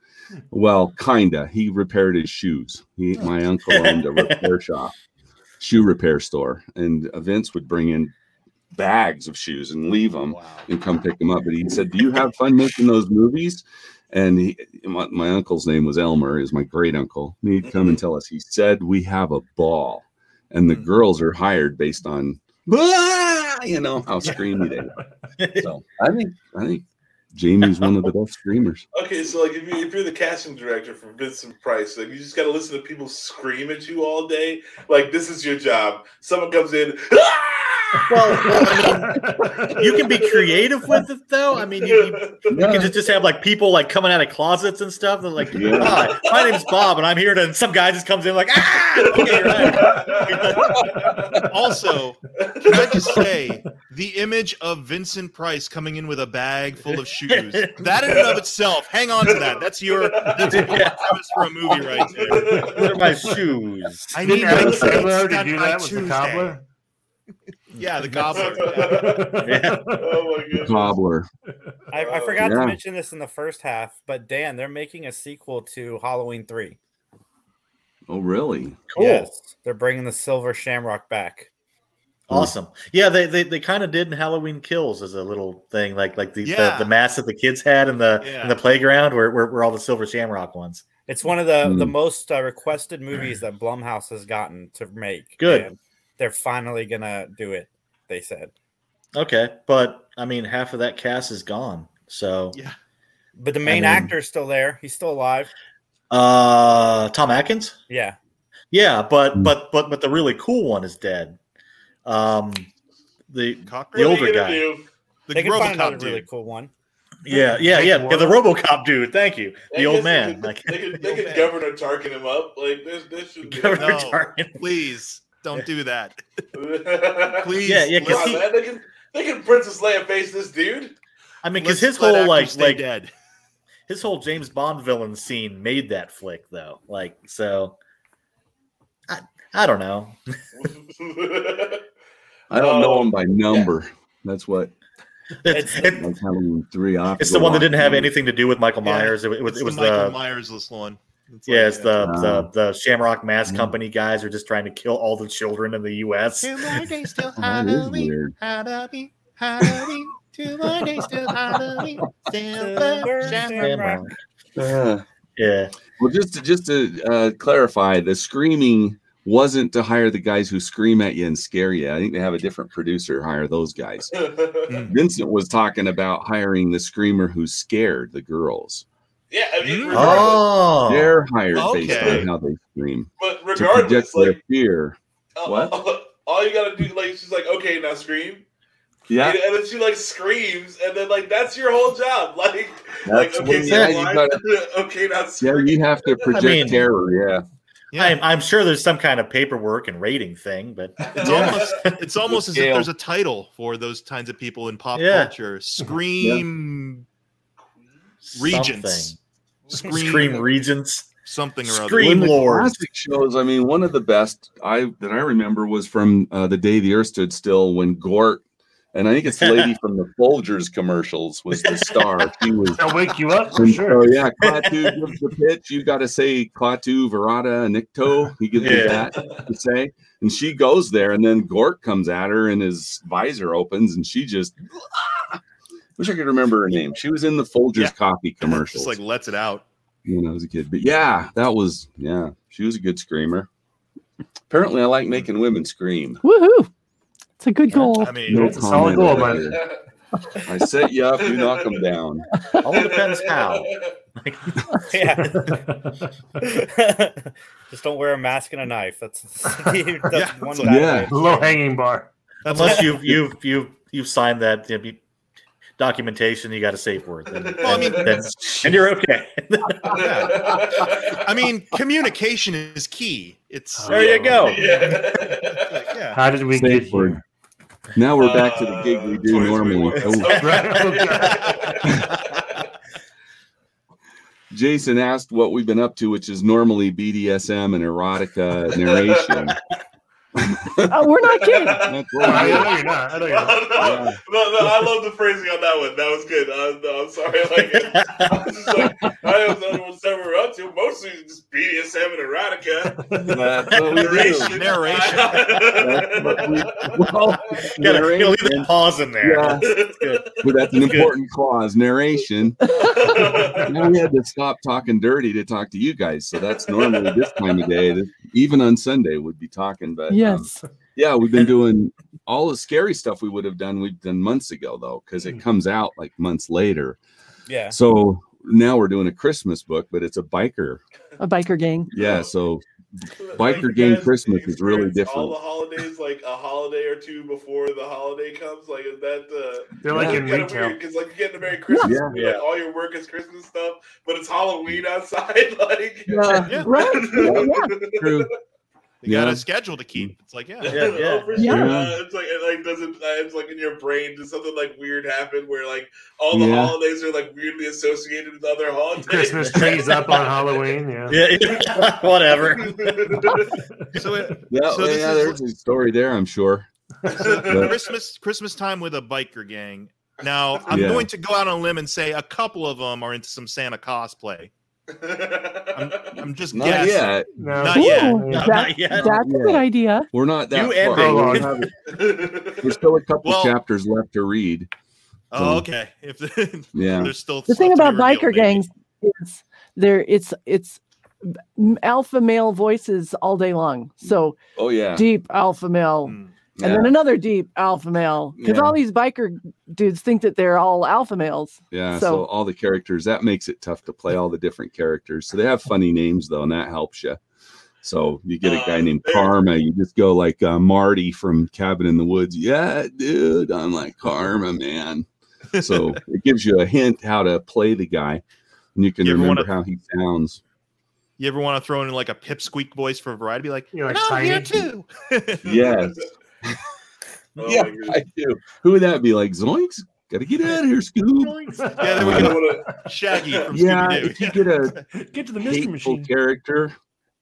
[SPEAKER 15] Well, kinda. He repaired his shoes. He, my uncle owned a repair shop, shoe repair store, and Vince would bring in bags of shoes and leave
[SPEAKER 2] Oh,
[SPEAKER 15] them and come pick them up. But he said, "Do you have fun making those movies?" And he, my, my uncle's name was Elmer, is my great uncle. And he'd
[SPEAKER 2] Mm-hmm.
[SPEAKER 15] come and tell us. He said, "We have a ball, and
[SPEAKER 2] Mm.
[SPEAKER 15] the girls are hired based on "Ah," you know how screamy they were." So I think I think Jamie's one of the best screamers.
[SPEAKER 1] Okay, so like if, you, if you're the casting director for Vincent Price, like you just gotta listen to people scream at you all day. Like this is your job. Someone comes in.
[SPEAKER 2] you can be creative with it though. I mean, you, you, you can just, just have like people like coming out of closets and stuff. They're like,
[SPEAKER 1] Yeah.
[SPEAKER 2] "Hi, my name's Bob, and I'm here to. And some guy just comes in like, ah,
[SPEAKER 5] also, can I just say the image of Vincent Price coming in with a bag full of shoes? That in and of itself, hang on to that. That's your that's your premise for a movie right there.
[SPEAKER 2] what are my shoes?
[SPEAKER 5] I need
[SPEAKER 3] Didn't
[SPEAKER 5] my
[SPEAKER 3] Adam Sandler
[SPEAKER 5] skates
[SPEAKER 3] already
[SPEAKER 5] done
[SPEAKER 3] do
[SPEAKER 5] by
[SPEAKER 3] that with the
[SPEAKER 5] Tuesday.
[SPEAKER 3] cobbler?
[SPEAKER 5] Yeah, the gobbler.
[SPEAKER 1] Oh my goodness.
[SPEAKER 15] Gobbler.
[SPEAKER 2] Oh
[SPEAKER 4] I, I forgot
[SPEAKER 15] Yeah.
[SPEAKER 4] to mention this in the first half, but Dan, they're making a sequel to Halloween three.
[SPEAKER 15] Oh, really?
[SPEAKER 4] Yes, they're bringing the Silver Shamrock back.
[SPEAKER 2] Awesome. Yeah, they they, they kind of did in Halloween Kills as a little thing, like like the
[SPEAKER 4] Yeah.
[SPEAKER 2] the, the mask that the kids had in the in the playground, where, where where all the silver shamrock ones.
[SPEAKER 4] It's one of the
[SPEAKER 15] Hmm.
[SPEAKER 4] the
[SPEAKER 2] Mm.
[SPEAKER 4] most uh, requested movies that Blumhouse has gotten to make.
[SPEAKER 2] Good.
[SPEAKER 4] and they're finally gonna do it. They said.
[SPEAKER 2] Okay, but I mean, half of that cast is gone. So
[SPEAKER 5] yeah,
[SPEAKER 4] But the main
[SPEAKER 2] mean-
[SPEAKER 4] actor's still there. He's still alive.
[SPEAKER 2] uh, Tom Atkins.
[SPEAKER 4] Yeah.
[SPEAKER 2] Yeah,
[SPEAKER 15] Hmm.
[SPEAKER 2] but but but but the really cool one is dead. Um, the the older guy.
[SPEAKER 4] they can find
[SPEAKER 1] RoboCop
[SPEAKER 4] another
[SPEAKER 1] dude.
[SPEAKER 4] really cool one.
[SPEAKER 2] Yeah, yeah, yeah, yeah. The RoboCop dude. Thank you.
[SPEAKER 1] I
[SPEAKER 2] The old
[SPEAKER 1] guess
[SPEAKER 2] man.
[SPEAKER 1] They
[SPEAKER 2] Like
[SPEAKER 1] could, they could, they could Governor Tarkin him up. Like this, this should be
[SPEAKER 2] Governor
[SPEAKER 1] no.
[SPEAKER 2] Tarkin.
[SPEAKER 5] Please don't do that.
[SPEAKER 1] Please,
[SPEAKER 2] Yeah, yeah, 'cause
[SPEAKER 1] Wow,
[SPEAKER 2] he-
[SPEAKER 1] man, they can they can Princess Leia face this dude.
[SPEAKER 2] I mean,
[SPEAKER 1] Let's
[SPEAKER 2] because his
[SPEAKER 1] let
[SPEAKER 2] whole
[SPEAKER 1] actors
[SPEAKER 2] like
[SPEAKER 1] stay
[SPEAKER 2] like
[SPEAKER 5] dead.
[SPEAKER 2] his whole James Bond villain scene made that flick though. Like so, I I don't know.
[SPEAKER 15] I don't know him by number. That's what.
[SPEAKER 2] Oh, It's,
[SPEAKER 15] like Halloween three. I have to
[SPEAKER 2] It's the
[SPEAKER 15] go
[SPEAKER 2] one that
[SPEAKER 15] watch
[SPEAKER 2] didn't have
[SPEAKER 15] it.
[SPEAKER 2] anything to do with Michael
[SPEAKER 5] Yeah,
[SPEAKER 2] Myers. It, wa- it was
[SPEAKER 5] it's
[SPEAKER 2] it was
[SPEAKER 5] the Michael
[SPEAKER 2] the,
[SPEAKER 5] Myersless one. It's
[SPEAKER 2] yeah, it's the,
[SPEAKER 5] Uh,
[SPEAKER 15] Ah.
[SPEAKER 2] the the Shamrock Mass
[SPEAKER 15] Hmm.
[SPEAKER 2] Company guys are just trying to kill all the children in the U.S.
[SPEAKER 16] Tomorrow day's still
[SPEAKER 2] That is
[SPEAKER 16] Halloween.
[SPEAKER 2] weird.
[SPEAKER 16] Halloween. Halloween. Tomorrow day's still Halloween. Silver shamrock.
[SPEAKER 15] Uh,
[SPEAKER 2] yeah.
[SPEAKER 15] Well, just to, just to uh, clarify, the screaming wasn't to hire the guys who scream at you and scare you. I think they have a different producer hire those guys.
[SPEAKER 1] Hmm.
[SPEAKER 15] Vincent was talking about hiring the screamer who scared the girls.
[SPEAKER 1] Yeah, I mean,
[SPEAKER 2] Oh,
[SPEAKER 15] they're hired based
[SPEAKER 1] Okay.
[SPEAKER 15] on how they scream.
[SPEAKER 1] But
[SPEAKER 15] to
[SPEAKER 1] regardless, uh-huh.
[SPEAKER 15] project their fear.
[SPEAKER 1] regardless,
[SPEAKER 15] what?
[SPEAKER 1] all you gotta do, like, she's like, okay, now scream.
[SPEAKER 15] Yeah,
[SPEAKER 1] And, and then she like screams, and then like that's your whole job. Like,
[SPEAKER 15] That's
[SPEAKER 1] like okay,
[SPEAKER 15] what- yeah,
[SPEAKER 1] now
[SPEAKER 15] you
[SPEAKER 1] lie-
[SPEAKER 15] gotta-
[SPEAKER 1] okay, now
[SPEAKER 15] yeah, you have to project
[SPEAKER 2] mean-
[SPEAKER 15] terror. Yeah.
[SPEAKER 2] I'm, I'm sure there's some kind of paperwork and rating thing, but
[SPEAKER 5] it's almost it's almost as if there's a title for those kinds of people in pop
[SPEAKER 2] Yeah.
[SPEAKER 5] culture. Scream regents.
[SPEAKER 2] Scream, Regents,
[SPEAKER 5] something
[SPEAKER 2] or
[SPEAKER 15] One
[SPEAKER 2] Scream
[SPEAKER 15] of the
[SPEAKER 2] Lord.
[SPEAKER 15] Classic shows. I mean, one of the best I that I remember was from uh, the day the Earth stood still when Gort, and I think it's the lady from the Folgers commercials was the star. She was.
[SPEAKER 3] I'll wake you up for
[SPEAKER 15] And
[SPEAKER 3] sure.
[SPEAKER 15] So Oh, yeah, Klaatu gives the pitch. You got to say Klaatu, Verada, Nikto. He gives you
[SPEAKER 3] Yeah.
[SPEAKER 15] that to say, and she goes there, and then Gort comes at her, and his visor opens, and she just Wish I could remember her name. She was in the Folgers coffee commercials
[SPEAKER 5] Just like lets it out.
[SPEAKER 15] when I was a kid. But yeah, that was yeah. She was a good screamer. Apparently, I like making women scream.
[SPEAKER 13] Woohoo! It's a good goal.
[SPEAKER 15] I mean, No it's a solid comment goal, right man. here. I set you up, you knock them down.
[SPEAKER 2] All depends how.
[SPEAKER 4] yeah. Just don't wear a mask and a knife. That's, that's one bad way.
[SPEAKER 3] low hanging bar.
[SPEAKER 2] Unless you've you've you've you've signed that you know, you- documentation, you got a safe word. Then,
[SPEAKER 5] Well, I mean-
[SPEAKER 2] then- and you're okay.
[SPEAKER 5] I mean, communication is key. It's
[SPEAKER 2] There you go.
[SPEAKER 3] How did we
[SPEAKER 15] get here? Now we're back to the gig we do normally. Oh. Jason asked what we've been up to, which is normally BDSM and erotica narration.
[SPEAKER 13] Oh, we're not kidding.
[SPEAKER 15] I know
[SPEAKER 3] you're not. I know you're
[SPEAKER 1] not. no, no, no, I love the phrasing on that one. That was good. I, no, I'm sorry. Like, I was just like, I don't know what's ever up to. Mostly just BDSM and erotica.
[SPEAKER 15] That's what we do.
[SPEAKER 1] Narration.
[SPEAKER 15] Well,
[SPEAKER 2] gotta, gotta leave
[SPEAKER 15] narration.
[SPEAKER 2] that pause in there.
[SPEAKER 15] Yeah.
[SPEAKER 2] It's good.
[SPEAKER 15] But that's an important clause, narration. now we had to stop talking dirty to talk to you guys. So that's normally this time of day. that Even on Sunday, we'd be talking. But um,
[SPEAKER 13] Yes.
[SPEAKER 15] yeah, we've been doing all the scary stuff we would have done. We've done months ago though, because
[SPEAKER 5] Hmm.
[SPEAKER 15] it comes out like months later.
[SPEAKER 4] Yeah.
[SPEAKER 15] So now we're doing a Christmas book, but it's a biker.
[SPEAKER 13] A biker gang.
[SPEAKER 5] Oh.
[SPEAKER 15] Yeah. So
[SPEAKER 1] Like,
[SPEAKER 15] biker
[SPEAKER 1] you
[SPEAKER 15] gang
[SPEAKER 1] guys
[SPEAKER 15] Christmas is really
[SPEAKER 1] experience All the
[SPEAKER 15] different.
[SPEAKER 1] holidays, like a holiday or two before the holiday comes, like is that the?
[SPEAKER 3] They're like in retail.
[SPEAKER 1] because like you get the Merry Christmas,
[SPEAKER 3] Yeah.
[SPEAKER 1] but, like all your work is Christmas stuff, but it's Halloween outside. Like,
[SPEAKER 13] Yeah. Yeah. Right.
[SPEAKER 15] True.
[SPEAKER 5] You got a schedule to keep. It's like, yeah,
[SPEAKER 1] Oh, for sure. Uh, it's like it like doesn't. uh, It's like in your brain. Does something like weird happen where like all the
[SPEAKER 3] Yeah.
[SPEAKER 1] holidays are like weirdly associated with other holidays?
[SPEAKER 3] Christmas trees up on Halloween. Yeah.
[SPEAKER 2] whatever.
[SPEAKER 5] so it,
[SPEAKER 15] Yeah,
[SPEAKER 5] so this
[SPEAKER 15] yeah,
[SPEAKER 5] is
[SPEAKER 15] there's a story there, I'm sure. But-
[SPEAKER 5] Christmas Christmas time with a biker gang. Now I'm
[SPEAKER 15] Yeah.
[SPEAKER 5] going to go out on a limb and say a couple of them are into some Santa cosplay. I'm, I'm just
[SPEAKER 15] Not
[SPEAKER 5] guessing.
[SPEAKER 15] yet.
[SPEAKER 13] No.
[SPEAKER 5] Not yet.
[SPEAKER 13] Ooh, that- That's a good idea.
[SPEAKER 15] We're not that
[SPEAKER 5] You and
[SPEAKER 15] far.
[SPEAKER 5] me.
[SPEAKER 15] We're, having- we're still a couple
[SPEAKER 5] Well-
[SPEAKER 15] chapters left to read.
[SPEAKER 5] Oh,
[SPEAKER 15] So,
[SPEAKER 5] okay. If
[SPEAKER 15] Yeah.
[SPEAKER 5] there's still
[SPEAKER 13] the thing
[SPEAKER 5] stuff to
[SPEAKER 13] about
[SPEAKER 5] be
[SPEAKER 13] biker
[SPEAKER 5] revealed.
[SPEAKER 13] gangs is there it's it's m- alpha male voices all day long so
[SPEAKER 15] Oh yeah.
[SPEAKER 13] deep alpha
[SPEAKER 15] Hmm.
[SPEAKER 13] male and then
[SPEAKER 15] Yeah.
[SPEAKER 13] another deep alpha male because
[SPEAKER 15] Yeah.
[SPEAKER 13] all these biker dudes think that they're all alpha males
[SPEAKER 15] Yeah. So,
[SPEAKER 13] so,
[SPEAKER 15] all the characters that makes it tough to play all the different characters. So they have funny names though, and that helps you. So you get a guy named Karma. You just go like uh, Marty from Cabin in the Woods. Yeah, dude, I'm like Karma, man. So it gives you a hint how to play the guy, and you can
[SPEAKER 5] You ever
[SPEAKER 15] remember
[SPEAKER 5] wanna-
[SPEAKER 15] how he sounds.
[SPEAKER 5] You ever want to throw in like a pipsqueak voice for variety? Be like,
[SPEAKER 3] You're like
[SPEAKER 5] and I'm here
[SPEAKER 3] tiny.
[SPEAKER 5] too.
[SPEAKER 15] Yes. yeah, I do. Who would that be? Like Zoinks? Gotta get out of here, Scoob.
[SPEAKER 5] Yeah, there we go. Shaggy from
[SPEAKER 15] yeah,
[SPEAKER 5] Scooby-Doo.
[SPEAKER 15] if you get a
[SPEAKER 3] Get to the
[SPEAKER 15] hateful character,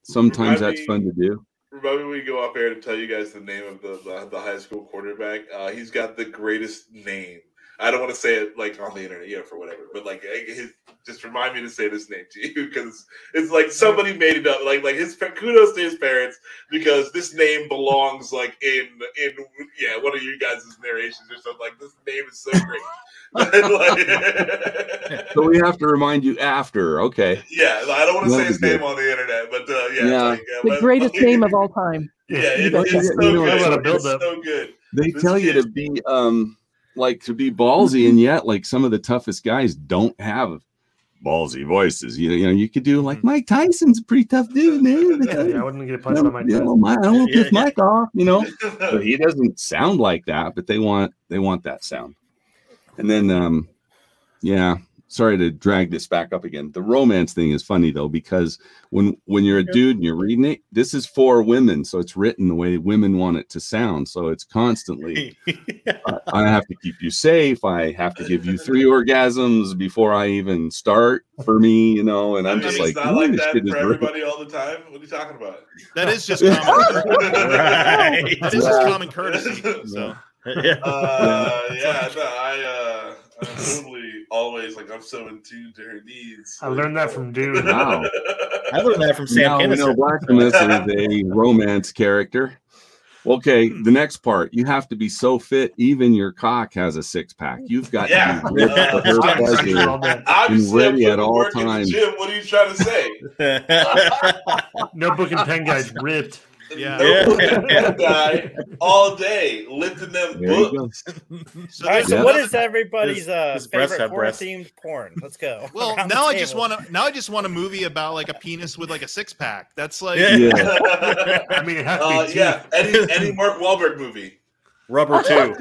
[SPEAKER 15] sometimes
[SPEAKER 1] Remind
[SPEAKER 15] that's
[SPEAKER 1] me-
[SPEAKER 15] fun to do.
[SPEAKER 1] Remember when we go off air to tell you guys the name of the the, the high school quarterback? Uh, he's got the greatest name. I don't want to say it like on the internet, yeah, for whatever. But like, eh, his, just remind me to say this name to you because it's like somebody made it up. Like, like his pa- kudos to his parents because this name belongs like in in yeah one of you guys' narrations or something. Like this name is so great. Like-
[SPEAKER 15] So we have to remind you after. Okay.
[SPEAKER 1] yeah, I don't want to
[SPEAKER 15] That'd
[SPEAKER 1] say
[SPEAKER 15] be
[SPEAKER 1] his name
[SPEAKER 15] good.
[SPEAKER 1] on the internet, but uh, yeah,
[SPEAKER 15] Yeah.
[SPEAKER 1] like, uh,
[SPEAKER 13] the
[SPEAKER 1] but-
[SPEAKER 13] greatest name of all time
[SPEAKER 1] Yeah, it, it's,
[SPEAKER 15] You
[SPEAKER 1] so
[SPEAKER 15] know,
[SPEAKER 1] good.
[SPEAKER 15] it's-
[SPEAKER 1] It's so good.
[SPEAKER 15] They tell you to be um like to be ballsy, and yet like some of the toughest guys don't have ballsy voices. You know, you know, you could do like Mike Tyson's a pretty tough dude, man.
[SPEAKER 3] Yeah, I wouldn't get punched by
[SPEAKER 15] Never-
[SPEAKER 3] my
[SPEAKER 15] yeah,
[SPEAKER 3] dad.
[SPEAKER 15] well, my- I don't want to piss Mike off, you know. But he doesn't sound like that, but they want they want that sound. And then um yeah, sorry to drag this back up again. The romance thing is funny though, because when when you're a dude and you're reading it, this is for women, so it's written the way women want it to sound. So it's constantly I, I have to keep you safe, I have to give you three orgasms before I even start for me, you know, and I'm
[SPEAKER 1] I mean,
[SPEAKER 15] just
[SPEAKER 1] it's
[SPEAKER 15] like,
[SPEAKER 1] not
[SPEAKER 15] "Ooh,
[SPEAKER 1] like
[SPEAKER 15] this
[SPEAKER 1] that
[SPEAKER 15] shit is
[SPEAKER 1] for
[SPEAKER 15] ripping."
[SPEAKER 1] everybody all the time. What are you talking about?
[SPEAKER 5] That is just common.
[SPEAKER 2] Right.
[SPEAKER 5] This is
[SPEAKER 1] Yeah.
[SPEAKER 5] common courtesy. So
[SPEAKER 2] Yeah.
[SPEAKER 1] Uh, yeah, no, I uh, I'm totally always like I'm so in tune to her needs.
[SPEAKER 3] I learned that from dude.
[SPEAKER 15] Wow.
[SPEAKER 2] I learned that from Sam
[SPEAKER 15] now we know
[SPEAKER 2] Kinison.
[SPEAKER 15] Black Mesa is a romance character. Okay,
[SPEAKER 2] Hmm.
[SPEAKER 15] the next part. You have to be so fit, even your cock has a six pack. You've got
[SPEAKER 1] Yeah.
[SPEAKER 15] to be ripped for her pleasure and
[SPEAKER 1] Obviously, I'm
[SPEAKER 15] ready at
[SPEAKER 1] putting
[SPEAKER 15] all
[SPEAKER 1] work in the
[SPEAKER 15] times.
[SPEAKER 1] gym. What are you trying to say?
[SPEAKER 3] Notebook and pen guy's ripped.
[SPEAKER 5] Yeah.
[SPEAKER 1] That guy all day lifting them
[SPEAKER 3] There you
[SPEAKER 1] books.
[SPEAKER 4] All right, so
[SPEAKER 5] Yeah.
[SPEAKER 4] what is everybody's
[SPEAKER 5] His-
[SPEAKER 4] uh,
[SPEAKER 5] his breasts
[SPEAKER 4] favorite
[SPEAKER 5] have breasts.
[SPEAKER 4] porn-themed porn? Let's go.
[SPEAKER 5] Well,
[SPEAKER 4] Around the
[SPEAKER 5] now I just
[SPEAKER 4] table.
[SPEAKER 5] want to. Now I just want a movie about like a penis with like a six pack. That's like.
[SPEAKER 1] Yeah. Yeah.
[SPEAKER 3] I mean, it has to be
[SPEAKER 1] Uh,
[SPEAKER 3] teeth.
[SPEAKER 1] yeah, any any Mark Wahlberg movie.
[SPEAKER 2] Rubber too.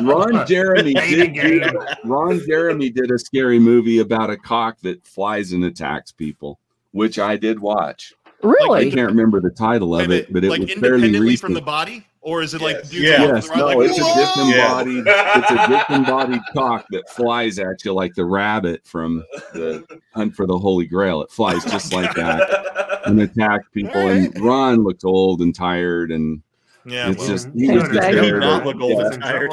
[SPEAKER 15] Ron Jeremy
[SPEAKER 1] Dating
[SPEAKER 15] did do-
[SPEAKER 1] game.
[SPEAKER 15] Ron Jeremy did a scary movie about a cock that flies and attacks people, which I did watch.
[SPEAKER 13] Really?
[SPEAKER 15] I can't remember the title of it, but it
[SPEAKER 5] like
[SPEAKER 15] was fairly
[SPEAKER 5] independently from
[SPEAKER 15] recent.
[SPEAKER 5] the body, or is it like dudes Oh,
[SPEAKER 15] Yeah.
[SPEAKER 5] off to
[SPEAKER 15] Yes,
[SPEAKER 5] the right,
[SPEAKER 15] no,
[SPEAKER 5] like,
[SPEAKER 15] it's a
[SPEAKER 5] "Whoa!"
[SPEAKER 15] disembodied, it's a disembodied cock that flies at you like the rabbit from the Hunt for the Holy Grail. It
[SPEAKER 5] Oh
[SPEAKER 15] flies just like that and attacks people. And Ron looked old and tired, and
[SPEAKER 5] Yeah,
[SPEAKER 15] it's
[SPEAKER 5] well,
[SPEAKER 15] just
[SPEAKER 5] he
[SPEAKER 15] he was just
[SPEAKER 5] does
[SPEAKER 15] there to-
[SPEAKER 5] not look old and
[SPEAKER 15] yeah.
[SPEAKER 5] tired.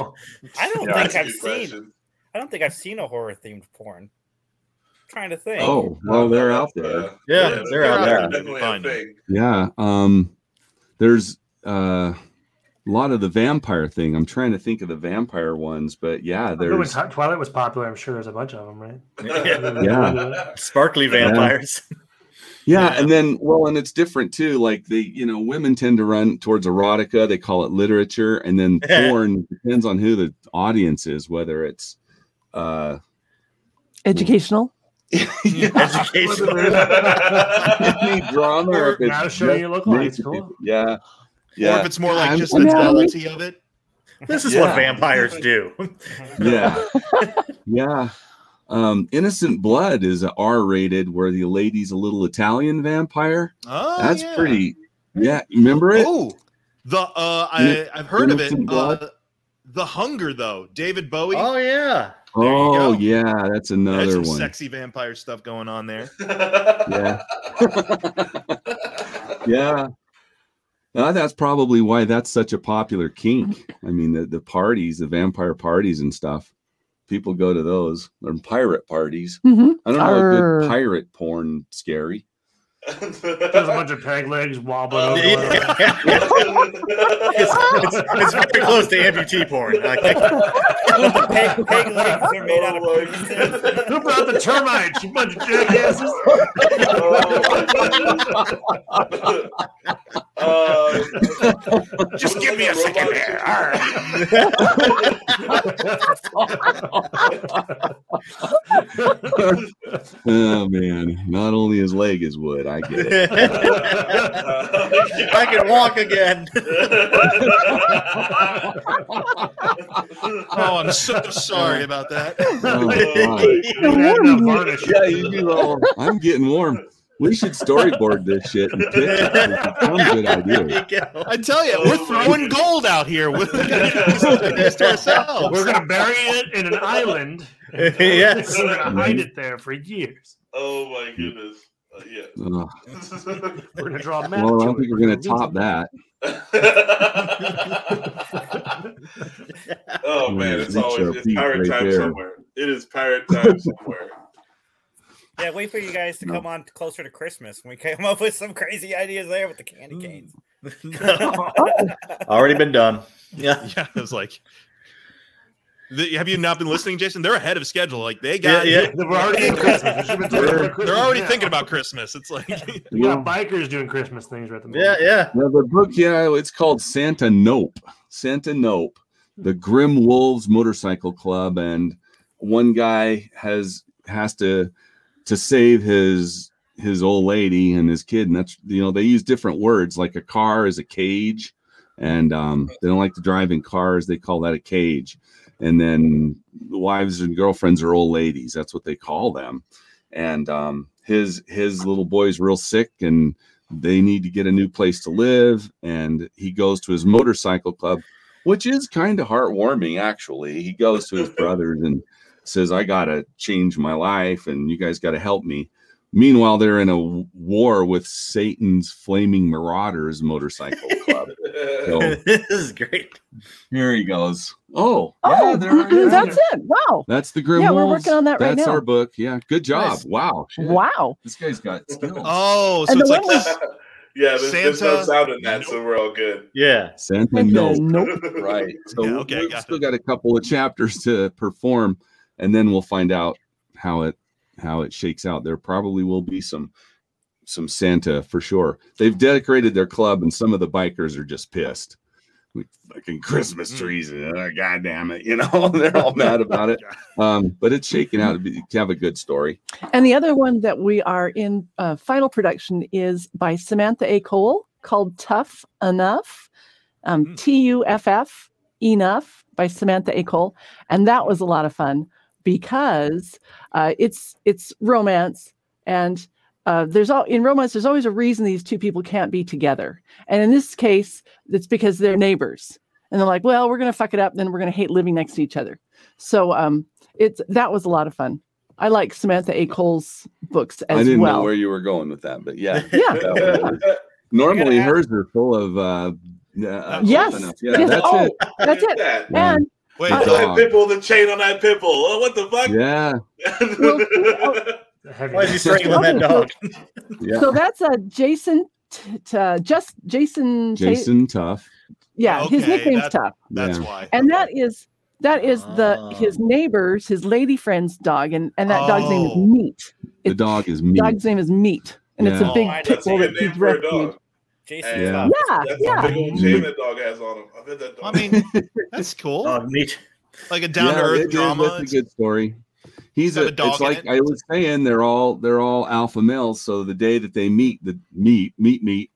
[SPEAKER 4] I don't
[SPEAKER 15] Yeah,
[SPEAKER 4] think
[SPEAKER 15] that's a
[SPEAKER 4] I've
[SPEAKER 15] good
[SPEAKER 4] seen. I don't think I've seen a horror-themed porn. trying to think.
[SPEAKER 15] Oh, well, they're out there.
[SPEAKER 2] Yeah, they're out there.
[SPEAKER 1] Definitely a thing.
[SPEAKER 15] Yeah. Um there's uh a lot of the vampire thing. I'm trying to think of the vampire ones, but yeah,
[SPEAKER 3] Remember When
[SPEAKER 15] there's
[SPEAKER 3] Ti- Twilight was popular, I'm sure there's a bunch of them, right?
[SPEAKER 15] Yeah.
[SPEAKER 2] Sparkly vampires.
[SPEAKER 15] yeah, and then well, and it's different too. Like the you know, women tend to run towards erotica, they call it literature, and then porn depends on who the audience is, whether it's uh
[SPEAKER 13] Educational.
[SPEAKER 15] any drama or if it's
[SPEAKER 3] Gotta show you
[SPEAKER 15] just
[SPEAKER 3] look like,
[SPEAKER 15] naked
[SPEAKER 3] it's cool.
[SPEAKER 15] people. Yeah. Yeah.
[SPEAKER 5] Or if it's more like
[SPEAKER 15] I'm-
[SPEAKER 5] just
[SPEAKER 15] I'm
[SPEAKER 5] the
[SPEAKER 15] out of it.
[SPEAKER 5] novelty of it.
[SPEAKER 2] This
[SPEAKER 15] is what Yeah. vampires
[SPEAKER 2] do.
[SPEAKER 15] yeah yeah um innocent blood is a r-rated where the lady's a little italian vampire
[SPEAKER 5] Oh,
[SPEAKER 15] that's
[SPEAKER 5] yeah.
[SPEAKER 15] pretty yeah remember it
[SPEAKER 5] Oh, the uh, I,
[SPEAKER 15] Inno-
[SPEAKER 5] I've heard of it.
[SPEAKER 15] Innocent Blood.
[SPEAKER 5] Uh, the Hunger, though, David Bowie.
[SPEAKER 2] Oh yeah,
[SPEAKER 15] oh yeah that's
[SPEAKER 5] there's
[SPEAKER 15] another
[SPEAKER 5] some
[SPEAKER 15] one
[SPEAKER 5] sexy vampire stuff going on there.
[SPEAKER 15] yeah yeah Now, that's probably why that's such a popular kink i mean the, the parties the vampire parties and stuff people go to those or pirate parties
[SPEAKER 13] Mhm.
[SPEAKER 15] i don't know a
[SPEAKER 13] Arr.
[SPEAKER 15] good pirate porn scary
[SPEAKER 3] There's a bunch of peg legs wobbling. over.
[SPEAKER 2] it's, it's, it's very close to amputee porn. Like,
[SPEAKER 4] peg, peg legs are made out of
[SPEAKER 16] Oh,
[SPEAKER 4] penises.
[SPEAKER 3] Who brought the termites? You bunch of jackasses.
[SPEAKER 16] Oh.
[SPEAKER 6] Uh,
[SPEAKER 16] Just give me a second there.
[SPEAKER 15] oh man not only his leg is wood i get it
[SPEAKER 2] I can walk again.
[SPEAKER 5] Oh, I'm so sorry about that.
[SPEAKER 15] Oh, Yeah, you do all. I'm getting warm. We should storyboard this shit and pitch it. It's one good idea.
[SPEAKER 5] I tell you,
[SPEAKER 15] Oh,
[SPEAKER 5] we're throwing gold out here. We're to ourselves.
[SPEAKER 3] We're gonna bury it in an island.
[SPEAKER 5] Yes.
[SPEAKER 3] We're gonna hide it there for years.
[SPEAKER 1] Oh my goodness. Uh, yeah.
[SPEAKER 15] Ugh.
[SPEAKER 3] We're gonna draw a map.
[SPEAKER 15] Well, I
[SPEAKER 3] to
[SPEAKER 15] don't
[SPEAKER 3] it.
[SPEAKER 15] think we're gonna top that.
[SPEAKER 1] Oh man,
[SPEAKER 15] Yeah,
[SPEAKER 1] it's
[SPEAKER 15] reach
[SPEAKER 1] always
[SPEAKER 15] our
[SPEAKER 1] it's
[SPEAKER 15] feet
[SPEAKER 1] pirate
[SPEAKER 15] right
[SPEAKER 1] time
[SPEAKER 15] there.
[SPEAKER 1] somewhere. It is pirate time somewhere.
[SPEAKER 4] Yeah, wait for you guys to come on closer to Christmas when we came up with some crazy ideas there with the candy canes.
[SPEAKER 2] Mm. Already been done. Yeah,
[SPEAKER 5] yeah. I was like, the- have you not been listening, Jason? They're ahead of schedule. Like they got
[SPEAKER 2] Yeah, yeah.
[SPEAKER 3] We're already in Christmas. We should've been talking about
[SPEAKER 5] They're
[SPEAKER 3] Christmas
[SPEAKER 5] already
[SPEAKER 3] now.
[SPEAKER 5] thinking about Christmas. It's like
[SPEAKER 3] We got bikers doing Christmas things right at the moment.
[SPEAKER 2] yeah.
[SPEAKER 15] Now the book, yeah, it's called Santa Nope. Santa Nope. The Grim Wolves Motorcycle Club, and one guy has has to to save his his old lady and his kid, and that's you know they use different words like a car is a cage, and um, they don't like to drive in cars. They call that a cage, and then wives and girlfriends are old ladies. That's what they call them, and um, his his little boy's real sick and they need to get a new place to live and he goes to his motorcycle club which is kind of heartwarming actually he goes to his brothers and says i gotta change my life and you guys gotta help me meanwhile they're in a w- war with satan's flaming marauders motorcycle club so
[SPEAKER 2] this is great.
[SPEAKER 15] here he goes oh
[SPEAKER 13] Oh,
[SPEAKER 15] yeah, there are- yeah.
[SPEAKER 13] that's it. Wow.
[SPEAKER 15] that's the grim
[SPEAKER 13] Yeah, we're
[SPEAKER 15] Wolves.
[SPEAKER 13] working on that right
[SPEAKER 15] that's
[SPEAKER 13] now.
[SPEAKER 15] our book yeah good job
[SPEAKER 13] Nice.
[SPEAKER 15] wow shit.
[SPEAKER 13] Wow.
[SPEAKER 15] this guy's got skills
[SPEAKER 5] oh
[SPEAKER 13] And the one was-
[SPEAKER 1] Yeah, there's, there's no
[SPEAKER 5] Santa?
[SPEAKER 1] sound in that, so we're all good.
[SPEAKER 2] Yeah.
[SPEAKER 15] Santa,
[SPEAKER 1] Okay,
[SPEAKER 15] no.
[SPEAKER 1] nope.
[SPEAKER 15] Right. So
[SPEAKER 1] Yeah,
[SPEAKER 15] we-
[SPEAKER 1] okay,
[SPEAKER 15] we've
[SPEAKER 1] got
[SPEAKER 15] still got a couple of chapters to perform, and then we'll find out how it how it shakes out. There probably will be some some Santa for sure. They've decorated their club, and some of the bikers are just pissed. Like fucking
[SPEAKER 1] Hmm.
[SPEAKER 15] Christmas trees, uh, god damn it, you know they're all mad about it. Um, but it's shaking out to, be, to have a good story.
[SPEAKER 13] And the other one that we are in uh, final production is by Samantha A. Cole called Tough Enough, um, T U F F Enough by Samantha A. Cole. And that was a lot of fun because uh, it's it's romance and uh, there's all in romance there's always a reason these two people can't be together and in this case it's because they're neighbors and they're like well we're gonna fuck it up and then we're gonna hate living next to each other so um it's that was a lot of fun i like samantha a cole's books as
[SPEAKER 15] I didn't
[SPEAKER 13] well
[SPEAKER 15] know where you were going with that, but yeah,
[SPEAKER 13] Yeah.
[SPEAKER 15] that one is- Normally hers are full of uh, uh
[SPEAKER 13] Yes.
[SPEAKER 15] enough.
[SPEAKER 13] Yes.
[SPEAKER 15] that's
[SPEAKER 13] Oh,
[SPEAKER 15] it.
[SPEAKER 13] that's it
[SPEAKER 15] Yeah.
[SPEAKER 13] and
[SPEAKER 1] Wait,
[SPEAKER 15] The
[SPEAKER 1] that
[SPEAKER 15] dog.
[SPEAKER 1] pimple, the chain on that pimple. Oh, what the fuck?
[SPEAKER 15] Yeah.
[SPEAKER 2] Why is he strangling that dog?
[SPEAKER 15] Yeah.
[SPEAKER 13] so that's a jason t- t- uh, just jason Ta-
[SPEAKER 15] Jason Tough.
[SPEAKER 13] yeah his
[SPEAKER 15] Okay,
[SPEAKER 13] nickname's
[SPEAKER 15] that-
[SPEAKER 13] tough
[SPEAKER 15] that's Yeah. why.
[SPEAKER 13] and that is that is the his
[SPEAKER 15] Um.
[SPEAKER 13] neighbor's his lady friend's dog and and that dog's name is
[SPEAKER 15] Oh.
[SPEAKER 13] meat
[SPEAKER 15] The dog is Oh. meat.
[SPEAKER 13] dog's name is meat and it's
[SPEAKER 15] Yeah.
[SPEAKER 13] a big
[SPEAKER 15] Oh, I
[SPEAKER 13] pit
[SPEAKER 1] That's a
[SPEAKER 13] bull
[SPEAKER 1] good
[SPEAKER 13] that
[SPEAKER 1] name
[SPEAKER 13] he's
[SPEAKER 1] for a
[SPEAKER 13] rescued
[SPEAKER 1] dog.
[SPEAKER 4] Jason,
[SPEAKER 1] And
[SPEAKER 13] Todd. Yeah,
[SPEAKER 1] that's
[SPEAKER 13] yeah.
[SPEAKER 1] a big old chain that dog has on him. I bet that dog. I mean,
[SPEAKER 5] That's cool.
[SPEAKER 3] Uh,
[SPEAKER 5] Like a
[SPEAKER 15] Yeah,
[SPEAKER 5] down to
[SPEAKER 15] it
[SPEAKER 5] earth
[SPEAKER 15] is.
[SPEAKER 5] drama.
[SPEAKER 15] That's a good story. He's
[SPEAKER 5] Got
[SPEAKER 15] a,
[SPEAKER 5] a dog
[SPEAKER 15] it's
[SPEAKER 5] in
[SPEAKER 15] like
[SPEAKER 5] it.
[SPEAKER 15] I was saying, they're all they're all alpha males. So the day that they meet, the meet meet meet,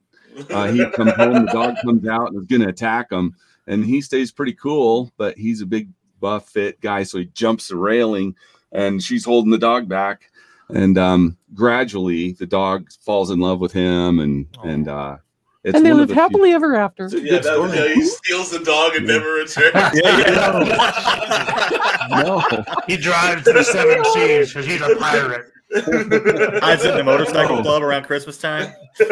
[SPEAKER 15] uh, he comes home. The dog comes out and is going to attack him, and he stays pretty cool. But he's a big buff fit guy, so he jumps the railing, and she's holding the dog back, and um, gradually the dog falls in love with him, and and uh, it's
[SPEAKER 13] and they
[SPEAKER 15] one
[SPEAKER 13] live
[SPEAKER 15] of the few-
[SPEAKER 13] happily ever after
[SPEAKER 1] yeah, that, yeah, he steals the dog and never returns.
[SPEAKER 15] No.
[SPEAKER 3] He drives to the seven
[SPEAKER 13] Oh,
[SPEAKER 3] seas because he's a pirate.
[SPEAKER 2] Hides in the motorcycle club around Christmas time.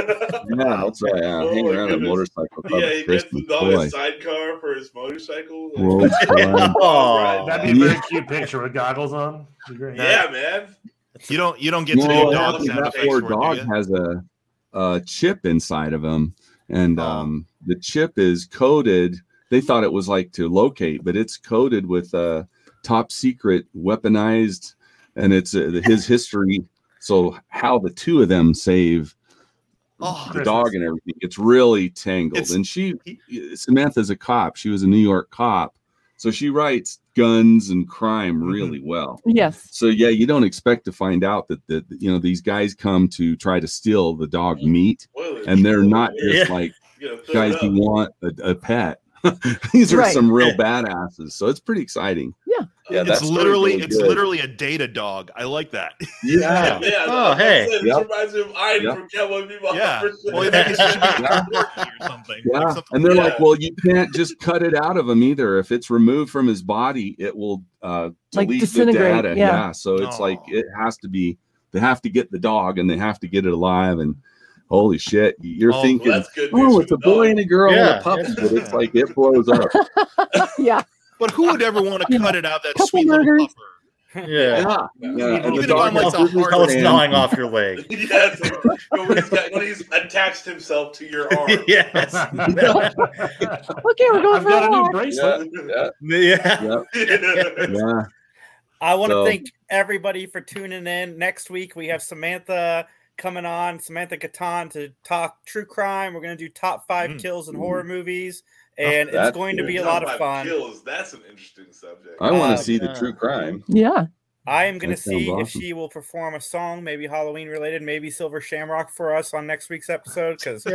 [SPEAKER 15] Yeah, that's right.
[SPEAKER 5] Oh
[SPEAKER 15] Yeah, hang around a motorcycle club.
[SPEAKER 1] yeah,
[SPEAKER 15] at
[SPEAKER 1] he gets
[SPEAKER 15] Christmas.
[SPEAKER 1] the dog
[SPEAKER 15] Boy.
[SPEAKER 1] a sidecar for his motorcycle.
[SPEAKER 15] Whoa, son.
[SPEAKER 2] Oh,
[SPEAKER 3] That'd be a very cute picture with goggles on.
[SPEAKER 1] Yeah, man.
[SPEAKER 5] You don't you don't get to
[SPEAKER 15] Well,
[SPEAKER 5] do
[SPEAKER 15] that-
[SPEAKER 5] dog sound
[SPEAKER 15] that
[SPEAKER 5] effects
[SPEAKER 15] poor
[SPEAKER 5] for it, do
[SPEAKER 15] dog
[SPEAKER 5] you?
[SPEAKER 15] has a, a chip inside of him, and
[SPEAKER 5] Oh.
[SPEAKER 15] um, the chip is coded. They thought it was like to locate, but it's coded with uh, top secret weaponized, and it's uh, his history. So how the two of them save the dog and everything. It's really tangled. and she, Samantha's a cop. She was a New York cop. So she writes guns and
[SPEAKER 5] Mm-hmm.
[SPEAKER 15] crime really well.
[SPEAKER 13] Yes.
[SPEAKER 15] So yeah, you don't expect to find out that that you know these guys come to try to steal the dog meat, and they're not just
[SPEAKER 1] Yeah.
[SPEAKER 15] like
[SPEAKER 1] You gotta fill
[SPEAKER 15] guys
[SPEAKER 1] it
[SPEAKER 15] who
[SPEAKER 1] up.
[SPEAKER 15] want a, a pet. these are
[SPEAKER 5] Right.
[SPEAKER 15] some real badasses. So it's pretty exciting.
[SPEAKER 13] Yeah,
[SPEAKER 15] yeah. that
[SPEAKER 5] it's
[SPEAKER 15] story's
[SPEAKER 5] literally
[SPEAKER 15] really
[SPEAKER 5] it's
[SPEAKER 15] good.
[SPEAKER 5] literally a data dog. I like that.
[SPEAKER 15] Yeah.
[SPEAKER 1] Yeah,
[SPEAKER 5] Oh,
[SPEAKER 1] that's what
[SPEAKER 5] hey.
[SPEAKER 1] I'm saying. This
[SPEAKER 5] Yep.
[SPEAKER 1] reminds me of Iron
[SPEAKER 5] Yep.
[SPEAKER 1] from Cowboy Bebop.
[SPEAKER 5] Yeah. Well,
[SPEAKER 1] yeah.
[SPEAKER 5] that is- should be
[SPEAKER 1] yeah.
[SPEAKER 15] Yeah. and they're like, well, you can't just cut it out of him either. If it's removed from his body, it will uh,
[SPEAKER 13] Like
[SPEAKER 15] delete the
[SPEAKER 13] disintegrate,
[SPEAKER 15] data.
[SPEAKER 13] yeah.
[SPEAKER 15] So it's like it has to be. They have to get the dog, and they have to get it alive. And holy shit, you're
[SPEAKER 1] Oh,
[SPEAKER 15] thinking,
[SPEAKER 1] well, that's good news
[SPEAKER 15] oh,
[SPEAKER 1] for
[SPEAKER 15] it's
[SPEAKER 1] the
[SPEAKER 15] a boy
[SPEAKER 1] dog."
[SPEAKER 15] and a girl and
[SPEAKER 1] Yeah.
[SPEAKER 15] a puppy, but it's like it blows up.
[SPEAKER 13] yeah.
[SPEAKER 5] But who would ever want to cut it out that sweet little pupper?
[SPEAKER 15] Yeah.
[SPEAKER 5] Even if I'm like the hardest
[SPEAKER 2] how it's
[SPEAKER 5] man.
[SPEAKER 2] gnawing off your leg.
[SPEAKER 1] Yes. When he's got- when he's attached himself to your arm.
[SPEAKER 2] yes.
[SPEAKER 13] okay, we're going
[SPEAKER 1] I've
[SPEAKER 13] for
[SPEAKER 1] got
[SPEAKER 13] a
[SPEAKER 1] a new
[SPEAKER 13] walk.
[SPEAKER 1] bracelet.
[SPEAKER 15] Yeah.
[SPEAKER 2] Yeah.
[SPEAKER 15] Yeah.
[SPEAKER 4] I want to
[SPEAKER 15] So-
[SPEAKER 4] thank everybody for tuning in. Next week we have Samantha coming on, Samantha Catan to talk true crime. We're going to do top five kills in horror movies, and it's
[SPEAKER 15] Oh, that's
[SPEAKER 4] going to
[SPEAKER 15] good.
[SPEAKER 4] be a
[SPEAKER 15] Top
[SPEAKER 4] lot of
[SPEAKER 1] Mm.
[SPEAKER 4] fun.
[SPEAKER 1] five Kills. That's an interesting subject.
[SPEAKER 15] I want
[SPEAKER 4] Uh,
[SPEAKER 15] to see the
[SPEAKER 4] yeah.
[SPEAKER 15] true crime.
[SPEAKER 13] Yeah.
[SPEAKER 4] I am going to
[SPEAKER 15] That sounds
[SPEAKER 4] see if
[SPEAKER 15] awesome.
[SPEAKER 4] she will perform a song, maybe Halloween related, maybe Silver Shamrock for us on next week's episode because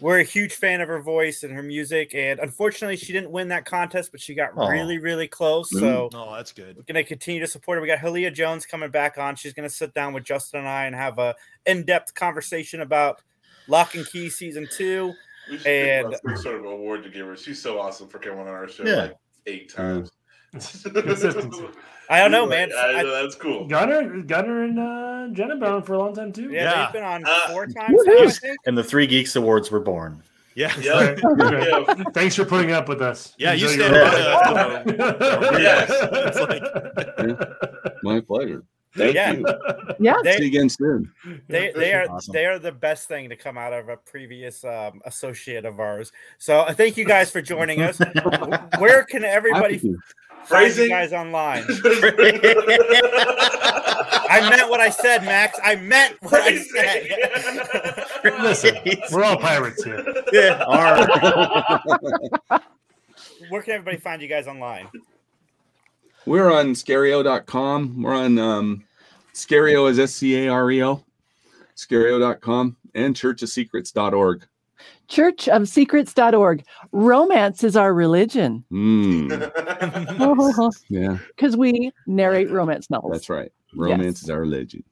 [SPEAKER 4] we're a huge fan of her voice and her music. And unfortunately, she didn't win that contest, but she got
[SPEAKER 5] Aw.
[SPEAKER 4] really, really close. So
[SPEAKER 15] Mm-hmm.
[SPEAKER 5] oh, that's good.
[SPEAKER 4] We're gonna continue to support her. We got Halia Jones coming back on. She's gonna sit down with Justin and I and have a in-depth conversation about Lock and Key season two.
[SPEAKER 1] We should think
[SPEAKER 4] And
[SPEAKER 1] about some sort of award to give her. She's so awesome for coming on our show
[SPEAKER 4] Yeah.
[SPEAKER 1] like eight times.
[SPEAKER 3] Consistency.
[SPEAKER 4] I don't know, man.
[SPEAKER 1] I know, that's cool.
[SPEAKER 3] Gunner, Gunner, and uh, Jenna Brown for a long time too.
[SPEAKER 4] yeah, they've been on
[SPEAKER 1] Uh,
[SPEAKER 4] four times now, I
[SPEAKER 2] Woohoo.
[SPEAKER 4] think.
[SPEAKER 2] And the Three Geeks Awards were born.
[SPEAKER 5] Yeah.
[SPEAKER 3] That's right. Thanks for putting up with us.
[SPEAKER 5] Yeah, you
[SPEAKER 3] Enjoy
[SPEAKER 5] stand
[SPEAKER 3] your
[SPEAKER 5] by
[SPEAKER 3] life.
[SPEAKER 5] us.
[SPEAKER 15] My pleasure. Thank
[SPEAKER 4] Yeah.
[SPEAKER 15] you.
[SPEAKER 4] Yeah.
[SPEAKER 15] See you again soon.
[SPEAKER 4] They, they are
[SPEAKER 15] Awesome.
[SPEAKER 4] they are the best thing to come out of a previous um, associate of ours. So uh, thank you guys for joining us. Where can everybody
[SPEAKER 15] Happy to.
[SPEAKER 4] find you
[SPEAKER 1] Phrasing.
[SPEAKER 4] guys online? I meant what I said, Max. I meant what I said.
[SPEAKER 3] Listen, we're all pirates here.
[SPEAKER 4] Yeah.
[SPEAKER 15] Alright.
[SPEAKER 4] Where can everybody find you guys online?
[SPEAKER 15] We're on scario.com. We're on um scario is S-C-A-R-E-O. Scario.com and churchofsecrets.org.
[SPEAKER 13] churchofsecrets.org. Romance is our religion.
[SPEAKER 15] Mm,
[SPEAKER 13] Because
[SPEAKER 15] yeah,
[SPEAKER 13] we narrate romance novels.
[SPEAKER 15] that's right. Romance is our religion.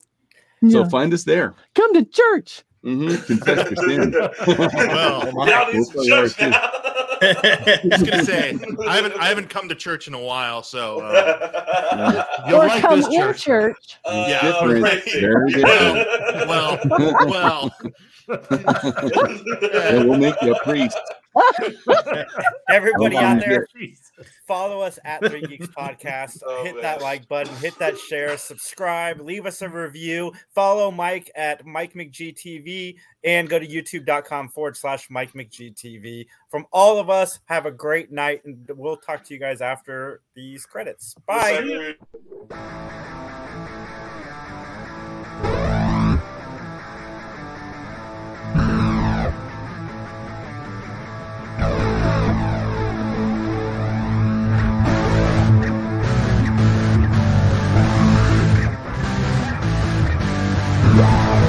[SPEAKER 13] Yeah.
[SPEAKER 15] So find us there.
[SPEAKER 13] Come to church.
[SPEAKER 15] hmm Confess your sin.
[SPEAKER 5] Well, now these
[SPEAKER 15] We'll tell you
[SPEAKER 5] judges-
[SPEAKER 15] ours, too.
[SPEAKER 5] I was gonna say I haven't I haven't come to church in a while, so uh,
[SPEAKER 13] or come in church.
[SPEAKER 5] yeah,
[SPEAKER 15] Different.
[SPEAKER 5] right.
[SPEAKER 15] Very different.
[SPEAKER 5] Well, well,
[SPEAKER 15] Yeah, we'll make you a priest.
[SPEAKER 4] Everybody
[SPEAKER 15] Hold on,
[SPEAKER 4] out there,
[SPEAKER 3] Jeff.
[SPEAKER 4] follow us at Three Geeks Podcast. hit that like button, hit that share, subscribe, leave us a review. Follow Mike at Mike McGTV and go to youtube.com forward slash Mike McGTV. From all of us, have a great night, and we'll talk to you guys after these credits. Bye.
[SPEAKER 16] Yeah.